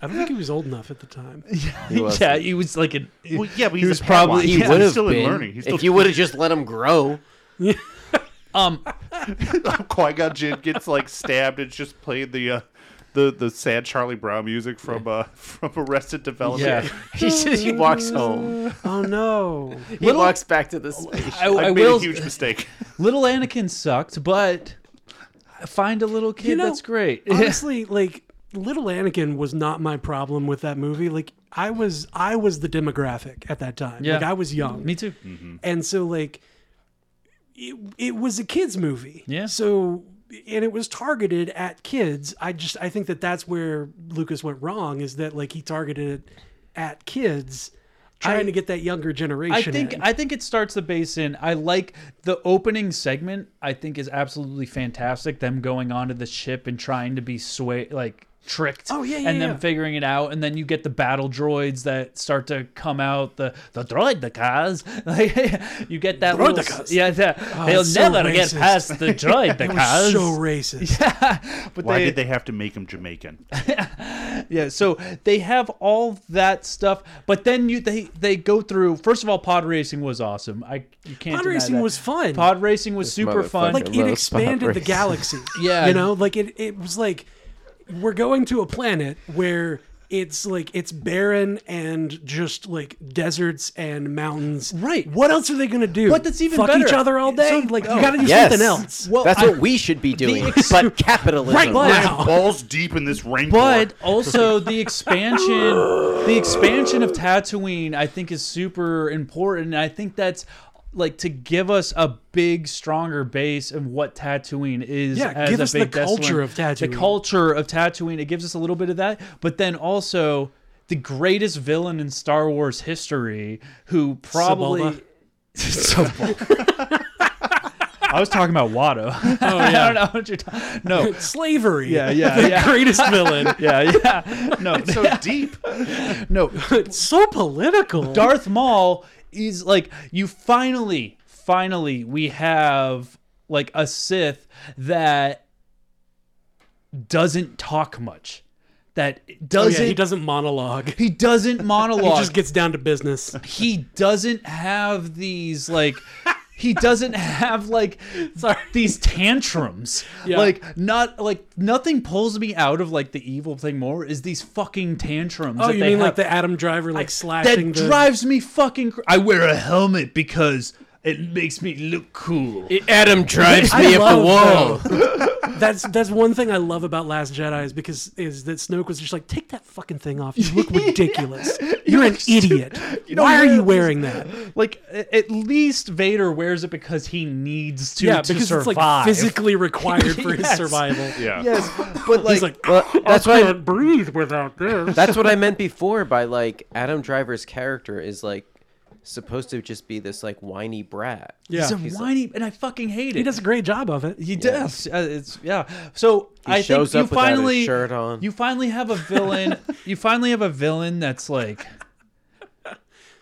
Speaker 5: I don't think he was old enough at the time.
Speaker 4: He wasn't.
Speaker 2: yeah, he was like an.
Speaker 6: Well, yeah, but
Speaker 2: he
Speaker 6: he's
Speaker 2: was
Speaker 6: a Padawan.
Speaker 2: probably
Speaker 6: He
Speaker 2: yeah.
Speaker 6: would've He's still in been. learning. He's still- If you would've
Speaker 4: just let him grow.
Speaker 2: um,
Speaker 6: Qui Gon Jinn gets like stabbed and just played the uh, the the sad Charlie Brown music from uh, from Arrested Development.
Speaker 4: Yeah. He says he walks home.
Speaker 5: Oh no!
Speaker 4: He walks back to the
Speaker 5: Oh
Speaker 4: station.
Speaker 2: I, I
Speaker 6: made
Speaker 2: will,
Speaker 6: a huge mistake.
Speaker 2: Little Anakin sucked, but find a little kid
Speaker 5: You know,
Speaker 2: that's great.
Speaker 5: honestly, like Little Anakin was not my problem with that movie. Like I was, I was the demographic at that time.
Speaker 2: Yeah.
Speaker 5: Like I was young.
Speaker 2: Me too.
Speaker 6: Mm.
Speaker 5: And so like, it, it was a kids movie.
Speaker 2: Yeah.
Speaker 5: So and it was targeted at kids. I just I think that that's where Lucas went wrong is that like he targeted it at kids, trying to get that younger generation.
Speaker 2: I think
Speaker 5: in.
Speaker 2: I think it starts the base in. I like the opening segment. I think is absolutely fantastic. Them going onto the ship and trying to be sway like tricked.
Speaker 5: Oh, yeah, yeah,
Speaker 2: and
Speaker 5: yeah.
Speaker 2: then figuring it out, and then you get the battle droids that start to come out. The the droid the cars. Like you get that little,
Speaker 5: Droidicas.
Speaker 2: yeah. The,
Speaker 5: Oh,
Speaker 2: they'll
Speaker 5: it's so
Speaker 2: never get
Speaker 5: racist.
Speaker 2: past the droid the
Speaker 5: It was
Speaker 2: cars.
Speaker 5: so racist.
Speaker 2: But
Speaker 6: Why
Speaker 2: they-
Speaker 6: did they have to make him Jamaican?
Speaker 2: Yeah, so they have all that stuff, but then you they they go through. First of all, pod racing was awesome. I you can't.
Speaker 5: Pod
Speaker 2: deny
Speaker 5: racing
Speaker 2: that.
Speaker 5: was fun.
Speaker 2: Pod racing was super fun.
Speaker 5: Like it expanded the galaxy.
Speaker 2: Yeah.
Speaker 5: You know, like it, it was like we're going to a planet where it's like it's barren and just like deserts and mountains.
Speaker 2: Right.
Speaker 5: What else are they gonna do?
Speaker 2: But that's even
Speaker 5: Fuck
Speaker 2: better.
Speaker 5: each other all day?
Speaker 2: So-
Speaker 5: like
Speaker 2: Oh.
Speaker 5: you gotta do
Speaker 4: Yes.
Speaker 5: something else.
Speaker 2: Well,
Speaker 4: That's
Speaker 2: I-
Speaker 4: what we should be doing.
Speaker 2: ex-
Speaker 4: but capitalism.
Speaker 2: Right, but- Wow.
Speaker 6: Balls deep in this rainbow.
Speaker 2: But also the expansion, the expansion of Tatooine, I think is super important. And I think that's like to give us a big, stronger base of what Tatooine is.
Speaker 5: Yeah,
Speaker 2: as
Speaker 5: give
Speaker 2: a
Speaker 5: us the
Speaker 2: big Destiny.
Speaker 5: culture of Tatooine.
Speaker 2: The culture of Tatooine. It gives us a little bit of that, but then also the greatest villain in Star Wars history, who probably.
Speaker 5: Sebulba.
Speaker 2: Sebulba. I was talking about Watto.
Speaker 5: Oh,
Speaker 2: I don't know what you're talking. No,
Speaker 5: Slavery.
Speaker 2: yeah, yeah,
Speaker 5: the
Speaker 2: yeah.
Speaker 5: greatest villain.
Speaker 2: yeah, yeah. No,
Speaker 6: It's so deep.
Speaker 2: no.
Speaker 5: It's so political.
Speaker 2: Darth Maul is like you finally, finally, we have like a Sith that doesn't talk much. That
Speaker 5: Oh,
Speaker 2: doesn't.
Speaker 5: yeah, he doesn't monologue.
Speaker 2: He doesn't
Speaker 5: He
Speaker 2: monologue.
Speaker 5: just gets down to business.
Speaker 2: he doesn't have these like he doesn't have like these tantrums
Speaker 5: Yeah.
Speaker 2: like not like nothing pulls me out of like the evil thing more is these fucking tantrums
Speaker 5: Oh,
Speaker 2: that
Speaker 5: you
Speaker 2: they
Speaker 5: mean
Speaker 2: have.
Speaker 5: like the Adam Driver like slashing
Speaker 2: that
Speaker 5: the
Speaker 2: drives me fucking cr- i wear a helmet because it makes me look cool
Speaker 5: Adam drives me up the
Speaker 2: love,
Speaker 5: wall.
Speaker 2: though,
Speaker 5: that's that's one thing I love about Last Jedi is because is that Snoke was just like, take that fucking thing off. You look ridiculous. You're an idiot.
Speaker 2: You know,
Speaker 5: Why are
Speaker 2: yeah,
Speaker 5: you wearing that?
Speaker 2: Like, a- at least Vader wears it because he needs to.
Speaker 5: yeah,
Speaker 2: to
Speaker 5: because it's like
Speaker 2: survive.
Speaker 5: physically required for his
Speaker 2: Yes.
Speaker 5: survival.
Speaker 2: Yes, but like,
Speaker 5: He's like, "I
Speaker 4: that's why-
Speaker 5: can't breathe without this.
Speaker 4: That's what I meant before by like Adam Driver's character is like supposed to just be this like whiny brat.
Speaker 2: he's a whiny, and I fucking hate it.
Speaker 5: He does a great job of it.
Speaker 2: He does. Uh, it's yeah. So
Speaker 4: He
Speaker 2: I
Speaker 4: shows
Speaker 2: think
Speaker 4: up
Speaker 2: you
Speaker 4: without his
Speaker 2: finally
Speaker 4: shirt on.
Speaker 2: you finally have a villain. you finally have a villain that's like.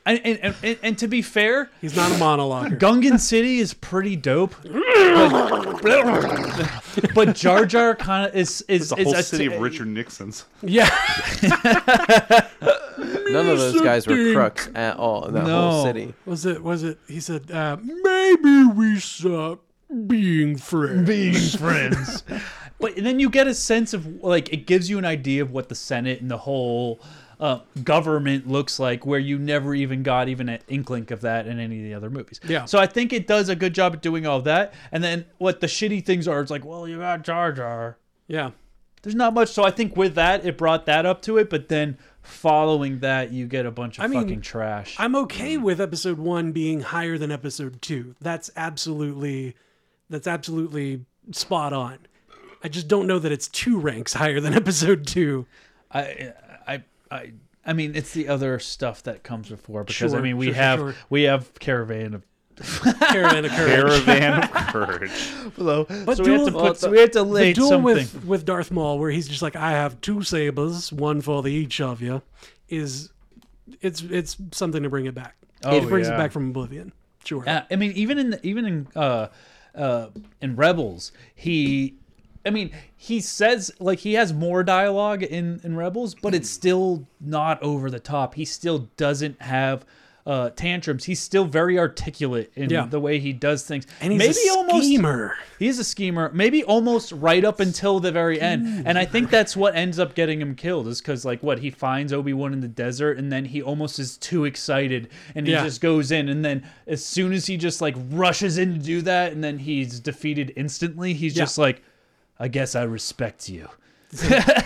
Speaker 2: And, and, and- and, and to be fair,
Speaker 5: he's not a monologuer.
Speaker 2: Gungan City is pretty dope, but, but Jar Jar kind of is is
Speaker 6: It's a
Speaker 2: is
Speaker 6: whole city
Speaker 2: t-
Speaker 6: of Richard Nixon's.
Speaker 2: Yeah,
Speaker 4: None of those guys were
Speaker 5: Something.
Speaker 4: crooks at all in that whole city.
Speaker 5: Was it? Was it? He said, uh, maybe we suck being friends.
Speaker 2: being friends. but and then you get a sense of like it gives you an idea of what the Senate and the whole uh, government looks like, where you never even got even an inkling of that in any of the other movies.
Speaker 5: Yeah.
Speaker 2: So I think it does a good job at doing all that. And then what the shitty things are, it's like, well, you got Jar Jar.
Speaker 5: Yeah.
Speaker 2: There's not much. So I think with that, it brought that up to it. But then following that, you get a bunch of
Speaker 5: I mean,
Speaker 2: fucking trash.
Speaker 5: I'm okay with episode one being higher than episode two. That's absolutely, that's absolutely spot on. I just don't know that it's two ranks higher than episode two.
Speaker 2: I, I, I, I mean, it's the other stuff that comes before because I
Speaker 5: Sure,
Speaker 2: mean, we
Speaker 5: sure, sure,
Speaker 2: have
Speaker 5: sure.
Speaker 2: we have caravan of
Speaker 5: Caravan of Courage.
Speaker 6: Caravan of Courage.
Speaker 2: below.
Speaker 5: But
Speaker 2: so
Speaker 5: duel,
Speaker 2: we have to put
Speaker 5: well,
Speaker 2: so
Speaker 5: the-
Speaker 2: we have to
Speaker 5: the
Speaker 2: lay
Speaker 5: duel
Speaker 2: something.
Speaker 5: with with Darth Maul, where he's just like, "I have two sabers, one for the each of you," is it's it's something to bring it back.
Speaker 2: Oh,
Speaker 5: it brings
Speaker 2: yeah.
Speaker 5: it back from Oblivion. Sure.
Speaker 2: Yeah, Uh, I mean, even in even in uh, uh, in Rebels, he, I mean, he says like he has more dialogue in in Rebels, but it's still not over the top. He still doesn't have. Uh, tantrums. He's still very articulate in
Speaker 5: Yeah.
Speaker 2: the way he does things.
Speaker 5: And he's a schemer.
Speaker 2: He is a schemer. Maybe almost right up until the very end. And I think that's what ends up getting him killed is because like what he finds Obi Wan in the desert, and then he almost is too excited, and he
Speaker 5: Yeah.
Speaker 2: just goes in, and then as soon as he just like rushes in to do that, and then he's defeated instantly. He's
Speaker 5: Yeah.
Speaker 2: just like, I guess I respect you.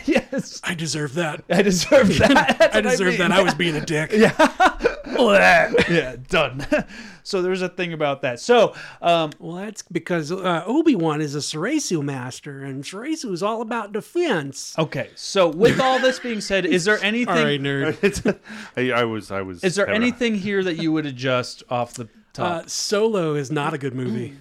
Speaker 2: yes,
Speaker 5: I deserve that.
Speaker 2: I deserve that. That's
Speaker 5: I
Speaker 2: what
Speaker 5: deserve
Speaker 2: mean.
Speaker 5: that. I was being a dick.
Speaker 2: yeah, done. so there's a thing about that. So, um,
Speaker 5: well, that's because uh, Obi Wan is a Serasu master, and Serasu is all about defense.
Speaker 2: Okay, so with all this being said, is there anything?
Speaker 5: All right, nerd.
Speaker 6: I, I was, I was.
Speaker 2: Is there
Speaker 6: having a-
Speaker 2: anything here that you would adjust off the top?
Speaker 5: Uh, Solo is not a good
Speaker 4: Mm.
Speaker 5: movie.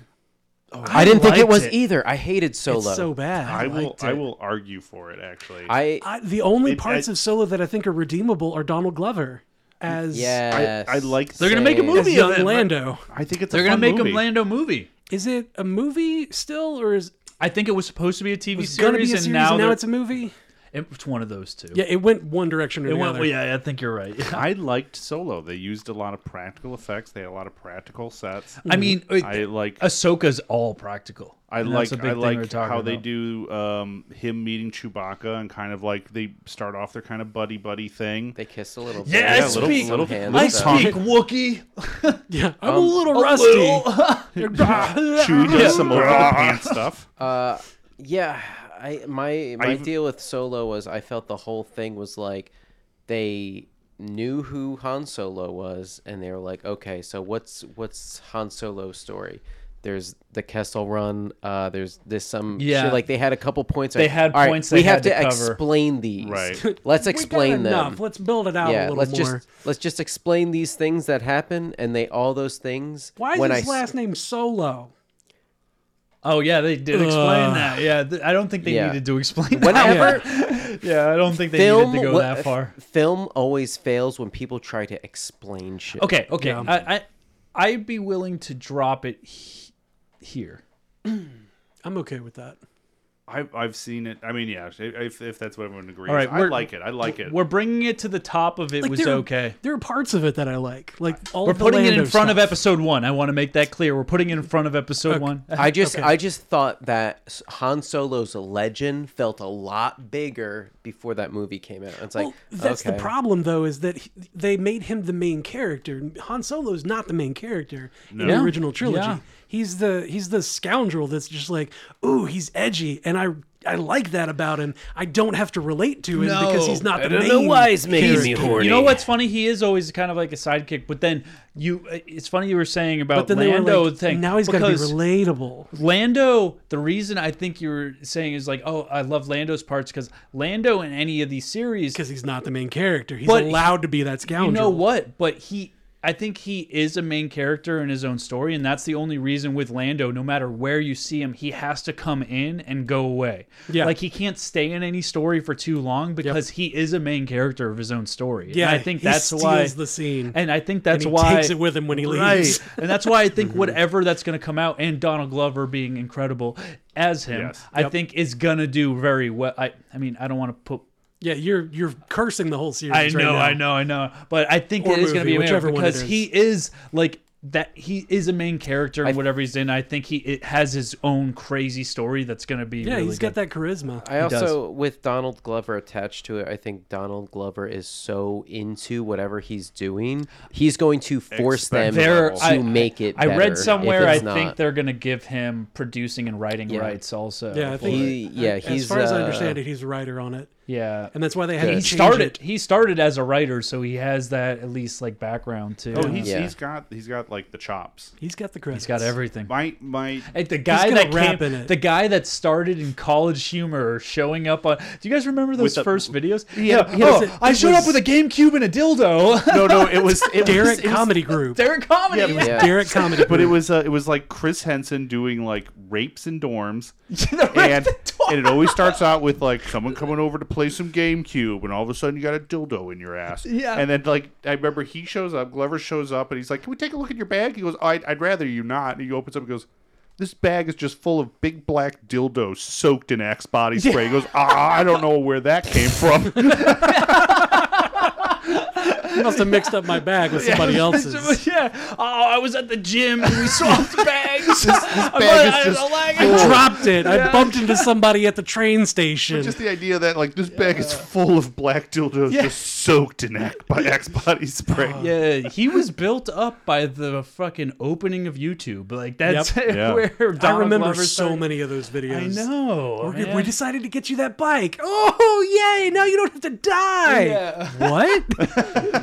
Speaker 4: I, didn't think it
Speaker 2: liked
Speaker 4: was
Speaker 2: it.
Speaker 4: either. I hated Solo.
Speaker 5: It's so bad.
Speaker 6: I, will,
Speaker 5: liked
Speaker 6: I
Speaker 5: it.
Speaker 6: will argue for it. Actually,
Speaker 4: I
Speaker 5: I, the only
Speaker 6: It-
Speaker 5: parts
Speaker 6: I-
Speaker 5: of Solo that I think are redeemable are Donald Glover as
Speaker 4: yes.
Speaker 6: I like.
Speaker 2: They're gonna make a
Speaker 4: same.
Speaker 2: movie
Speaker 5: as
Speaker 2: of
Speaker 5: young
Speaker 2: it.
Speaker 5: Lando.
Speaker 6: I think it's.
Speaker 2: They're
Speaker 6: a
Speaker 2: gonna
Speaker 6: fun
Speaker 2: make
Speaker 6: movie.
Speaker 2: a Lando movie.
Speaker 5: Is it a movie still, or is
Speaker 2: I think it was supposed to be a TV
Speaker 5: it's
Speaker 2: series,
Speaker 5: going to be a series
Speaker 2: and
Speaker 5: and
Speaker 2: now,
Speaker 5: now,
Speaker 2: they're-
Speaker 5: it's a movie?
Speaker 2: it's one of those two.
Speaker 5: Yeah, it went one direction or
Speaker 2: it
Speaker 5: the
Speaker 2: went.
Speaker 5: other.
Speaker 2: Well, yeah, I think you're right.
Speaker 6: I liked Solo. They used a lot of practical effects. They had a lot of practical sets.
Speaker 2: I mean, it,
Speaker 6: I like.
Speaker 2: Ahsoka's all practical.
Speaker 6: I
Speaker 2: and
Speaker 6: like
Speaker 2: that's a big
Speaker 6: I
Speaker 2: thing we're
Speaker 6: like
Speaker 2: talking
Speaker 6: how they
Speaker 2: about.
Speaker 6: do um, him meeting Chewbacca and kind of like they start off their kind of buddy buddy thing.
Speaker 4: They kiss a little.
Speaker 2: Yeah,
Speaker 4: bit.
Speaker 2: I
Speaker 4: little-
Speaker 2: speak-
Speaker 4: little
Speaker 6: I
Speaker 4: hands
Speaker 2: I
Speaker 4: up.
Speaker 2: speak Wookiee.
Speaker 5: Yeah, I'm a
Speaker 4: Um,
Speaker 5: little
Speaker 2: a
Speaker 5: rusty.
Speaker 6: Chewie does some over the pants stuff.
Speaker 4: Uh, yeah, I my my
Speaker 6: I've-
Speaker 4: deal with Solo was I felt the whole thing was like they knew who Han Solo was, and they were like, okay, so what's what's Han Solo's story? There's the Kessel Run. Uh, there's this some yeah.
Speaker 2: Yeah.
Speaker 4: shit. Like they had a couple points.
Speaker 2: They
Speaker 4: like,
Speaker 2: had
Speaker 4: "All right,
Speaker 2: points
Speaker 4: we
Speaker 2: they had
Speaker 4: have to,
Speaker 2: to cover."
Speaker 4: explain these.
Speaker 6: Right.
Speaker 4: Let's
Speaker 5: We got
Speaker 4: explain them.
Speaker 5: enough. Let's build it out a little
Speaker 4: let's
Speaker 5: more.
Speaker 4: just let's just explain these things that happen, and they all those things.
Speaker 5: Why is
Speaker 4: when
Speaker 5: his
Speaker 4: I s-
Speaker 5: last name Solo?
Speaker 2: Oh yeah, they did explain
Speaker 5: Ugh.
Speaker 2: that. Uh, Yeah, th- I don't think they
Speaker 4: Yeah.
Speaker 2: needed to explain
Speaker 4: Whenever-
Speaker 2: that. Whenever, yeah, I don't think they needed to go
Speaker 4: wha-
Speaker 2: that far.
Speaker 4: Film always fails when people try to explain shit.
Speaker 2: Okay, okay.
Speaker 5: Yeah.
Speaker 2: I, I I'd be willing to drop it he- here.
Speaker 5: I'm okay with that.
Speaker 6: I've I've seen it. I mean, yeah. If, if that's what everyone agrees,
Speaker 2: All right,
Speaker 6: I
Speaker 2: we're-
Speaker 6: like it. I like it.
Speaker 2: We're bringing it to the top of it
Speaker 5: Like,
Speaker 2: was
Speaker 5: there-
Speaker 2: okay.
Speaker 5: There are parts of it that I like, like all
Speaker 2: We're
Speaker 5: of the
Speaker 2: putting it in
Speaker 5: Lando
Speaker 2: front of
Speaker 5: stuff.
Speaker 2: episode one. I want to make that clear. We're putting it in front of episode one.
Speaker 4: I just I just thought that S- Han Solo's legend felt a lot bigger before that movie came out. It's like
Speaker 5: Well, that's
Speaker 4: okay.
Speaker 5: the problem, though, is that he- they made him the main character. Han Solo is not the main character in
Speaker 2: No.
Speaker 5: the original trilogy.
Speaker 2: Yeah.
Speaker 5: He's the he's the scoundrel that's just like, ooh, he's edgy, and I I like that about him. I don't have to relate to him because he's not the main
Speaker 2: He's-
Speaker 5: character.
Speaker 2: You know what's funny? He is always kind of like a sidekick, but then you. It's funny you were saying about
Speaker 5: But then they were
Speaker 2: Lando
Speaker 5: like,
Speaker 2: thing.
Speaker 5: now he's got to be
Speaker 2: because-
Speaker 5: relatable.
Speaker 2: Lando, the reason I think you were saying is like, oh, I love Lando's parts because Lando in any of these series, because
Speaker 5: he's not the main character. He's allowed to be that
Speaker 2: You
Speaker 5: scoundrel.
Speaker 2: know what? But he, I think he is a main character in his own story, and that's the only reason with Lando. No matter where you see him, he has to come in and go away.
Speaker 5: Yeah.
Speaker 2: like he can't stay in any story for too long because he is a main character of his own story. And
Speaker 5: Yeah,
Speaker 2: I think
Speaker 5: he
Speaker 2: that's why
Speaker 5: steals the scene.
Speaker 2: and I think that's
Speaker 5: And he
Speaker 2: why
Speaker 5: takes it with him when he
Speaker 2: Right.
Speaker 5: leaves.
Speaker 2: and that's why I think whatever that's going to come out, and Donald Glover being incredible as him,
Speaker 5: Yes.
Speaker 2: I
Speaker 5: Yep.
Speaker 2: think is going to do very well. I, I mean, I don't want to put.
Speaker 5: Yeah, you're you're cursing the whole series.
Speaker 2: I
Speaker 5: right
Speaker 2: know,
Speaker 5: now.
Speaker 2: I know, I know, but I think
Speaker 5: Or
Speaker 2: it is going to
Speaker 5: movie,
Speaker 2: be amazing
Speaker 5: whichever one it
Speaker 2: because
Speaker 5: is.
Speaker 2: he is like that. He is a main character in whatever he's in. I think he it has his own crazy story that's going to be.
Speaker 5: Yeah,
Speaker 2: really
Speaker 5: he's got
Speaker 2: good.
Speaker 5: that charisma.
Speaker 4: I also, with Donald Glover attached to it, I think Donald Glover is so into whatever he's doing, he's going to force them
Speaker 2: They're-
Speaker 4: to
Speaker 2: I-
Speaker 4: make it.
Speaker 2: I
Speaker 4: better
Speaker 2: read
Speaker 4: if
Speaker 2: somewhere. I
Speaker 4: it's
Speaker 2: think
Speaker 4: not.
Speaker 2: they're going to give him producing and writing
Speaker 4: Yeah.
Speaker 2: rights also.
Speaker 5: Yeah, I
Speaker 2: for
Speaker 5: think
Speaker 2: it.
Speaker 4: yeah, uh,
Speaker 5: as far as I understand it, he's a writer on it.
Speaker 2: uh, Yeah,
Speaker 5: and that's why they had to
Speaker 2: He
Speaker 5: change
Speaker 2: started.
Speaker 5: it.
Speaker 2: He started as a writer, so he has that at least like background too.
Speaker 6: Oh, he's, he's got he's got like the chops.
Speaker 5: He's got the
Speaker 2: He's got everything.
Speaker 6: My my
Speaker 2: Hey, the guy that came, the guy that started in college humor, showing up on. Do you guys remember those
Speaker 6: With the-
Speaker 2: first videos?
Speaker 6: Yeah,
Speaker 2: Yeah,
Speaker 6: he
Speaker 2: oh,
Speaker 6: was-
Speaker 2: I
Speaker 6: he
Speaker 2: showed up
Speaker 6: was-
Speaker 2: with a GameCube and a dildo.
Speaker 6: No, no, it was it was,
Speaker 5: Derek
Speaker 6: it was-
Speaker 5: Comedy Group.
Speaker 2: Derek comedy.
Speaker 6: but-
Speaker 2: yeah.
Speaker 6: But it was uh, it was like Chris Henson doing like rapes in dorms, and and it always starts out with like someone coming over to play some GameCube, and all of a sudden you got a dildo in your ass.
Speaker 2: Yeah.
Speaker 6: And then like I remember he shows up, Glover shows up, and he's like, "Can we take a look at your bag?" He goes, oh, I'd, "I'd rather you not." And he opens up and goes. This bag is just full of big black dildos soaked in Axe body spray. He goes, ah, I don't know where that came from.
Speaker 5: He must have mixed up my bag with somebody else's.
Speaker 2: yeah. Oh, I was at the gym and we swapped bags. this,
Speaker 6: bag is just
Speaker 5: I dropped it. I bumped into somebody at the train station.
Speaker 6: Just the idea that like this bag is full of black dildos
Speaker 2: Yeah.
Speaker 6: just soaked in axe, by axe body spray.
Speaker 2: Yeah, he was built up by the fucking opening of YouTube. Like that's
Speaker 5: Yep. Yeah.
Speaker 2: where
Speaker 5: I
Speaker 2: Donald
Speaker 5: remember
Speaker 2: Glover
Speaker 5: so
Speaker 2: started.
Speaker 5: many of those videos.
Speaker 2: I know.
Speaker 5: We're-
Speaker 2: man.
Speaker 5: we decided to get you that bike. Oh, yay! Now you don't have to die.
Speaker 2: Yeah.
Speaker 5: What?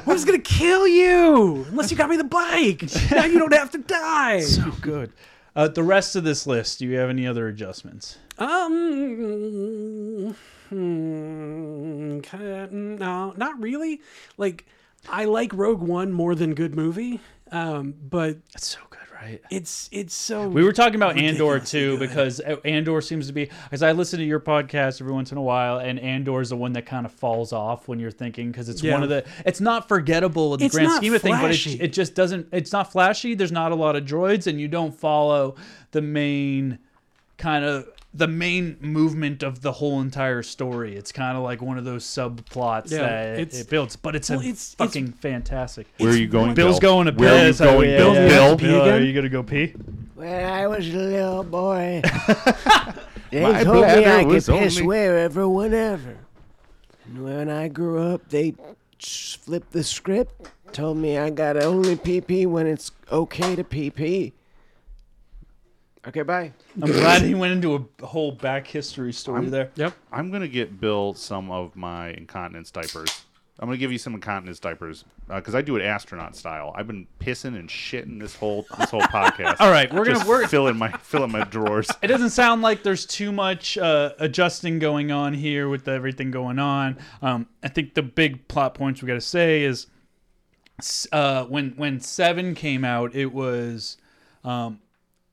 Speaker 5: We're just gonna kill you unless you got me the bike. Now you don't have to die.
Speaker 2: so good. Uh, the rest of this list, do you have any other adjustments?
Speaker 5: Um, hmm, kinda- no, not really. Like, I like Rogue One more than good movie. Um, but
Speaker 2: it's so good, right?
Speaker 5: It's it's so.
Speaker 2: We were talking about Andor
Speaker 5: ridiculously
Speaker 2: too
Speaker 5: good.
Speaker 2: because uh, Andor seems to be because I listen to your podcast every once in a while, and Andor is the one that kind of falls off when you're thinking because it's
Speaker 5: Yeah.
Speaker 2: one of the it's not forgettable in the
Speaker 5: It's
Speaker 2: grand
Speaker 5: not
Speaker 2: scheme of things, but
Speaker 5: flashy.
Speaker 2: it, it just doesn't it's not flashy. There's not a lot of droids, and you don't follow the main kind of the main movement of the whole entire story. It's kind of like one of those subplots
Speaker 5: Yeah,
Speaker 2: that
Speaker 5: it's-
Speaker 2: it builds, but it's,
Speaker 5: well,
Speaker 2: a
Speaker 5: it's- it's-
Speaker 2: fucking fantastic.
Speaker 6: Where are you going,
Speaker 2: Bill's
Speaker 6: Bill?
Speaker 2: going to
Speaker 6: Where are you
Speaker 2: piss. Oh,
Speaker 6: going, Bill? Bill? Pee
Speaker 2: Are
Speaker 6: again?
Speaker 2: you gonna go pee?
Speaker 18: When I was a little boy, they
Speaker 2: My
Speaker 18: told me
Speaker 2: bladder
Speaker 18: I could
Speaker 2: was
Speaker 18: piss
Speaker 2: only-
Speaker 18: wherever, whenever. And when I grew up, they s- flipped the script, told me I gotta only pee pee when it's okay to pee pee. Okay, bye.
Speaker 2: I'm glad he went into a whole back history story
Speaker 6: I'm-
Speaker 2: there.
Speaker 5: Yep.
Speaker 6: I'm gonna get Bill some of my incontinence diapers. I'm gonna give you some incontinence diapers because I do it astronaut style. I've been pissing and shitting this whole this whole podcast.
Speaker 2: All right, we're gonna-
Speaker 6: Just
Speaker 2: we're-
Speaker 6: filling my filling my drawers.
Speaker 2: It doesn't sound like there's too much uh, adjusting going on here with everything going on. Um, I think the big plot points we got to say is s- uh, when when Seven came out, it was um,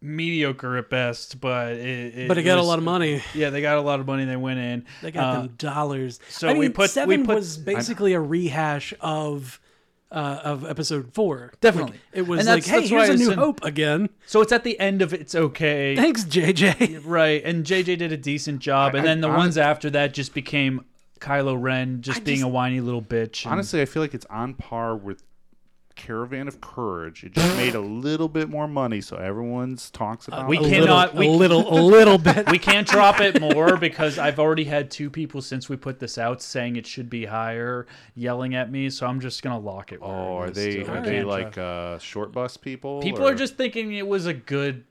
Speaker 2: mediocre at best, but it,
Speaker 5: But it got a
Speaker 2: was-
Speaker 5: lot of money.
Speaker 2: Yeah, they got a lot of money. They went in.
Speaker 5: They got
Speaker 2: Uh,
Speaker 5: them dollars.
Speaker 2: so
Speaker 5: I
Speaker 2: we
Speaker 5: mean,
Speaker 2: put- we
Speaker 5: seven
Speaker 2: put-
Speaker 5: was
Speaker 2: I'm-
Speaker 5: basically a rehash of uh, of episode four.
Speaker 2: Definitely.
Speaker 5: Like, it was
Speaker 2: And
Speaker 5: like,
Speaker 2: that's-
Speaker 5: hey,
Speaker 2: that's why
Speaker 5: here's a
Speaker 2: it's
Speaker 5: new
Speaker 2: in-
Speaker 5: hope again.
Speaker 2: So it's at the end of it's okay.
Speaker 5: Thanks, JJ.
Speaker 2: Right, and JJ did a decent job, and
Speaker 6: I-
Speaker 2: then the
Speaker 6: I-
Speaker 2: ones after that just became Kylo Ren just being a whiny little bitch. and-
Speaker 6: Honestly, I feel like it's on par with Caravan of Courage. It just made a little bit more money, so everyone's talks
Speaker 2: Uh,
Speaker 6: about.
Speaker 2: we
Speaker 6: it.
Speaker 2: cannot we,
Speaker 5: bit.
Speaker 2: We can't drop it more because I've already had two people since we put this out saying it should be higher, yelling at me. So I'm just gonna lock it.
Speaker 6: Oh, are they are they like uh, short bus people?
Speaker 2: people
Speaker 6: or-
Speaker 2: are just thinking it was a good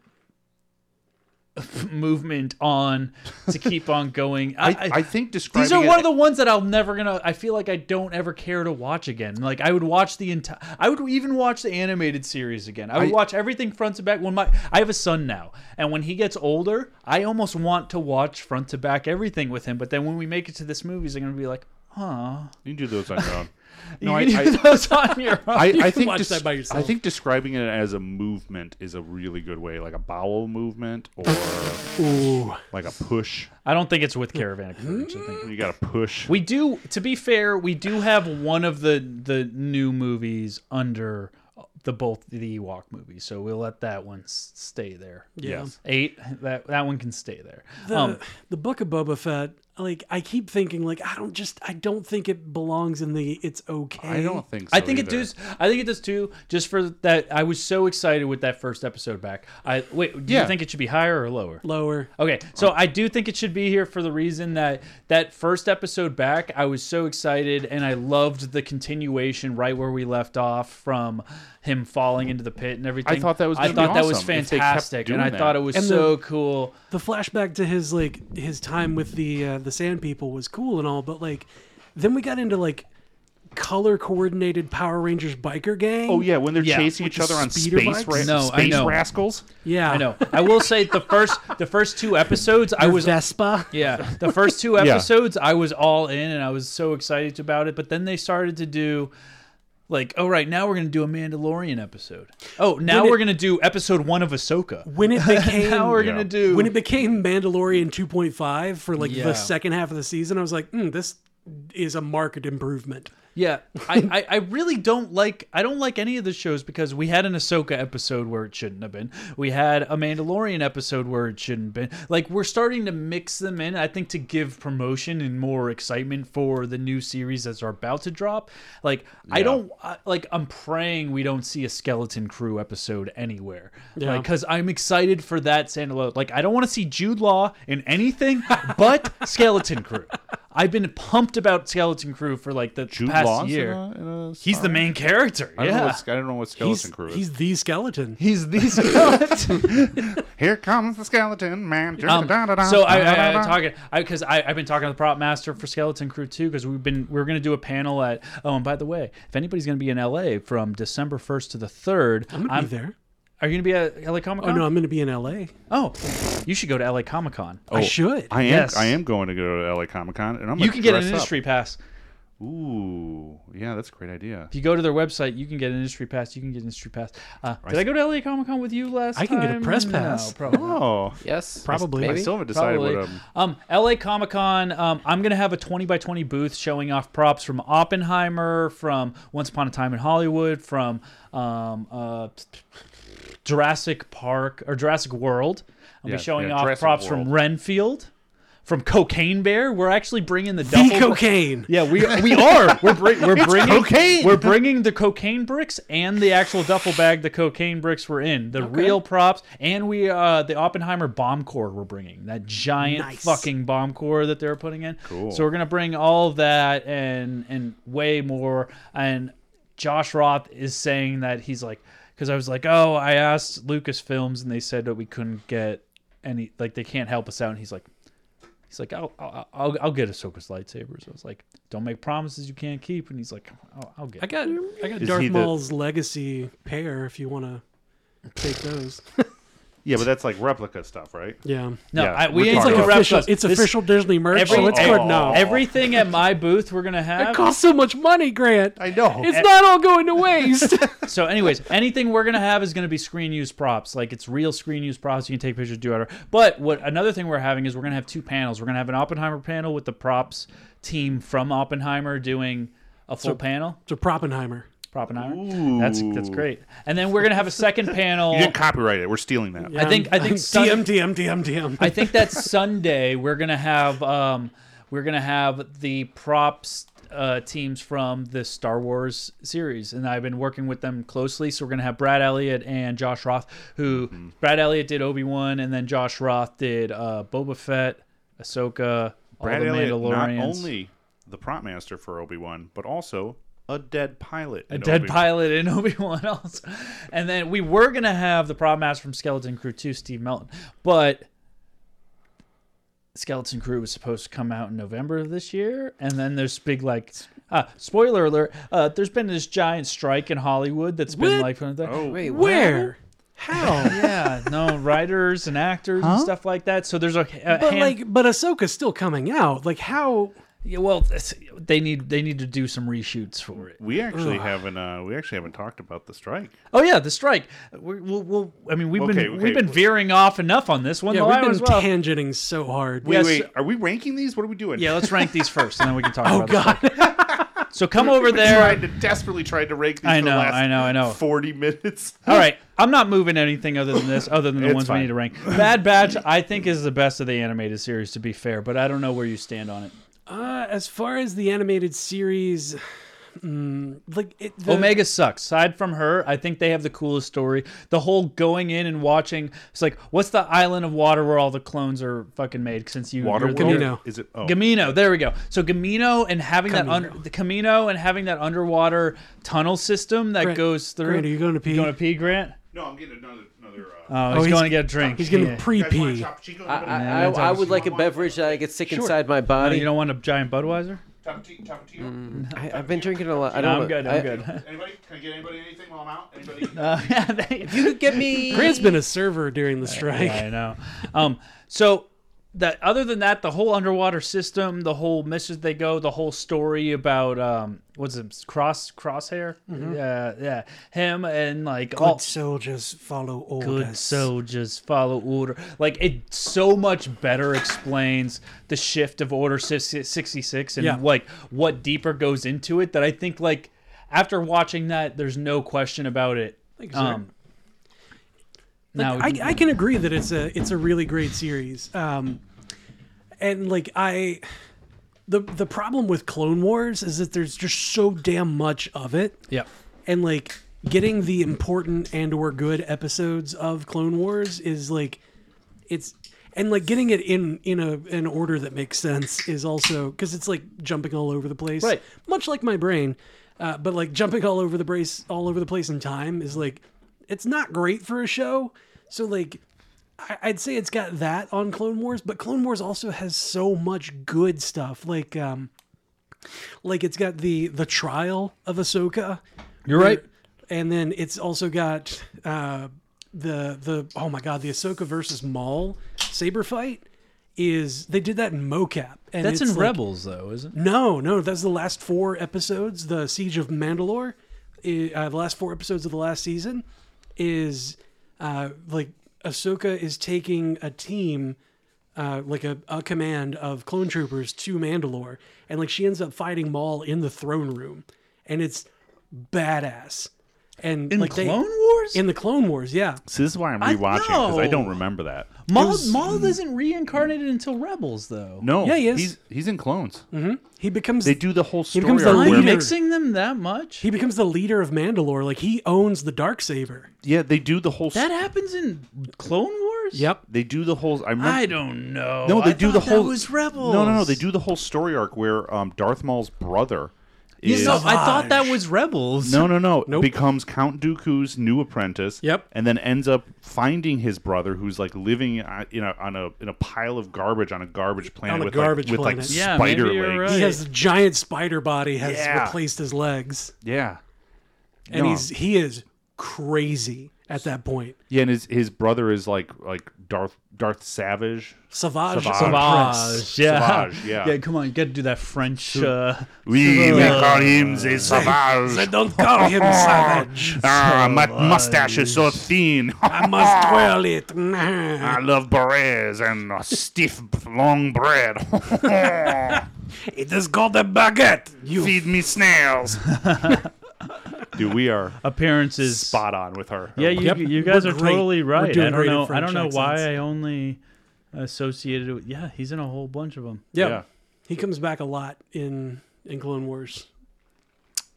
Speaker 2: movement on to keep on going. I,
Speaker 6: I think
Speaker 2: these are
Speaker 6: describing
Speaker 2: one
Speaker 6: it-
Speaker 2: of the ones that I'm never gonna. I feel like I don't ever care to watch again. Like I would watch the entire. I would even watch the animated series again. I would
Speaker 6: I-
Speaker 2: watch everything front to back. When my I have a son now, and when he gets older, I almost want to watch front to back everything with him. But then when we make it to this movie, he's gonna be like, huh.
Speaker 6: You can do those on your own.
Speaker 2: You can do those on your own.
Speaker 6: I,
Speaker 2: You can
Speaker 6: I think
Speaker 2: watch
Speaker 6: des-
Speaker 2: that by yourself.
Speaker 6: I think describing it as a movement is a really good way, like a bowel movement or like a push.
Speaker 2: I don't think it's with Caravan of Courage. I think
Speaker 6: you got to push.
Speaker 2: We do. To be fair, we do have one of the the new movies under uh, the both the Ewok movies, so we'll let that one s- stay there.
Speaker 5: Yeah. Yes.
Speaker 2: eight. That that one can stay there.
Speaker 5: The,
Speaker 2: um,
Speaker 5: Uh, the book of Boba Fett, like I keep thinking, like I don't just I don't think it belongs in the it's okay.
Speaker 2: I think it does. I think it does too. Just for that, I was so excited with that first episode back. I wait. Do
Speaker 5: Yeah.
Speaker 2: you think it should be higher or lower?
Speaker 5: Lower.
Speaker 2: Okay, so I do think it should be here for the reason that that first episode back, I was so excited and I loved the continuation right where we left off from him falling into the pit and everything.
Speaker 6: I thought that was
Speaker 2: I
Speaker 6: gonna
Speaker 2: thought
Speaker 6: be
Speaker 2: that was
Speaker 6: awesome if they kept
Speaker 2: fantastic, and
Speaker 6: doing
Speaker 2: I
Speaker 6: that.
Speaker 2: thought it was
Speaker 5: And
Speaker 2: so
Speaker 5: the-
Speaker 2: cool.
Speaker 5: The flashback to his like his time with the uh, the sand people was cool and all, but like then we got into like color coordinated Power Rangers biker gang.
Speaker 6: Oh yeah, when they're
Speaker 5: Yeah.
Speaker 6: chasing
Speaker 5: With
Speaker 6: each
Speaker 5: the
Speaker 6: other on
Speaker 5: speeder
Speaker 6: space,
Speaker 5: bikes.
Speaker 6: ra-
Speaker 2: No, I
Speaker 6: space
Speaker 2: know.
Speaker 6: rascals.
Speaker 5: Yeah,
Speaker 2: I know. I will say the first the first two episodes, I
Speaker 5: Your
Speaker 2: was
Speaker 5: Vespa.
Speaker 2: Yeah, the first two
Speaker 5: Yeah.
Speaker 2: episodes, I was all in and I was so excited about it. But then they started to do, like, oh, right now we're gonna do a Mandalorian episode. Oh, now
Speaker 5: When it-
Speaker 2: we're gonna do episode one of Ahsoka.
Speaker 5: When it became
Speaker 2: now we're gonna do
Speaker 5: when it became Mandalorian 2.5 for like
Speaker 2: Yeah.
Speaker 5: the second half of the season, I was like, mm, this is a market improvement.
Speaker 2: Yeah, I, I, I really don't like I don't like any of the shows because we had an Ahsoka episode where it shouldn't have been. We had a Mandalorian episode where it shouldn't have been. Like we're starting to mix them in. I think to give promotion and more excitement for the new series that are about to drop. Like I
Speaker 5: Yeah.
Speaker 2: don't I, like I'm praying we don't see a skeleton crew episode anywhere.
Speaker 5: Yeah.
Speaker 2: Like because I'm excited for that standalone. Like I don't want to see Jude Law in anything but Skeleton Crew. I've been pumped about Skeleton Crew for like the
Speaker 6: Jude
Speaker 2: past
Speaker 6: Law's in
Speaker 2: year.
Speaker 6: a- in a
Speaker 2: he's the
Speaker 6: Star-
Speaker 2: main character.
Speaker 6: I don't, know
Speaker 2: yeah.
Speaker 6: what, I don't know what skeleton crew is.
Speaker 5: He's the skeleton.
Speaker 2: He's the skeleton.
Speaker 6: Here comes the skeleton man.
Speaker 2: Um,
Speaker 6: Da-da-da-da-da,
Speaker 2: so I, I, I
Speaker 6: da-da-da.
Speaker 2: talking because I, I've been talking to the prop master for Skeleton Crew too because we've been we're going to do a panel at oh and by the way if anybody's going to be in LA from December first to the third
Speaker 5: I'm gonna be there.
Speaker 2: Are you going to be at LA Comic
Speaker 5: Oh
Speaker 2: Con?
Speaker 5: no, I'm gonna be in LA.
Speaker 2: Oh, you should go to LA Comic Con.
Speaker 6: Oh, I am. I am going to go to LA Comic Con, and I'm.
Speaker 2: You
Speaker 6: gonna
Speaker 2: can get an
Speaker 6: dress up.
Speaker 2: industry pass.
Speaker 6: Ooh, yeah, that's a great idea.
Speaker 2: If you go to their website, you can get an industry pass. You can get an industry pass. Uh, did I go to LA Comic Con with you last?
Speaker 5: I can get a
Speaker 2: time?
Speaker 5: press
Speaker 2: Um, No,
Speaker 5: pass.
Speaker 2: probably not.
Speaker 6: Oh,
Speaker 4: yes,
Speaker 5: Probably.
Speaker 6: I still haven't decided
Speaker 2: Probably.
Speaker 6: what.
Speaker 2: Um,
Speaker 6: Um,
Speaker 2: LA Comic Con. Um, I'm gonna have a 20 by 20 booth showing off props from Oppenheimer, from Once Upon a Time in Hollywood, from um, uh, Jurassic Park or Jurassic World. I'll
Speaker 6: Yeah,
Speaker 2: be showing
Speaker 6: yeah,
Speaker 2: off
Speaker 6: Jurassic
Speaker 2: props
Speaker 6: World.
Speaker 2: from Renfield. From Cocaine Bear, we're actually bringing the double
Speaker 5: cocaine.
Speaker 2: Yeah, we we are. We're bring, we're
Speaker 5: It's
Speaker 2: bringing
Speaker 5: cocaine.
Speaker 2: We're bringing the cocaine bricks and the actual duffel bag the cocaine bricks were in. The real props and we uh the Oppenheimer bomb core we're bringing. That giant
Speaker 5: Nice.
Speaker 2: fucking bomb core that they're putting in.
Speaker 6: Cool.
Speaker 2: So we're gonna bring all of that and and way more. And Josh Roth is saying that he's like, because I was like, oh, I asked Lucasfilms and they said that we couldn't get any, like they can't help us out. And he's like, he's like, I'll I'll, I'll, I'll get Ahsoka's lightsabers. I was like, don't make promises you can't keep. And he's like, I'll, I'll get.
Speaker 5: I got I got
Speaker 6: Is
Speaker 5: Darth
Speaker 6: he the-
Speaker 5: Maul's legacy pair if you wanna take those.
Speaker 6: yeah, but that's like replica stuff, right?
Speaker 5: Yeah.
Speaker 2: No, I, we
Speaker 6: we're
Speaker 2: ain't
Speaker 6: talking
Speaker 2: talking
Speaker 6: about-
Speaker 2: about
Speaker 5: official- it's official Disney merch, so Oh, it's good now.
Speaker 2: oh, Everything at my booth we're gonna have.
Speaker 5: It costs so much money, Grant. I
Speaker 6: know.
Speaker 5: It's
Speaker 2: Eh.
Speaker 5: not all going to waste.
Speaker 2: so anyways anything we're gonna have is gonna be screen use props like it's real screen use props you can take pictures do whatever but what another thing we're having is we're gonna have two panels we're gonna have an oppenheimer panel with the props team from oppenheimer doing a full
Speaker 5: So-
Speaker 2: panel
Speaker 5: to Proppenheimer.
Speaker 2: Proppenheimer. that's that's
Speaker 6: Ooh.
Speaker 2: great and then we're gonna have a second panel
Speaker 6: You didn't copyright it. We're stealing that.
Speaker 2: I think I think Sun-
Speaker 5: DM DM DM DM.
Speaker 2: I think that Sunday we're gonna have um we're gonna have the props uh, teams from the Star Wars series, and I've been working with them closely. So we're gonna have Brad Elliott and Josh Roth, who
Speaker 6: Mm-hmm.
Speaker 2: Brad Elliott did Obi Wan, and then Josh Roth did uh, Boba Fett, Ahsoka,
Speaker 6: Brad
Speaker 2: all the
Speaker 6: Elliott, not
Speaker 2: Mandalorians.
Speaker 6: only the prop master for Obi Wan, but also a dead pilot.
Speaker 2: a
Speaker 6: in
Speaker 2: dead
Speaker 6: Obi-Wan.
Speaker 2: pilot and Obi Wan also. And then we were gonna have the prop master from Skeleton Crew 2, Steve Melton, but Skeleton Crew was supposed to come out in November of this year, and then there's big like uh, spoiler alert. Uh, there's been this giant strike in Hollywood that's been
Speaker 5: What?
Speaker 2: like from the,
Speaker 5: Oh. Wait, Where?
Speaker 2: How? yeah, no writers and actors
Speaker 5: Huh?
Speaker 2: and stuff like that. So there's a, a
Speaker 5: but
Speaker 2: hand-
Speaker 5: like, but Ahsoka's still coming out. Like, how?
Speaker 2: Yeah, well, that's- they need they need to do some reshoots for it.
Speaker 6: We actually haven't. Uh, we actually haven't talked about the strike.
Speaker 2: Oh yeah, the strike. We, we'll, we'll, I mean, we've
Speaker 6: Okay,
Speaker 2: been
Speaker 6: okay.
Speaker 2: we've been veering off enough on this one.
Speaker 5: Yeah,
Speaker 2: though,
Speaker 5: we've
Speaker 2: I
Speaker 5: been
Speaker 2: as well.
Speaker 5: tangenting so hard.
Speaker 2: Wait, Yes. wait,
Speaker 6: Are we ranking these? What are we doing?
Speaker 2: Yeah, let's rank these first, and then we can talk.
Speaker 6: Oh,
Speaker 2: about the strike. So come over
Speaker 6: We
Speaker 2: there.
Speaker 6: Tried to desperately tried to rank these.
Speaker 2: I
Speaker 6: for the
Speaker 2: know,
Speaker 6: last
Speaker 2: I know, I know.
Speaker 6: Forty minutes.
Speaker 2: All right, I'm not moving anything other than this, other than the
Speaker 6: It's
Speaker 2: ones we
Speaker 6: fine.
Speaker 2: need to rank. Bad Batch, I think, is the best of the animated series, to be fair, but I don't know where you stand on it.
Speaker 5: Uh, as far as the animated series, mm, like it, the,
Speaker 2: Omega sucks. Aside from her, I think they have the coolest story. The whole going in and watching. It's like, what's the island of water where all the clones are fucking made? Since you
Speaker 6: Waterworld?
Speaker 2: you're-
Speaker 6: Camino. Is it- oh.
Speaker 2: Camino? There we go. So Gamino and having that
Speaker 5: Camino.
Speaker 2: under the Camino and having that underwater tunnel system that
Speaker 5: Grant-
Speaker 2: goes through.
Speaker 5: Grant, are you going to pee?
Speaker 2: You going to pee, Grant?
Speaker 6: No, I'm getting another. another uh,
Speaker 2: Oh, he's, going to get a drink. Yeah.
Speaker 4: I, I, I, I would like a beverage that I could stick
Speaker 2: Sure.
Speaker 4: inside my body.
Speaker 2: No, Oh, you don't want a giant Budweiser?
Speaker 4: Mm, I, I've been drinking a lot. I
Speaker 2: No,
Speaker 4: don't
Speaker 2: I'm good, I'm good.
Speaker 6: Anybody? Can I get anybody anything while I'm out? Anybody?
Speaker 2: if you could get me.
Speaker 5: Grant's been a server during the strike.
Speaker 2: Yeah, I know. Um, so that other than that, the whole underwater system, the whole missions they go, the whole story about um, what's it, cross crosshair?
Speaker 5: Mhm.
Speaker 2: Yeah, yeah, him and like
Speaker 3: Good
Speaker 2: all
Speaker 3: soldiers follow orders.
Speaker 2: good soldiers follow order. Like it so much better explains the shift of Order sixty six and
Speaker 5: Yeah.
Speaker 2: like what deeper goes into it. That I think like after watching that, there's no question about it. Um,
Speaker 5: you, sir.
Speaker 2: now
Speaker 5: Like, I, I can agree that it's a it's a really great series. Um, and like I, the the problem with Clone Wars is that there's just so damn much of it.
Speaker 2: Yeah.
Speaker 5: And like getting the important and or good episodes of Clone Wars is like, it's and like getting it in in a an order that makes sense is also because it's like jumping all over the place.
Speaker 2: Right.
Speaker 5: Much like my brain, uh, but like jumping all over the place all over the place in time is like it's not great for a show. So like I- I'd say it's got that on Clone Wars, but Clone Wars also has so much good stuff. Like um like it's got the the trial of Ahsoka.
Speaker 2: You're right.
Speaker 5: And then it's also got uh the the oh my god, the Ahsoka versus Maul saber fight is they did that in mocap. And
Speaker 2: that's in
Speaker 5: it's like-
Speaker 2: Rebels though, isn't it?
Speaker 5: no, no, that's the last four episodes. The Siege of Mandalore, i- uh, the last four episodes of the last season, is uh, like Ahsoka is taking a team, uh, like a, a command of clone troopers to Mandalore, and like she ends up fighting Maul in the throne room, and it's badass. And
Speaker 2: In
Speaker 5: like
Speaker 2: Clone
Speaker 5: Wars, in the Clone Wars, yeah.
Speaker 6: So this is why I'm rewatching because I,
Speaker 5: know.
Speaker 6: don't remember that.
Speaker 2: Maul, Maul isn't reincarnated until Rebels though.
Speaker 6: No,
Speaker 5: Yeah, he is.
Speaker 6: he's he's in Clones.
Speaker 5: Mm-hmm. He becomes
Speaker 6: They do the whole story.
Speaker 5: becomes
Speaker 6: arc
Speaker 5: the
Speaker 6: where-
Speaker 5: leader.
Speaker 2: Mixing them that much?
Speaker 5: He becomes the leader of Mandalore. Like he owns the dark saber.
Speaker 6: Yeah, they do the whole.
Speaker 2: That happens in Clone Wars.
Speaker 5: Yep.
Speaker 6: They do the whole. I, remember,
Speaker 2: I don't know.
Speaker 6: No, they
Speaker 2: I
Speaker 6: do the
Speaker 2: thought
Speaker 6: whole.
Speaker 2: That was Rebels.
Speaker 6: No, no, no. They do the whole story arc where um, Darth Maul's brother.
Speaker 2: You
Speaker 6: Is,
Speaker 2: know, I thought that was Rebels.
Speaker 6: No, no, no. Becomes Count Dooku's new apprentice.
Speaker 5: Yep.
Speaker 6: And then ends up finding his brother, who's like living uh, in a on a in a pile of garbage on a garbage planet
Speaker 5: on a
Speaker 6: with
Speaker 5: garbage
Speaker 6: like,
Speaker 5: planet.
Speaker 6: with like spider legs.
Speaker 5: He has a giant spider body has
Speaker 6: Yeah.
Speaker 5: replaced his legs,
Speaker 6: Yeah.
Speaker 5: and
Speaker 6: No.
Speaker 5: he's he is crazy at that point.
Speaker 6: Yeah, and his his brother is like like Darth Darth Savage.
Speaker 5: Savage.
Speaker 2: Savage, yeah.
Speaker 6: Savage, yeah.
Speaker 2: yeah. Come on, you got to do that French. Uh,
Speaker 6: We we
Speaker 2: Savage.
Speaker 6: call him the Savage.
Speaker 5: They don't call him Savage.
Speaker 6: Ah, my mustache is so thin.
Speaker 5: I must twirl it.
Speaker 6: I love berets and uh, stiff long bread.
Speaker 5: it is called a baguette. You
Speaker 6: feed me snails. Dude, we are
Speaker 2: appearances
Speaker 6: spot on with her.
Speaker 2: Yeah, you, you guys are totally right. I don't know. I don't know why I
Speaker 5: accents.
Speaker 2: only associated it with. Yeah, he's in a whole bunch of them.
Speaker 5: Yeah. he comes back a lot in in Clone Wars.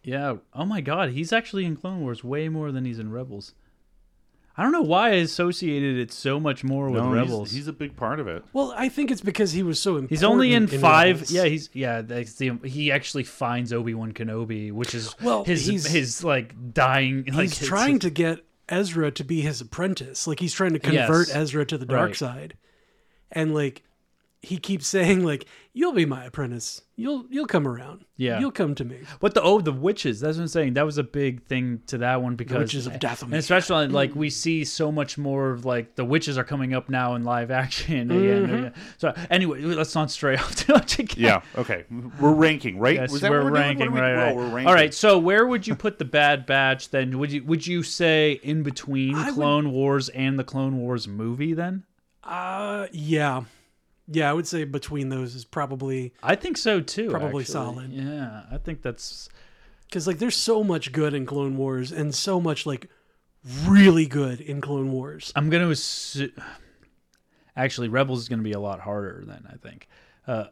Speaker 2: Yeah. Oh my God, he's actually in Clone Wars way more than he's in Rebels. I don't know why I associated it so much more with
Speaker 6: No, he's-
Speaker 2: Rebels.
Speaker 6: he's a big part of it.
Speaker 5: Well, I think it's because he was so important.
Speaker 2: He's only in, five.
Speaker 5: Rebels.
Speaker 2: Yeah, he's yeah. That's the, he actually finds Obi Wan Kenobi, which is
Speaker 5: Well,
Speaker 2: his
Speaker 5: he's-
Speaker 2: his like dying. Like
Speaker 5: he's
Speaker 2: his-
Speaker 5: trying to get Ezra to be his apprentice. Like he's trying to convert
Speaker 2: Yes.
Speaker 5: Ezra to the dark
Speaker 2: Right.
Speaker 5: side. And like he keeps saying like, "You'll be my apprentice. You'll you'll come around.
Speaker 2: Yeah.
Speaker 5: you'll come to me."
Speaker 2: But the oh the witches, that's what I'm saying. That was a big thing to that one because
Speaker 5: Witches of Dathomir.
Speaker 2: and especially like we see so much more of like the witches are coming up now in live action.
Speaker 6: Mhm.
Speaker 2: Yeah, yeah. So anyway, let's not stray off too much again.
Speaker 6: Yeah. Okay. We're ranking, right?
Speaker 2: Yes,
Speaker 6: Was that what
Speaker 2: we're,
Speaker 6: we're doing?
Speaker 2: ranking,
Speaker 6: What are we-
Speaker 2: right,
Speaker 6: Whoa,
Speaker 2: right.
Speaker 6: we're ranking.
Speaker 2: All right, so where would you put the Bad Batch then? Would you would you say in between
Speaker 5: I would-
Speaker 2: Clone Wars and the Clone Wars movie then?
Speaker 5: Uh, yeah, yeah. I would say between those is probably
Speaker 2: I think so too.
Speaker 5: Probably
Speaker 2: actually.
Speaker 5: solid.
Speaker 2: Yeah, I think that's
Speaker 5: because like there's so much good in Clone Wars and so much like really good in Clone Wars.
Speaker 2: I'm gonna assume. Actually, Rebels is gonna be a lot harder then. I think. Uh,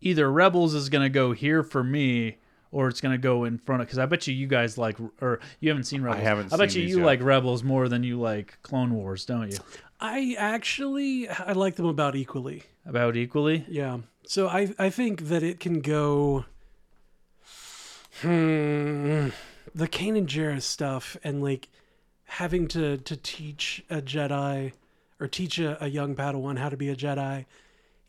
Speaker 2: either Rebels is gonna go here for me, or it's gonna go in front of. Because I bet you you guys like, or you haven't seen Rebels.
Speaker 6: haven't
Speaker 2: I bet
Speaker 6: seen
Speaker 2: you
Speaker 6: these
Speaker 2: you
Speaker 6: yet.
Speaker 2: like Rebels more than you like Clone Wars, don't you?
Speaker 5: I actually I like them about equally.
Speaker 2: About equally.
Speaker 5: Yeah. So I I think that it can go. Hmm, the Kanan Jarrus stuff and like having to to teach a Jedi or teach a, a young Padawan how to be a Jedi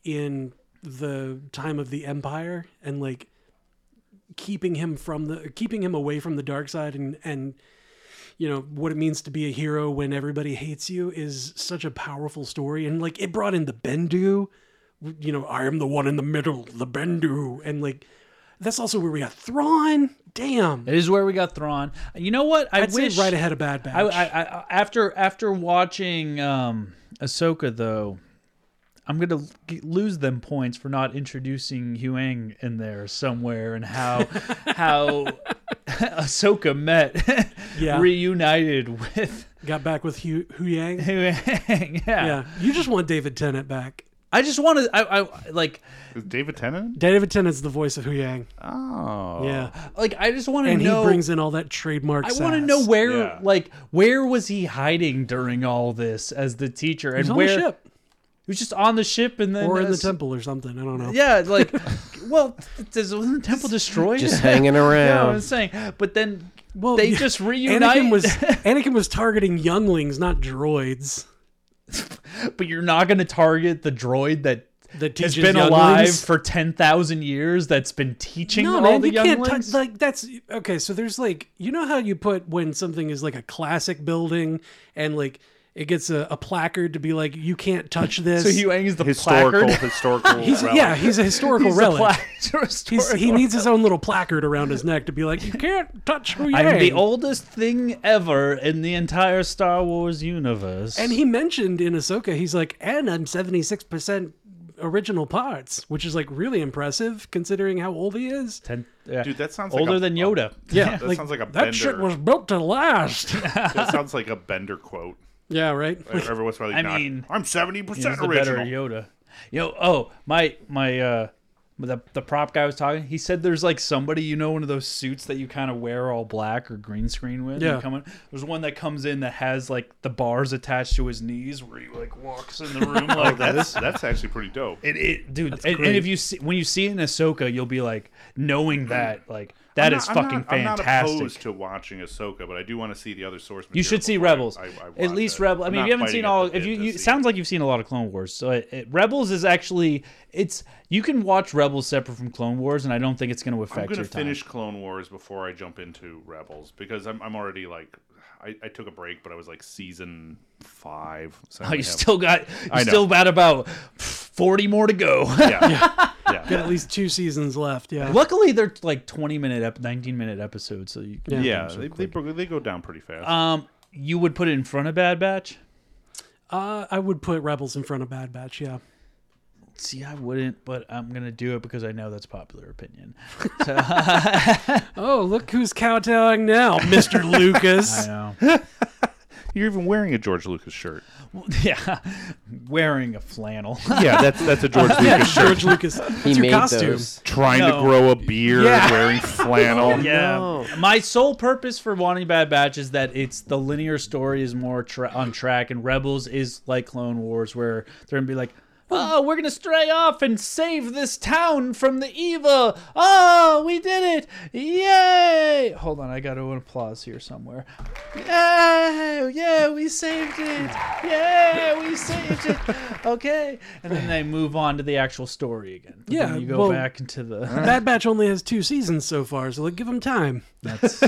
Speaker 5: in the time of the Empire and like keeping him from the keeping him away from the dark side and and you know what it means to be a hero when everybody hates you is such a powerful story and like it brought in the bendu you know i am the one in the middle the bendu and like that's also where we got thrawn damn
Speaker 2: It is where we got Thrawn. You know what? I
Speaker 5: I'd say
Speaker 2: wish
Speaker 5: right ahead of Bad Batch.
Speaker 2: I, I, I, after after watching um, Ahsoka though, I'm gonna l- g- lose them points for not introducing Huang in there somewhere and how how Ahsoka met
Speaker 5: Yeah.
Speaker 2: reunited with
Speaker 5: got back with Hu Hu Yang.
Speaker 2: Hu Yang, yeah.
Speaker 5: yeah you just want david tennant back
Speaker 2: I just want to I, I like
Speaker 6: Is David Tennant?
Speaker 5: david tennant's the voice of Hu Yang.
Speaker 6: Oh.
Speaker 5: yeah
Speaker 2: like I just want to
Speaker 5: and
Speaker 2: know
Speaker 5: he brings in all that trademark
Speaker 2: I
Speaker 5: want to
Speaker 2: know where, like, where was he hiding during all this as the teacher, and
Speaker 5: He's on the
Speaker 2: where
Speaker 5: ship.
Speaker 2: he was just on the ship, and then
Speaker 5: or in the
Speaker 2: as-
Speaker 5: temple or something i don't know
Speaker 2: Yeah, like, well, does wasn't the temple destroyed?
Speaker 5: Just hanging
Speaker 2: yeah,
Speaker 5: around.
Speaker 2: I'm saying, but then
Speaker 5: well,
Speaker 2: they
Speaker 5: yeah,
Speaker 2: just
Speaker 5: Anakin
Speaker 2: reunite.
Speaker 5: was Anakin was targeting younglings, not droids.
Speaker 2: but you're not going to target the droid that
Speaker 5: That
Speaker 2: has
Speaker 5: teaches
Speaker 2: been alive
Speaker 5: younglings?
Speaker 2: for ten thousand years. That's been teaching all the
Speaker 5: you can't
Speaker 2: younglings.
Speaker 5: touch like that's okay. So there's like you know how you put when something is like a classic building and like it gets a, a placard to be like you can't touch this.
Speaker 2: so Huang is the
Speaker 6: Historical-
Speaker 2: placard.
Speaker 6: historical
Speaker 5: He's, yeah, he's a historical
Speaker 2: He's a
Speaker 5: relic.
Speaker 2: pla-
Speaker 5: He's- he needs his own little placard around his neck to be like, you can't touch Hu Yang.
Speaker 2: I'm the oldest thing ever in the entire Star Wars universe.
Speaker 5: And he mentioned in Ahsoka, he's like, and I'm 76% original parts, which is like really impressive considering how old he is.
Speaker 2: Ten, yeah.
Speaker 6: Dude, that sounds like
Speaker 2: older
Speaker 6: a-
Speaker 2: than Yoda.
Speaker 5: Yeah,
Speaker 6: that
Speaker 5: like,
Speaker 6: sounds like a
Speaker 5: That shit
Speaker 6: Bender.
Speaker 5: was built to last.
Speaker 6: that sounds like a Bender quote.
Speaker 5: yeah, right? Like,
Speaker 6: Every once in a while,
Speaker 2: I
Speaker 6: he'd nod,
Speaker 2: mean,
Speaker 6: I'm seventy
Speaker 2: Yeah, he's
Speaker 6: percent
Speaker 2: the better
Speaker 6: original.
Speaker 2: Yoda. Yo, oh my my uh the the prop guy was talking. He said there's like somebody you know one of those suits that you kind of wear all black or green screen with. You
Speaker 5: Yeah.
Speaker 2: come in, there's one that comes in that has like the bars attached to his knees where he like walks in the room like
Speaker 6: oh,
Speaker 2: this.
Speaker 6: that's that's actually pretty dope.
Speaker 2: It, it dude,
Speaker 6: That's
Speaker 2: and, and
Speaker 6: great.
Speaker 2: if you see when you see it in Ahsoka, you'll be like knowing that like that
Speaker 6: That
Speaker 2: is
Speaker 6: is
Speaker 2: fucking
Speaker 6: I'm not,
Speaker 2: fantastic.
Speaker 6: I'm not opposed to watching Ahsoka, but I do want to see the other source. Material
Speaker 2: You should see
Speaker 6: before I-
Speaker 2: Rebels.
Speaker 6: I- I
Speaker 2: At
Speaker 6: watch
Speaker 2: least
Speaker 6: it.
Speaker 2: Rebel. I
Speaker 6: I'm
Speaker 2: mean, if
Speaker 6: not
Speaker 2: you haven't
Speaker 6: biting
Speaker 2: seen
Speaker 6: at
Speaker 2: all,
Speaker 6: the
Speaker 2: if you,
Speaker 6: bit to
Speaker 2: you
Speaker 6: see
Speaker 2: it sounds like you've seen a lot of Clone Wars. So it, it- Rebels is actually it's you can watch Rebels separate from Clone Wars, and I don't think it's going to affect
Speaker 6: I'm gonna
Speaker 2: your time.
Speaker 6: finish Clone Wars before I jump into Rebels because I'm I'm already like I, I took a break, but I was like season five. So I
Speaker 2: Oh,
Speaker 6: only
Speaker 2: you
Speaker 6: have-
Speaker 2: still got
Speaker 6: I
Speaker 2: you
Speaker 6: know.
Speaker 2: still got about forty more to go.
Speaker 6: Yeah.
Speaker 5: Got at least two seasons left. Yeah.
Speaker 2: Luckily, they're like twenty minute, ep- nineteen minute episodes, so you
Speaker 6: yeah,
Speaker 2: can finish them
Speaker 6: they, they
Speaker 2: quick.
Speaker 6: bro- they go down pretty fast.
Speaker 2: um, you would put it in front of Bad Batch.
Speaker 5: Uh, I would put Rebels in front of Bad Batch. Yeah.
Speaker 2: See, I wouldn't, but I'm gonna do it because I know that's popular opinion.
Speaker 5: Oh, look who's kowtowing now, Mr. Lucas.
Speaker 2: I
Speaker 6: You're even wearing a George Lucas shirt.
Speaker 2: know. Yeah, wearing a flannel.
Speaker 6: Yeah, that's that's a George
Speaker 2: Yeah,
Speaker 6: Lucas shirt.
Speaker 2: George Lucas. He
Speaker 5: That's your made costume. those.
Speaker 6: Trying
Speaker 2: No.
Speaker 6: to grow a beard,
Speaker 2: Yeah.
Speaker 6: wearing flannel.
Speaker 2: yeah. Um, My sole purpose for wanting Bad Batch is that it's the linear story is more tra- on track, and Rebels is like Clone Wars, where they're gonna be like, Oh, we're gonna stray off and save this town from the evil. Oh, we did it! Yay! Hold on, I got an applause here somewhere. Yeah, yeah, we saved it. Yeah, we saved it. Okay, and then they move on to the actual story again. But
Speaker 5: Yeah,
Speaker 2: then you go
Speaker 5: well,
Speaker 2: back into the
Speaker 5: Bad Batch only has two seasons so far, so like, give them time.
Speaker 2: That's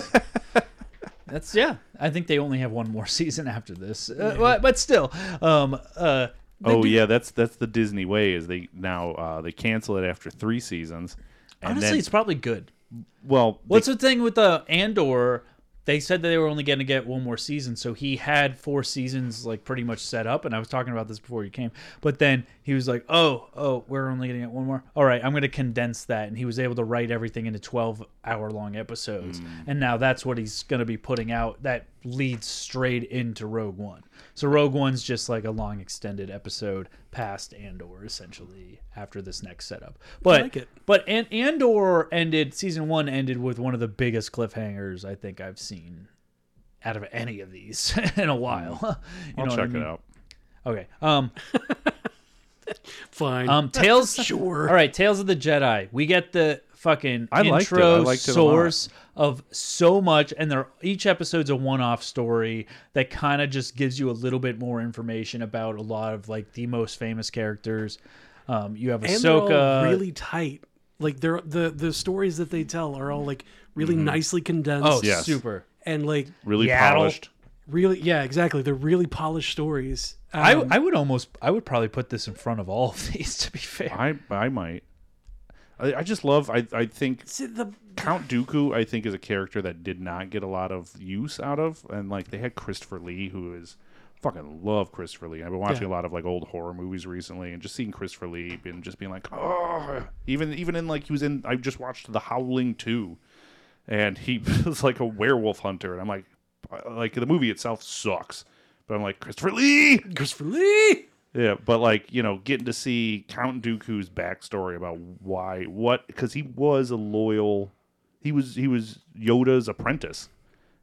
Speaker 2: that's yeah. I think they only have one more season after this, uh,
Speaker 5: Yeah.
Speaker 2: but, but still. Um, uh, they
Speaker 6: oh
Speaker 2: do-
Speaker 6: yeah, that's that's the Disney way. Is they now uh, they cancel it after three seasons. And
Speaker 2: Honestly,
Speaker 6: then,
Speaker 2: it's probably good.
Speaker 6: well,
Speaker 2: What's the thing with the Andor? They said that they were only going to get one more season, so he had four seasons like pretty much set up. And I was talking about this before you came, but then he was like, "Oh, oh, we're only going to get one more. All right, I'm going to condense that." And he was able to write everything into 12 hour long episodes, and now that's what he's going to be putting out. That leads straight into Rogue One. So Rogue One's just like a long extended episode past Andor, essentially after this next setup. But
Speaker 5: like it.
Speaker 2: but and Andor ended season one ended with one of the biggest cliffhangers I think I've seen out of any of these in a while. You
Speaker 6: Hmm. I'll
Speaker 2: know what I
Speaker 6: check it
Speaker 2: mean?
Speaker 6: out.
Speaker 2: Okay. Um.
Speaker 5: Fine.
Speaker 2: Um. Tales.
Speaker 5: Sure.
Speaker 2: All right. Tales of the Jedi. We get the fucking
Speaker 6: I liked it. I
Speaker 2: intro
Speaker 6: liked it a lot.
Speaker 2: source of so much, and they're each episode's a one-off story that kind of just gives you a little bit more information about a lot of like the most famous characters. Um, you have
Speaker 5: And they're all
Speaker 2: Ahsoka.
Speaker 5: really tight. Like they're the the stories that they tell are all like really
Speaker 2: Mhm.
Speaker 5: nicely condensed.
Speaker 2: Oh, Yes. super.
Speaker 5: And like
Speaker 6: Really polished.
Speaker 5: Really, yeah, exactly. They're really polished stories. Um,
Speaker 2: I, I would almost I would probably put this in front of all of these to be fair.
Speaker 6: I I might. I, I just love. I I think
Speaker 5: the
Speaker 6: Count Dooku. I think is a character that did not get a lot of use out of, and like they had Christopher Lee, who is fucking love Christopher Lee. I've been watching a lot of like old horror movies recently, and just seeing Christopher Lee and just being like, oh, even even in like he was in. I just watched The Howling Two, and he was like a werewolf hunter, and I'm like, uh, like the movie itself sucks, but I'm like Christopher Lee,
Speaker 5: Christopher Lee.
Speaker 6: yeah, but like you know, getting to see Count Dooku's backstory about why, what, because he was a loyal, he was he was Yoda's apprentice,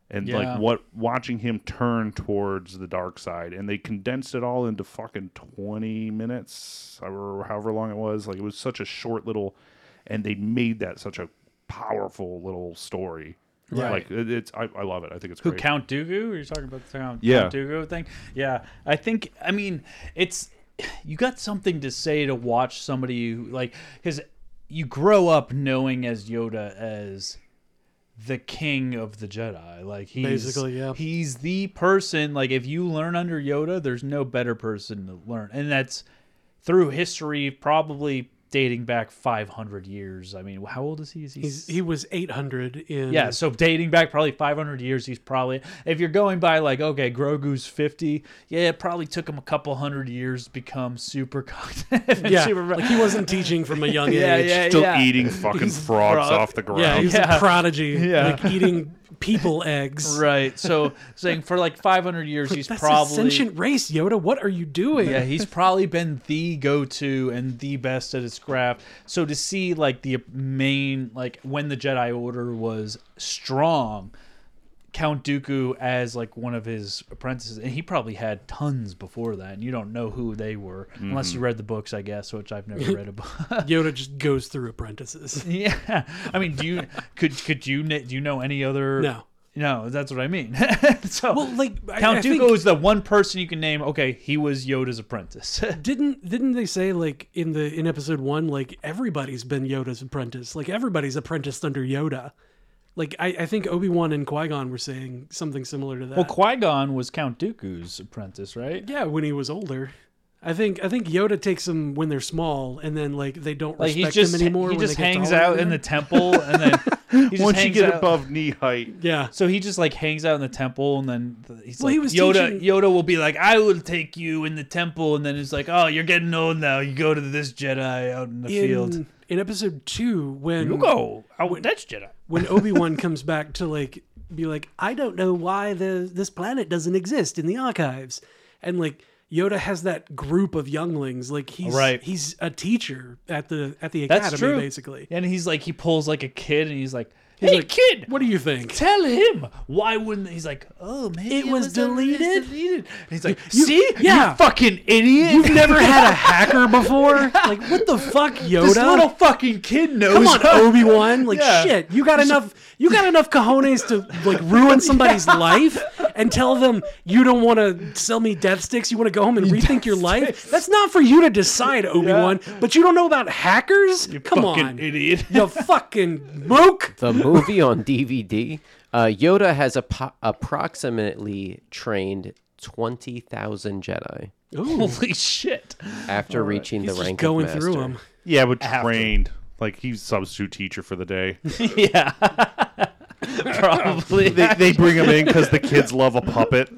Speaker 6: and
Speaker 2: Yeah.
Speaker 6: like what watching him turn towards the dark side, and they condensed it all into fucking twenty minutes or however long it was. Like it was such a short little, and they made that such a powerful little story.
Speaker 2: Right.
Speaker 6: Like it, it's, I, I love it. I think it's
Speaker 2: Who
Speaker 6: great.
Speaker 2: Count Dooku? Are you talking about the Count,
Speaker 6: Yeah.
Speaker 2: Count Dooku thing? Yeah, I think. I mean, it's you got something to say to watch somebody who like because you grow up knowing as Yoda as the king of the Jedi. Like he's
Speaker 5: Basically, yeah.
Speaker 2: he's the person. Like if you learn under Yoda, there's no better person to learn, and that's through history, probably dating back 500 years. I mean, how old is he? Is he
Speaker 5: he's, he was eight hundred in
Speaker 2: yeah, so dating back probably 500 years, he's probably if you're going by like okay, Grogu's 50, yeah, it probably took him a couple hundred years to become super cognitive. and
Speaker 5: yeah.
Speaker 2: super-
Speaker 5: Like he wasn't teaching from a young
Speaker 2: Yeah,
Speaker 5: age.
Speaker 2: yeah,
Speaker 6: Still
Speaker 2: yeah.
Speaker 6: eating fucking
Speaker 2: He's
Speaker 6: frogs
Speaker 2: frog-
Speaker 6: off the ground.
Speaker 5: Yeah, he was
Speaker 2: Yeah.
Speaker 5: a prodigy.
Speaker 2: Yeah.
Speaker 5: Like eating people eggs.
Speaker 2: right. So saying for like 500 years, he's
Speaker 5: That's
Speaker 2: probably
Speaker 5: a sentient race, Yoda. What are you doing?
Speaker 2: yeah, he's probably been the go-to and the best at his craft. So to see like the main like when the Jedi Order was strong, Count Dooku as like one of his apprentices, and he probably had tons before that, and you don't know who they were unless
Speaker 5: Mm-hmm.
Speaker 2: you read the books, I guess, which I've never read a book.
Speaker 5: Yoda just goes through apprentices.
Speaker 2: yeah, I mean, do you could could you kn- do you know any other?
Speaker 5: No.
Speaker 2: no, that's what I mean. so
Speaker 5: Well, like I-
Speaker 2: Count
Speaker 5: I
Speaker 2: Dooku
Speaker 5: think-
Speaker 2: is the one person you can name. Okay, he was Yoda's apprentice.
Speaker 5: didn't didn't they say like in the in episode one like everybody's been Yoda's apprentice like everybody's apprenticed under Yoda, like I, I think Obi Wan and Qui Gon were saying something similar to that.
Speaker 2: Well, Qui Gon was Count Dooku's apprentice, right?
Speaker 5: yeah, when he was older, I think I think Yoda takes them when they're small and then like they don't
Speaker 2: Like he
Speaker 5: respect
Speaker 2: just
Speaker 5: him anymore.
Speaker 2: he
Speaker 5: when
Speaker 2: just
Speaker 5: they get
Speaker 2: hangs
Speaker 5: taller
Speaker 2: out
Speaker 5: than
Speaker 2: in the
Speaker 5: him.
Speaker 2: temple, and then he just
Speaker 6: Once you
Speaker 2: hangs
Speaker 6: get
Speaker 2: out-
Speaker 6: above knee height,
Speaker 5: yeah.
Speaker 2: So he just like hangs out in the temple, and then th- he's
Speaker 5: Well,
Speaker 2: like,
Speaker 5: he was
Speaker 2: Yoda.
Speaker 5: teaching-
Speaker 2: Yoda will be like, "I will take you in the temple," and then he's like, "Oh, you're getting old now. You go to this Jedi out in the field.
Speaker 5: in, in episode two when
Speaker 2: You go. Oh, that's Jedi."
Speaker 5: when Obi Wan comes back to like be like, I don't know why the this planet doesn't exist in the archives, and like Yoda has that group of younglings, like he's
Speaker 2: Right.
Speaker 5: he's a teacher at the at the
Speaker 2: That's
Speaker 5: academy
Speaker 2: true.
Speaker 5: basically.
Speaker 2: And he's like, he pulls like a kid, and he's like,
Speaker 5: He's
Speaker 2: hey
Speaker 5: like,
Speaker 2: kid,
Speaker 5: what do you think?
Speaker 2: Tell him why wouldn't he's like, oh man,
Speaker 5: It was deleted.
Speaker 2: deleted. And he's like,
Speaker 5: You-
Speaker 2: see,
Speaker 5: yeah.
Speaker 2: you fucking idiot,
Speaker 5: You've never had a hacker before? Like, what the fuck, Yoda?
Speaker 2: This little fucking kid knows.
Speaker 5: Come on, Obi Wan. Like
Speaker 2: Yeah.
Speaker 5: shit, you got enough. You got enough cojones to like ruin somebody's life and tell them you don't want to sell me death sticks. You want to go home and rethink your life. That's not for you to decide, Obi Wan. But you don't know about hackers. Come
Speaker 2: fucking
Speaker 5: on,
Speaker 2: idiot.
Speaker 5: You fucking mook.
Speaker 4: the movie on DVD. Uh, Yoda has appo- approximately trained twenty thousand Jedi
Speaker 2: Holy shit!
Speaker 4: after reaching the rank of master.
Speaker 6: Yeah, but
Speaker 2: After.
Speaker 6: trained. Like he's substitute teacher for the day.
Speaker 2: yeah, probably.
Speaker 6: they, they bring him in because the kids love a puppet.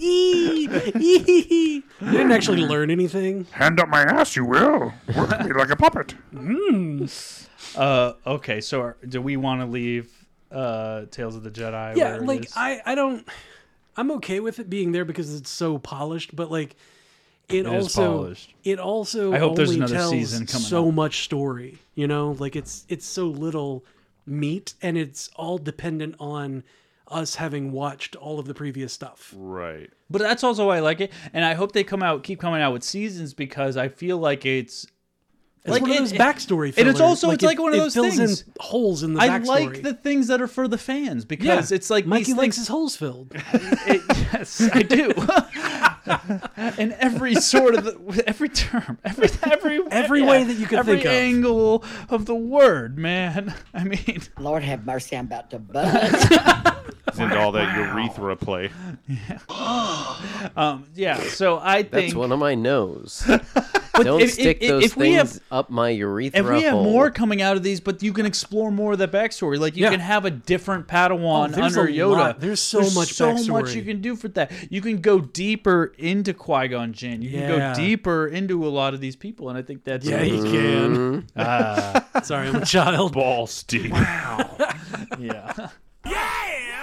Speaker 5: Eee, eee. You didn't actually learn anything.
Speaker 14: Hand up my ass, you will. Work me like a puppet.
Speaker 2: Uh, okay, so are, do we want to leave uh, Tales of the Jedi?
Speaker 5: yeah
Speaker 2: where it
Speaker 5: like
Speaker 2: is?
Speaker 5: i i don't i'm okay with it being there because it's so polished but like
Speaker 2: It
Speaker 5: it,
Speaker 2: is
Speaker 5: also
Speaker 2: polished.
Speaker 5: it also
Speaker 2: I hope there's
Speaker 5: only
Speaker 2: another
Speaker 5: tells
Speaker 2: season coming
Speaker 5: so much story you know like it's it's so little meat and it's all dependent on us having watched all of the previous stuff
Speaker 6: right
Speaker 2: But that's also why I like it, and I hope they come out, keep coming out with seasons because I feel like it's
Speaker 5: it's one of those backstory
Speaker 2: and it's
Speaker 5: fillers.
Speaker 2: also it's
Speaker 5: it-
Speaker 2: like one of
Speaker 5: it
Speaker 2: those
Speaker 5: fills
Speaker 2: things.
Speaker 5: in holes in the
Speaker 2: I
Speaker 5: backstory
Speaker 2: like the things that are for the fans because
Speaker 5: Yeah.
Speaker 2: it's like
Speaker 5: Mikey
Speaker 2: these things-
Speaker 5: likes his holes filled.
Speaker 2: yes, I do. In every sort of the, every term, every every
Speaker 5: Every way that you can
Speaker 2: every
Speaker 5: think of.
Speaker 2: angle of the word, man. I mean,
Speaker 19: Lord have mercy, I'm about to buzz.
Speaker 6: and all that urethra play.
Speaker 2: um, yeah. So I think
Speaker 4: That's one of my nose. Don't
Speaker 2: if- if-
Speaker 4: stick
Speaker 2: if-
Speaker 4: those
Speaker 2: if we
Speaker 4: things
Speaker 2: have-
Speaker 4: up my urethra.
Speaker 2: if we have
Speaker 4: hole.
Speaker 2: more coming out of these, but you can explore more of the backstory. Like you
Speaker 4: Yeah.
Speaker 2: can have a different Padawan
Speaker 5: Oh, there's
Speaker 2: under
Speaker 5: a
Speaker 2: Yoda.
Speaker 5: lot. There's so much
Speaker 2: so much
Speaker 5: backstory.
Speaker 2: you can do for that. You can go deeper into Qui Gon Jinn. You
Speaker 5: Yeah.
Speaker 2: can go deeper into a lot of these people, and I think that's
Speaker 5: Yeah, you can.
Speaker 2: Ah.
Speaker 5: Sorry, I'm a child.
Speaker 6: Balls deep. Wow.
Speaker 2: yeah.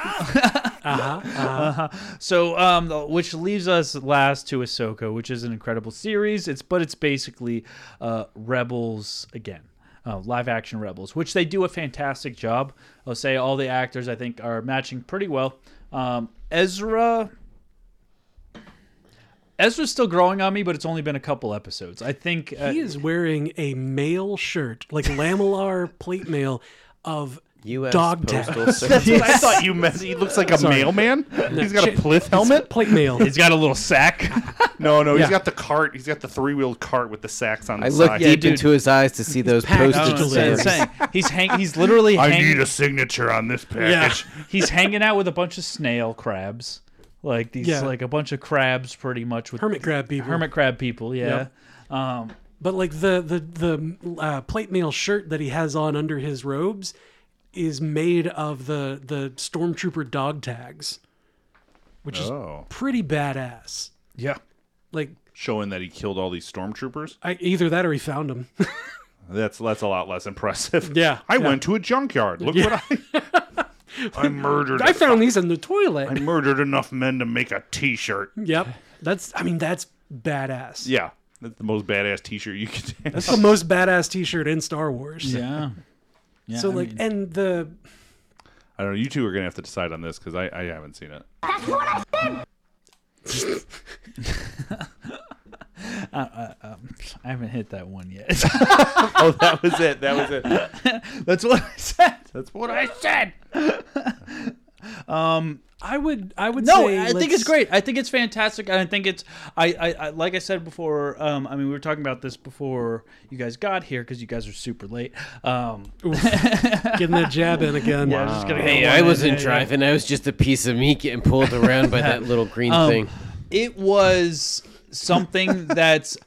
Speaker 5: uh-huh, uh-huh.
Speaker 2: Uh-huh. So, um, which leaves us last to Ahsoka, which is an incredible series. It's but it's basically uh, Rebels again, uh, live action Rebels, which they do a fantastic job. I'll say all the actors I think are matching pretty well. Um, Ezra. Ezra's still growing on me, but it's only been a couple episodes. I think uh,
Speaker 5: he is wearing a mail shirt, like lamellar plate mail of
Speaker 4: U.S.
Speaker 5: dog
Speaker 4: Postal
Speaker 5: tags.
Speaker 4: Service.
Speaker 6: That's what I thought you meant. He looks like a
Speaker 5: Sorry.
Speaker 6: mailman.
Speaker 5: No,
Speaker 6: he's got a
Speaker 5: shit.
Speaker 6: plith helmet.
Speaker 5: Plate mail.
Speaker 2: He's got a little sack.
Speaker 6: No, no,
Speaker 5: Yeah.
Speaker 6: he's got the cart. He's got the three-wheeled cart with the sacks on the
Speaker 4: I look
Speaker 6: side.
Speaker 4: deep into his eyes to see those
Speaker 2: packed
Speaker 4: postage
Speaker 2: up. That's
Speaker 4: stamps.
Speaker 2: what I'm saying. He's hang- he's literally
Speaker 6: I
Speaker 2: hanging-
Speaker 6: need a signature on this
Speaker 2: Yeah.
Speaker 6: package.
Speaker 2: He's hanging out with a bunch of snail crabs. Like these
Speaker 5: Yeah.
Speaker 2: like a bunch of crabs pretty much with
Speaker 5: Hermit crab people.
Speaker 2: Hermit crab people, yeah. Um
Speaker 5: But like the the the uh, plate mail shirt that he has on under his robes is made of the the stormtrooper dog tags, which
Speaker 6: Oh.
Speaker 5: is pretty badass.
Speaker 2: Yeah.
Speaker 5: Like
Speaker 6: Showing that he killed all these stormtroopers.
Speaker 5: I, either that or he found him.
Speaker 6: That's that's a lot less impressive.
Speaker 5: Yeah,
Speaker 6: I
Speaker 5: yeah.
Speaker 6: went to a junkyard. Look what I I murdered.
Speaker 5: I found these in the toilet.
Speaker 6: I murdered enough men to make a T-shirt.
Speaker 5: yep, that's I mean that's badass.
Speaker 6: Yeah, that's the most badass T-shirt you could. have.
Speaker 5: That's the most badass T-shirt in Star Wars.
Speaker 2: Yeah. Yeah,
Speaker 5: so
Speaker 2: I
Speaker 5: like,
Speaker 2: mean-
Speaker 5: and the
Speaker 6: I don't know. You two are gonna have to decide on this because I, I haven't seen it.
Speaker 2: I, I, um, I haven't hit that one yet.
Speaker 6: oh, that was it. That was it.
Speaker 2: That's what I said.
Speaker 6: That's what I said.
Speaker 2: Um
Speaker 5: I would I would
Speaker 2: no,
Speaker 5: say
Speaker 2: I think
Speaker 5: let's-
Speaker 2: it's great. I think it's fantastic. and I think it's I, I, I like I said before. Um, I mean, we were talking about this before you guys got here because you guys are super late. Um,
Speaker 5: Getting that jab in again.
Speaker 2: Yeah, I was just gonna.
Speaker 4: Hey,
Speaker 2: go
Speaker 4: I
Speaker 2: on it.
Speaker 4: wasn't
Speaker 2: Yeah, yeah.
Speaker 4: driving. I was just a piece of meat getting pulled around by that little green
Speaker 2: Um,
Speaker 4: thing.
Speaker 2: It was something that's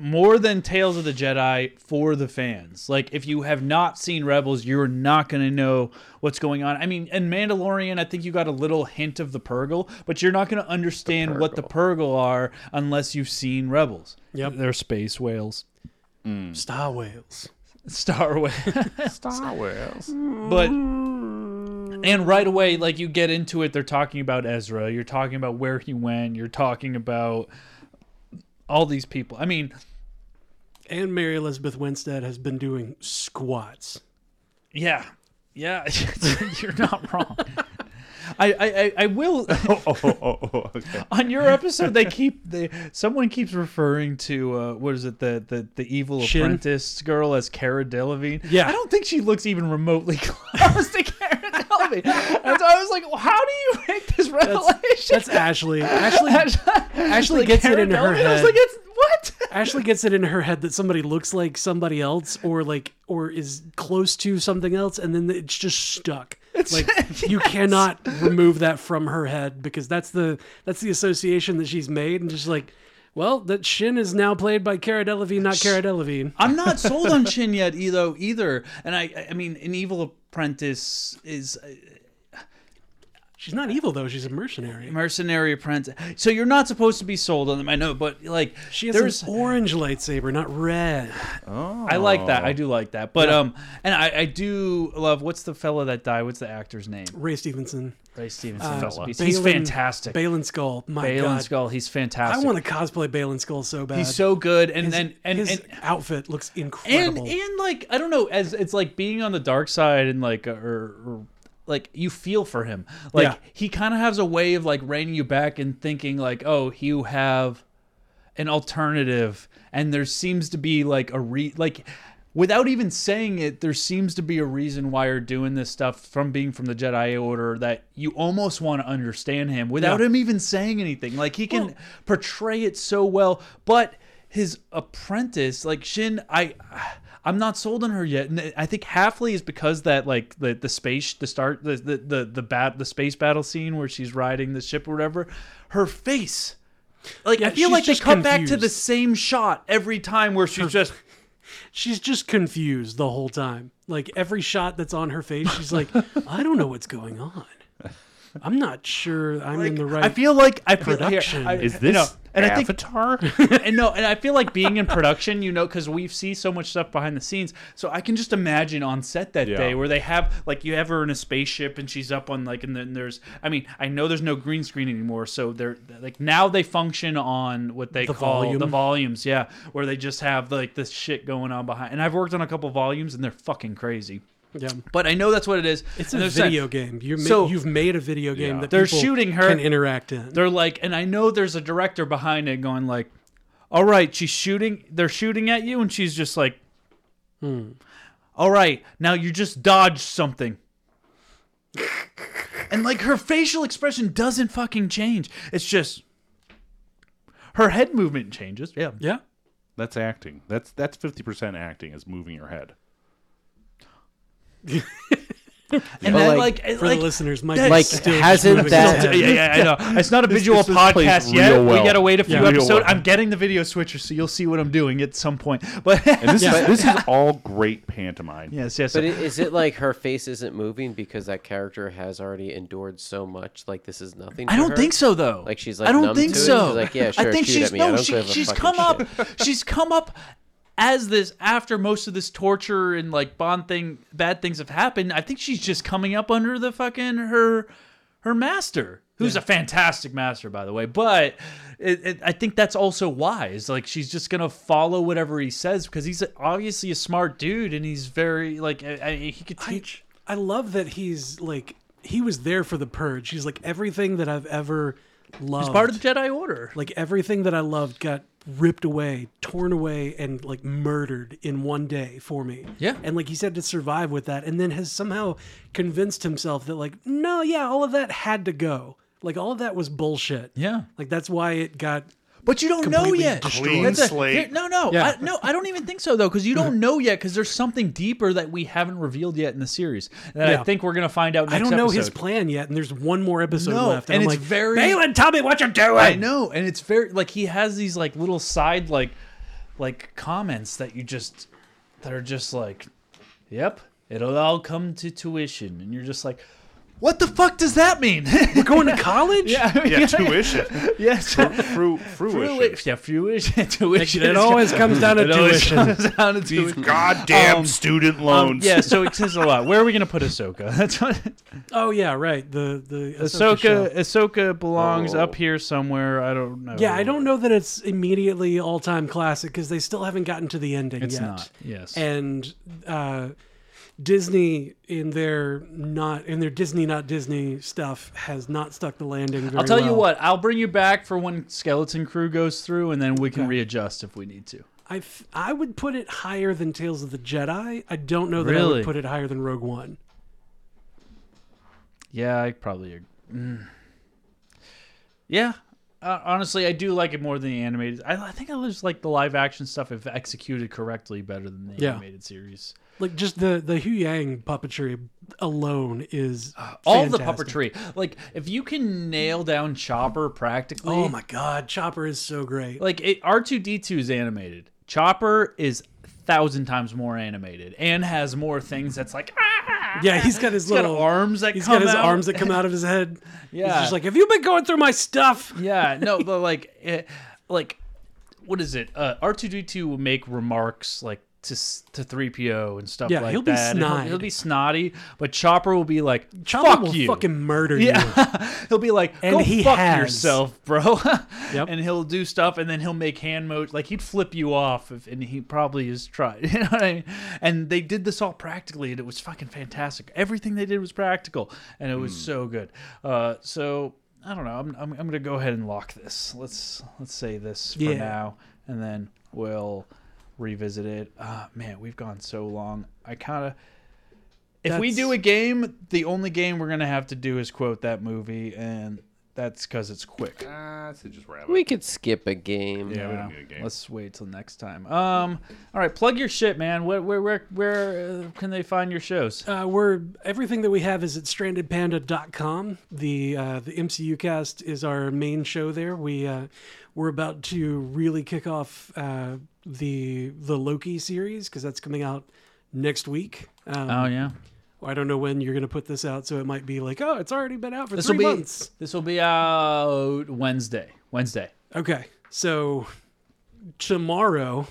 Speaker 2: more than Tales of the Jedi for the fans. Like, if you have not seen Rebels, you're not going to know what's going on. I mean, in Mandalorian, I think you got a little hint of the Purgle, but you're not going to understand what the Purgle are unless you've seen Rebels.
Speaker 5: Yep.
Speaker 2: They're space whales.
Speaker 5: Star Wars.
Speaker 2: Star Wars.
Speaker 6: Star Wars.
Speaker 2: but and right away like you get into it they're talking about ezra you're talking about where he went you're talking about all these people i mean
Speaker 5: And Mary Elizabeth Winstead has been doing squats.
Speaker 2: Yeah, yeah, you're not wrong. I, I, I- I will. oh, On your episode, they keep they someone keeps referring to uh, what is it the the, the evil
Speaker 5: Shin?
Speaker 2: apprentice girl as Cara Delevingne.
Speaker 5: Yeah.
Speaker 2: I don't think she looks even remotely close to Cara Delevingne. And so I was like, well, how do you make this revelation?
Speaker 5: That's Ashley. Ashley, Ashley
Speaker 2: Like,
Speaker 5: gets it
Speaker 2: Cara
Speaker 5: in her
Speaker 2: Delevingne? I was
Speaker 5: head.
Speaker 2: like, it's what?
Speaker 5: Ashley gets it in her head that somebody looks like somebody else, or like, or is close to something else, and then it's just stuck. like you cannot remove that from her head because that's the that's the association that she's made, and just like, well, that Shin is now played by Cara Delevingne, not Cara Delevingne.
Speaker 2: I'm not sold on Chin yet, either. Either, and I, I mean, an evil apprentice is
Speaker 5: she's not evil though; she's a mercenary.
Speaker 2: Mercenary apprentice. So you're not supposed to be sold on them. I know, but like,
Speaker 5: She has
Speaker 2: there's
Speaker 5: an orange lightsaber, not red.
Speaker 2: Oh. I like that. I do like that. But
Speaker 5: Yeah.
Speaker 2: um, and I, I do love what's the fella that died? What's the actor's name?
Speaker 5: Ray Stevenson.
Speaker 2: Ray Stevenson. Fella. He's
Speaker 5: Uh, Balin-
Speaker 2: fantastic.
Speaker 5: Balin Skull. My
Speaker 2: Balin
Speaker 5: God.
Speaker 2: Skull. He's
Speaker 5: I
Speaker 2: fantastic.
Speaker 5: want to cosplay Balin Skull so bad.
Speaker 2: He's so good, and
Speaker 5: His-
Speaker 2: then and
Speaker 5: his
Speaker 2: and,
Speaker 5: outfit looks
Speaker 2: and
Speaker 5: incredible.
Speaker 2: and like I don't know, as it's like being on the dark side and like uh, or. or like you feel for him like
Speaker 5: Yeah.
Speaker 2: he kind of has a way of like reining you back and thinking like oh you have an alternative and there seems to be like a re like without even saying it there seems to be a reason why you're doing this stuff from being from the jedi order that you almost want to understand him without
Speaker 5: Yeah.
Speaker 2: him even saying anything like he can portray it so well but his apprentice like shin i i'm not sold on her yet and i think halfly is because that like the the space the start the the the, the bat the space battle scene where she's riding the ship or whatever her face like
Speaker 5: Yeah,
Speaker 2: I feel
Speaker 5: she's
Speaker 2: like they
Speaker 5: just
Speaker 2: cut back to the
Speaker 5: confused.
Speaker 2: same shot every time where she's just
Speaker 5: she's just confused the whole time. Like every shot that's on her face, she's like, I don't know what's going on. I'm not sure I'm in the right.
Speaker 2: I feel like I feel
Speaker 5: production.
Speaker 2: Here, I, you know, and Avatar? I think, and no, and I feel like being in production, you know, because we see so much stuff behind the scenes. So I can just imagine on set that
Speaker 5: Yeah.
Speaker 2: day where they have like you have her in a spaceship and she's up on like and then there's I mean I know there's no green screen anymore, so they're like now they function on what they
Speaker 5: The
Speaker 2: call the
Speaker 5: volume.
Speaker 2: volumes, yeah, where they just have like this shit going on behind. And I've worked on a couple volumes and they're fucking crazy.
Speaker 5: Yeah.
Speaker 2: But I know that's what it is.
Speaker 5: It's
Speaker 2: And
Speaker 5: a
Speaker 2: there's that-
Speaker 5: video game. You're ma- you've made a video game that
Speaker 2: they're
Speaker 5: people
Speaker 2: shooting her
Speaker 5: can interact in.
Speaker 2: They're like, and I know there's a director behind it going like, "All right, she's shooting. They're shooting at you, and she's just like,
Speaker 5: Hmm.
Speaker 2: all right, now you just dodged something." and like her facial expression doesn't fucking change. It's just her head movement changes. Yeah.
Speaker 5: Yeah.
Speaker 6: That's acting. That's that's fifty percent acting is moving your head.
Speaker 2: And
Speaker 6: But,
Speaker 2: then,
Speaker 6: like,
Speaker 2: like,
Speaker 6: for the
Speaker 5: listeners, Mike
Speaker 2: that-
Speaker 5: is Like, still just hasn't moving his that-
Speaker 2: Yeah, yeah, yeah, I know. It's not a
Speaker 5: This-
Speaker 2: visual
Speaker 5: this just plays
Speaker 2: podcast
Speaker 5: real
Speaker 2: yet. We
Speaker 5: well.
Speaker 2: gotta wait a few
Speaker 5: Yeah. Real
Speaker 2: episodes.
Speaker 5: well.
Speaker 2: I'm getting the video switcher, so you'll see what I'm doing at some point. But
Speaker 6: And this is this is all great pantomime.
Speaker 2: Yes, yes.
Speaker 4: But i- is it like her face isn't moving because that character has already endured so much? Like this is nothing.
Speaker 2: I
Speaker 4: to
Speaker 2: don't
Speaker 4: her?
Speaker 2: think so though.
Speaker 4: Like she's like
Speaker 2: I don't
Speaker 4: numb
Speaker 2: think
Speaker 4: to it?
Speaker 2: so.
Speaker 4: She's like yeah, sure.
Speaker 2: I think
Speaker 4: shoot
Speaker 2: she's
Speaker 4: at me. I
Speaker 2: no.
Speaker 4: don't
Speaker 2: she-
Speaker 4: give a
Speaker 2: she's
Speaker 4: fucking
Speaker 2: come
Speaker 4: shit.
Speaker 2: up. She's come up as this after most of this torture and like Bond thing, bad things have happened. I think she's just coming up under the fucking her her master, who's a fantastic master by the way. But it, it, I think that's also wise. Like she's just gonna follow whatever he says because he's obviously a smart dude and he's very like I, I, he could teach.
Speaker 5: I love that he's like he was there for the purge. He's like everything that I've ever loved.
Speaker 2: part of the Jedi Order.
Speaker 5: Like everything that I loved got ripped away, torn away, and like murdered in one day for me.
Speaker 2: Yeah.
Speaker 5: And like he's had to survive with that, and then has somehow convinced himself that like no, yeah, all of that had to go. Like all of that was bullshit.
Speaker 2: Yeah.
Speaker 5: Like that's why it got.
Speaker 2: But you don't know yet. That's a- here- no, no,
Speaker 5: Yeah.
Speaker 2: I, no. I don't even think so though, because you don't know yet, because there's something deeper that we haven't revealed yet in the series that I
Speaker 5: Yeah.
Speaker 2: think we're gonna find out. Next
Speaker 5: I don't know his
Speaker 2: episode.
Speaker 5: plan yet, and there's one more episode
Speaker 2: No,
Speaker 5: left.
Speaker 2: and
Speaker 5: I'm
Speaker 2: it's
Speaker 5: like,
Speaker 2: very.
Speaker 5: Balin, tell me what you're doing.
Speaker 2: I know, and it's very like he has these like little side like, like comments that you just that are just like, yep, it'll all come to tuition, and you're just like. What the fuck does that mean? We're
Speaker 5: going to college?
Speaker 2: Yeah,
Speaker 6: Yeah, tuition.
Speaker 2: Yes,
Speaker 6: Fru- fruition.
Speaker 2: Fruition. Yeah, fruition. Tuition.
Speaker 5: It
Speaker 2: is-
Speaker 5: always comes down to
Speaker 2: It always
Speaker 5: tuition.
Speaker 2: comes down to
Speaker 5: These
Speaker 2: tuition.
Speaker 6: goddamn student loans.
Speaker 2: yeah, so it says a lot. Where are we going to put Ahsoka? That's what.
Speaker 5: Oh yeah, right. The the
Speaker 2: Ahsoka.
Speaker 5: show.
Speaker 2: Ahsoka belongs
Speaker 5: Oh.
Speaker 2: up here somewhere. I don't know.
Speaker 5: Yeah, I don't know that it's immediately all time classic because they still haven't gotten to the ending
Speaker 2: It's
Speaker 5: yet.
Speaker 2: not, yes.
Speaker 5: and uh, Disney in their not in their Disney not Disney stuff has not stuck the landing. Very
Speaker 2: I'll tell you
Speaker 5: well.
Speaker 2: what. I'll bring you back for when Skeleton Crew goes through, and then we can readjust if we need to.
Speaker 5: I, f- I would put it higher than Tales of the Jedi. I don't know that I
Speaker 2: Really?
Speaker 5: would put it higher than Rogue One.
Speaker 2: Yeah, I probably. ag- Mm. Yeah, uh, honestly, I do like it more than the animated. I, I think I just like the live action stuff if executed correctly better than the
Speaker 5: Yeah.
Speaker 2: animated series.
Speaker 5: Like just the the Hu Yang puppetry alone is
Speaker 2: All
Speaker 5: fantastic.
Speaker 2: the puppetry, like if you can nail down Chopper practically.
Speaker 5: Oh my god, Chopper is so great.
Speaker 2: Like it, R2D2 is animated. Chopper is thousand times more animated and has more things that's like ah!
Speaker 5: Yeah, he's got his
Speaker 2: He's got
Speaker 5: little
Speaker 2: arms that
Speaker 5: he's
Speaker 2: come
Speaker 5: got his
Speaker 2: out.
Speaker 5: arms that come out of his head. he's
Speaker 2: Yeah.
Speaker 5: just like, have you been going through my stuff?
Speaker 2: Yeah, no, but like, it, like, what is it? Uh, R two D two will make remarks like to s- to three PO and stuff
Speaker 5: Yeah,
Speaker 2: like
Speaker 5: he'll be
Speaker 2: that. and
Speaker 5: snide.
Speaker 2: He'll, he'll be snotty, but Chopper will be like,
Speaker 5: Chopper
Speaker 2: "Fuck
Speaker 5: will
Speaker 2: you,
Speaker 5: fucking murder
Speaker 2: Yeah, he'll be like,
Speaker 5: And
Speaker 2: "Go
Speaker 5: he
Speaker 2: fuck
Speaker 5: has.
Speaker 2: yourself, bro." And he'll do stuff, and then he'll make hand motions. Like he'd flip you off, if, and he probably is tried. You know what I mean? And they did this all practically, and it was fucking fantastic. Everything they did was practical, and it was so good. Uh, so I don't know. I'm, I'm I'm gonna go ahead and lock this. Let's let's say this for
Speaker 5: Yeah.
Speaker 2: now, and then we'll revisit it. Uh, man, we've gone so long. I kind of. If we do a game, the only game we're gonna have to do is quote that movie, and that's because it's quick.
Speaker 6: Ah, so just wrap
Speaker 4: We could skip a game.
Speaker 2: Yeah, we don't need a game. Let's wait till next time. Um, all right, plug your shit, man. Where where where, where uh, can they find your shows?
Speaker 5: Uh, we're everything that we have is at strandedpanda.com. The uh, the MCU cast is our main show there. We uh, we're about to really kick off uh, the the Loki series because that's coming out next week. Um,
Speaker 2: Oh, yeah.
Speaker 5: I don't know when you're going to put this out, so it might be like, oh, it's already been out for
Speaker 2: This will
Speaker 5: three
Speaker 2: be
Speaker 5: months.
Speaker 2: this will be out Wednesday. Wednesday.
Speaker 5: Okay, so tomorrow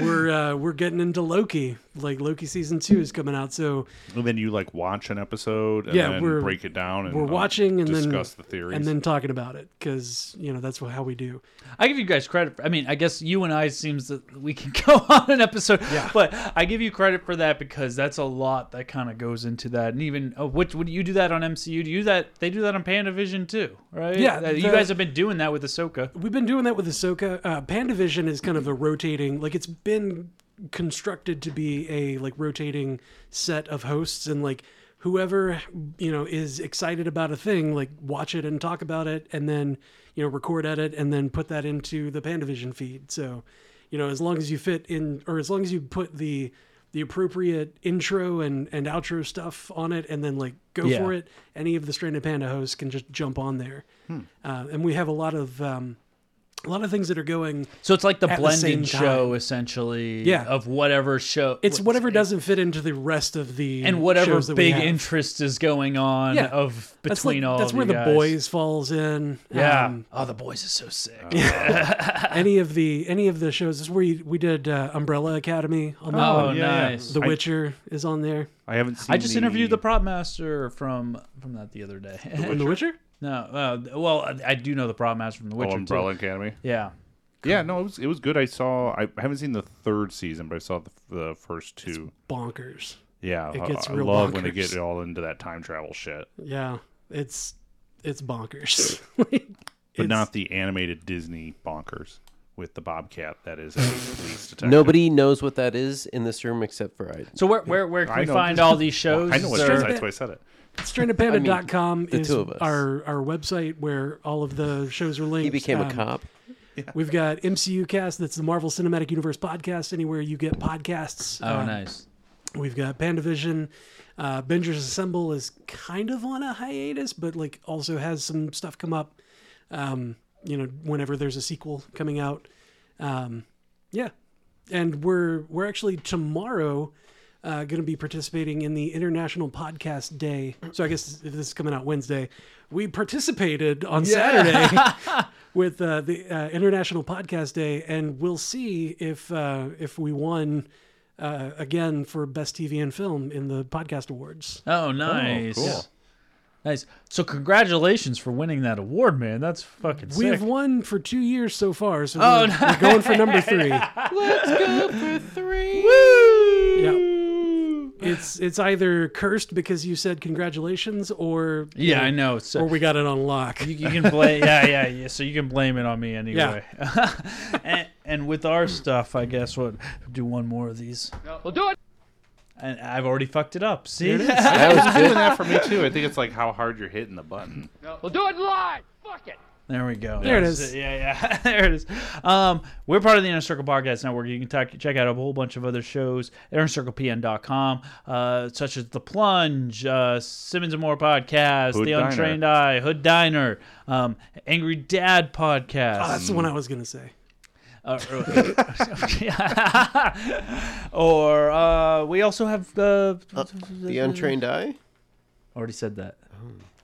Speaker 5: we're uh, we're getting into Loki. Like Loki season two is coming out, so
Speaker 6: And then you like watch an episode and
Speaker 5: yeah,
Speaker 6: then
Speaker 5: we're
Speaker 6: break it down and
Speaker 5: we're
Speaker 6: uh,
Speaker 5: watching and then
Speaker 6: discuss the theories.
Speaker 5: and then talking about it because you know that's wh- how we do.
Speaker 2: I give you guys credit. For, I mean, I guess you and I seems that we can go on an episode, but I give you credit for that because that's a lot that kind of goes into that. And even oh, what would you do that on MCU? Do you that they do that on PandaVision too, right?
Speaker 5: Yeah,
Speaker 2: That- you
Speaker 5: the-
Speaker 2: guys have been doing that with Ahsoka.
Speaker 5: We've been doing that with Ahsoka. Uh, Pandavision is kind of a rotating, like it's been constructed to be a like rotating set of hosts and like whoever you know is excited about a thing like watch it and talk about it and then you know record at it and then put that into the pandavision feed so you know as long as you fit in or as long as you put the the appropriate intro and and outro stuff on it and then like go
Speaker 2: Yeah.
Speaker 5: for it any of the stranded panda hosts can just jump on there
Speaker 2: Hmm.
Speaker 5: uh, and we have a lot of um, a lot of things that are going
Speaker 2: So it's like the
Speaker 5: at
Speaker 2: blended
Speaker 5: same time.
Speaker 2: show essentially,
Speaker 5: Yeah.
Speaker 2: of whatever show.
Speaker 5: it's whatever doesn't fit into the rest of the
Speaker 2: and whatever
Speaker 5: shows that we
Speaker 2: big
Speaker 5: have.
Speaker 2: interest is going on
Speaker 5: Yeah.
Speaker 2: of between
Speaker 5: that's like,
Speaker 2: all.
Speaker 5: that's
Speaker 2: of
Speaker 5: where
Speaker 2: you
Speaker 5: the
Speaker 2: guys.
Speaker 5: boys falls in
Speaker 2: Yeah.
Speaker 5: Um,
Speaker 2: oh, the boys is so sick.
Speaker 5: any of the any of the shows this is where you, we did uh, umbrella academy on that
Speaker 2: Oh,
Speaker 5: one.
Speaker 2: yeah, nice. yeah.
Speaker 5: the
Speaker 2: I-
Speaker 5: witcher is on there
Speaker 6: I haven't seen
Speaker 2: I just
Speaker 6: the-
Speaker 2: interviewed the prop master from from that the other day.
Speaker 5: The The Witcher? Witcher?
Speaker 2: No, uh, well, I- I do know the prop master from The Witcher.
Speaker 6: oh,
Speaker 2: too.
Speaker 6: Umbrella Academy.
Speaker 2: Yeah.
Speaker 6: Yeah, no, it was it was good. I saw. I haven't seen the third season, but I saw the, the first two.
Speaker 5: bonkers
Speaker 6: yeah,
Speaker 5: it
Speaker 6: I-
Speaker 5: gets
Speaker 6: I,
Speaker 5: real
Speaker 6: love
Speaker 5: bonkers.
Speaker 6: when they get all into that time travel shit,
Speaker 5: yeah it's it's bonkers
Speaker 6: but
Speaker 5: It's-
Speaker 6: not the animated Disney bonkers with the Bobcat that is a police detective.
Speaker 4: Nobody knows what that is in this room except for I.
Speaker 2: So where where where can
Speaker 6: I
Speaker 2: we
Speaker 6: know.
Speaker 2: find all these shows?
Speaker 6: I know what
Speaker 2: Is
Speaker 6: it is.
Speaker 2: there-
Speaker 6: That's why I said it.
Speaker 5: strandedpanda.com
Speaker 4: the
Speaker 5: is
Speaker 4: two of us.
Speaker 5: our our website where all of the shows are linked
Speaker 4: He became a
Speaker 5: Um,
Speaker 4: cop.
Speaker 5: We've got MCU Cast, that's the Marvel Cinematic Universe podcast, anywhere you get podcasts.
Speaker 2: Oh,
Speaker 5: Um,
Speaker 2: nice.
Speaker 5: We've got Pandavision. Uh, Avengers Assemble is kind of on a hiatus, but like also has some stuff come up, um, you know, whenever there's a sequel coming out. Um, yeah. And we're we're actually tomorrow uh, going to be participating in the International Podcast Day. So I guess if this is coming out Wednesday, we participated on
Speaker 2: Yeah.
Speaker 5: Saturday with uh, the uh, International Podcast Day, and we'll see if uh, if we won uh, again for best TV and film in the podcast awards.
Speaker 2: Oh, nice. Nice. So congratulations for winning that award, man. That's fucking
Speaker 5: We
Speaker 2: sick.
Speaker 5: have won for two years so far, so
Speaker 2: Oh,
Speaker 5: we're, we're going for number three.
Speaker 2: Let's go for three.
Speaker 5: Yeah. it's it's either cursed because you said congratulations or
Speaker 2: Yeah, I know. So-
Speaker 5: or we got it on lock.
Speaker 2: You, you can blame, yeah, yeah, yeah. So you can blame it on me anyway. and, and with our stuff, I guess what do one more of these.
Speaker 8: We'll do it.
Speaker 2: And I've already fucked it up. See,
Speaker 6: There it is. I was doing that for me too. I think it's like how hard you're hitting the button.
Speaker 8: We'll do it live. Fuck it.
Speaker 2: There we go.
Speaker 6: There it
Speaker 2: That's
Speaker 6: is.
Speaker 2: Yeah, yeah. there it is. Um, we're part of the Inner Circle Podcast Network. You can talk, check out a whole bunch of other shows at innercirclepn.com, uh, such as The Plunge, uh, Simmons and More Podcast,
Speaker 5: Hood
Speaker 2: The
Speaker 5: Diner.
Speaker 2: Untrained Eye, Hood Diner, um, Angry Dad Podcast.
Speaker 5: Oh, that's the one I was gonna say.
Speaker 2: Uh, or uh, we also have uh,
Speaker 4: The Untrained Eye?
Speaker 2: Already said that.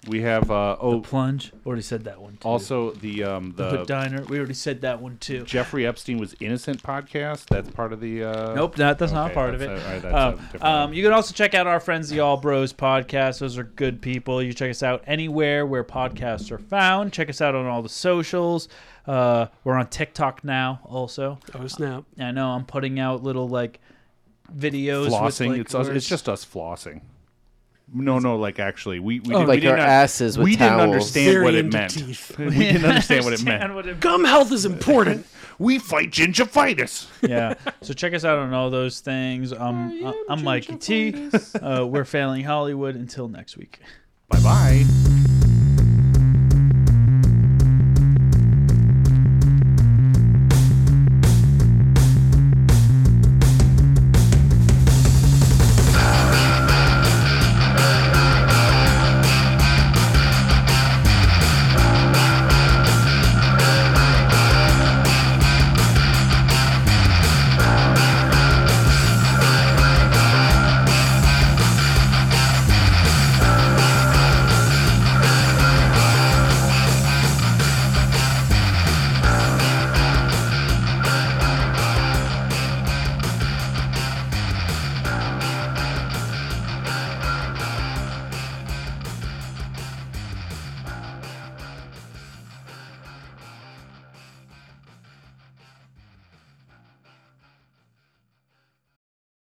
Speaker 6: We have uh, oh
Speaker 2: plunge. Already said that one. Too.
Speaker 6: Also the um
Speaker 2: The
Speaker 6: the,
Speaker 5: uh,
Speaker 2: Hood Diner. We already said that one too.
Speaker 6: Jeffrey Epstein was innocent podcast. That's part of the. Uh,
Speaker 2: Nope, that, that's not
Speaker 6: Okay,
Speaker 2: part of it.
Speaker 6: that's a- all right, that's a
Speaker 2: Um,
Speaker 6: different
Speaker 2: um, you can also check out our friends, the All Bros podcast. Those are good people. You check us out anywhere where podcasts are found. Check us out on all the socials. Uh, we're on TikTok now, also.
Speaker 5: Oh snap!
Speaker 2: I know. I'm putting out little like videos. with,
Speaker 6: flossing.
Speaker 2: like,
Speaker 6: it's us,
Speaker 2: where
Speaker 6: it's just us flossing. No, no, like actually, we we,
Speaker 4: Oh,
Speaker 6: did,
Speaker 4: like
Speaker 6: we did
Speaker 4: our
Speaker 6: not-
Speaker 4: asses with
Speaker 6: we
Speaker 4: towels.
Speaker 6: didn't understand
Speaker 4: Very
Speaker 6: what it
Speaker 4: into
Speaker 6: meant.
Speaker 4: teeth.
Speaker 6: we didn't understand what it meant.
Speaker 5: Gum health is important.
Speaker 6: we fight gingivitis.
Speaker 2: yeah. So check us out on all those things. Um, Uh, I- I'm Mikey T. Uh, we're failing Hollywood. Until next week.
Speaker 6: Bye bye.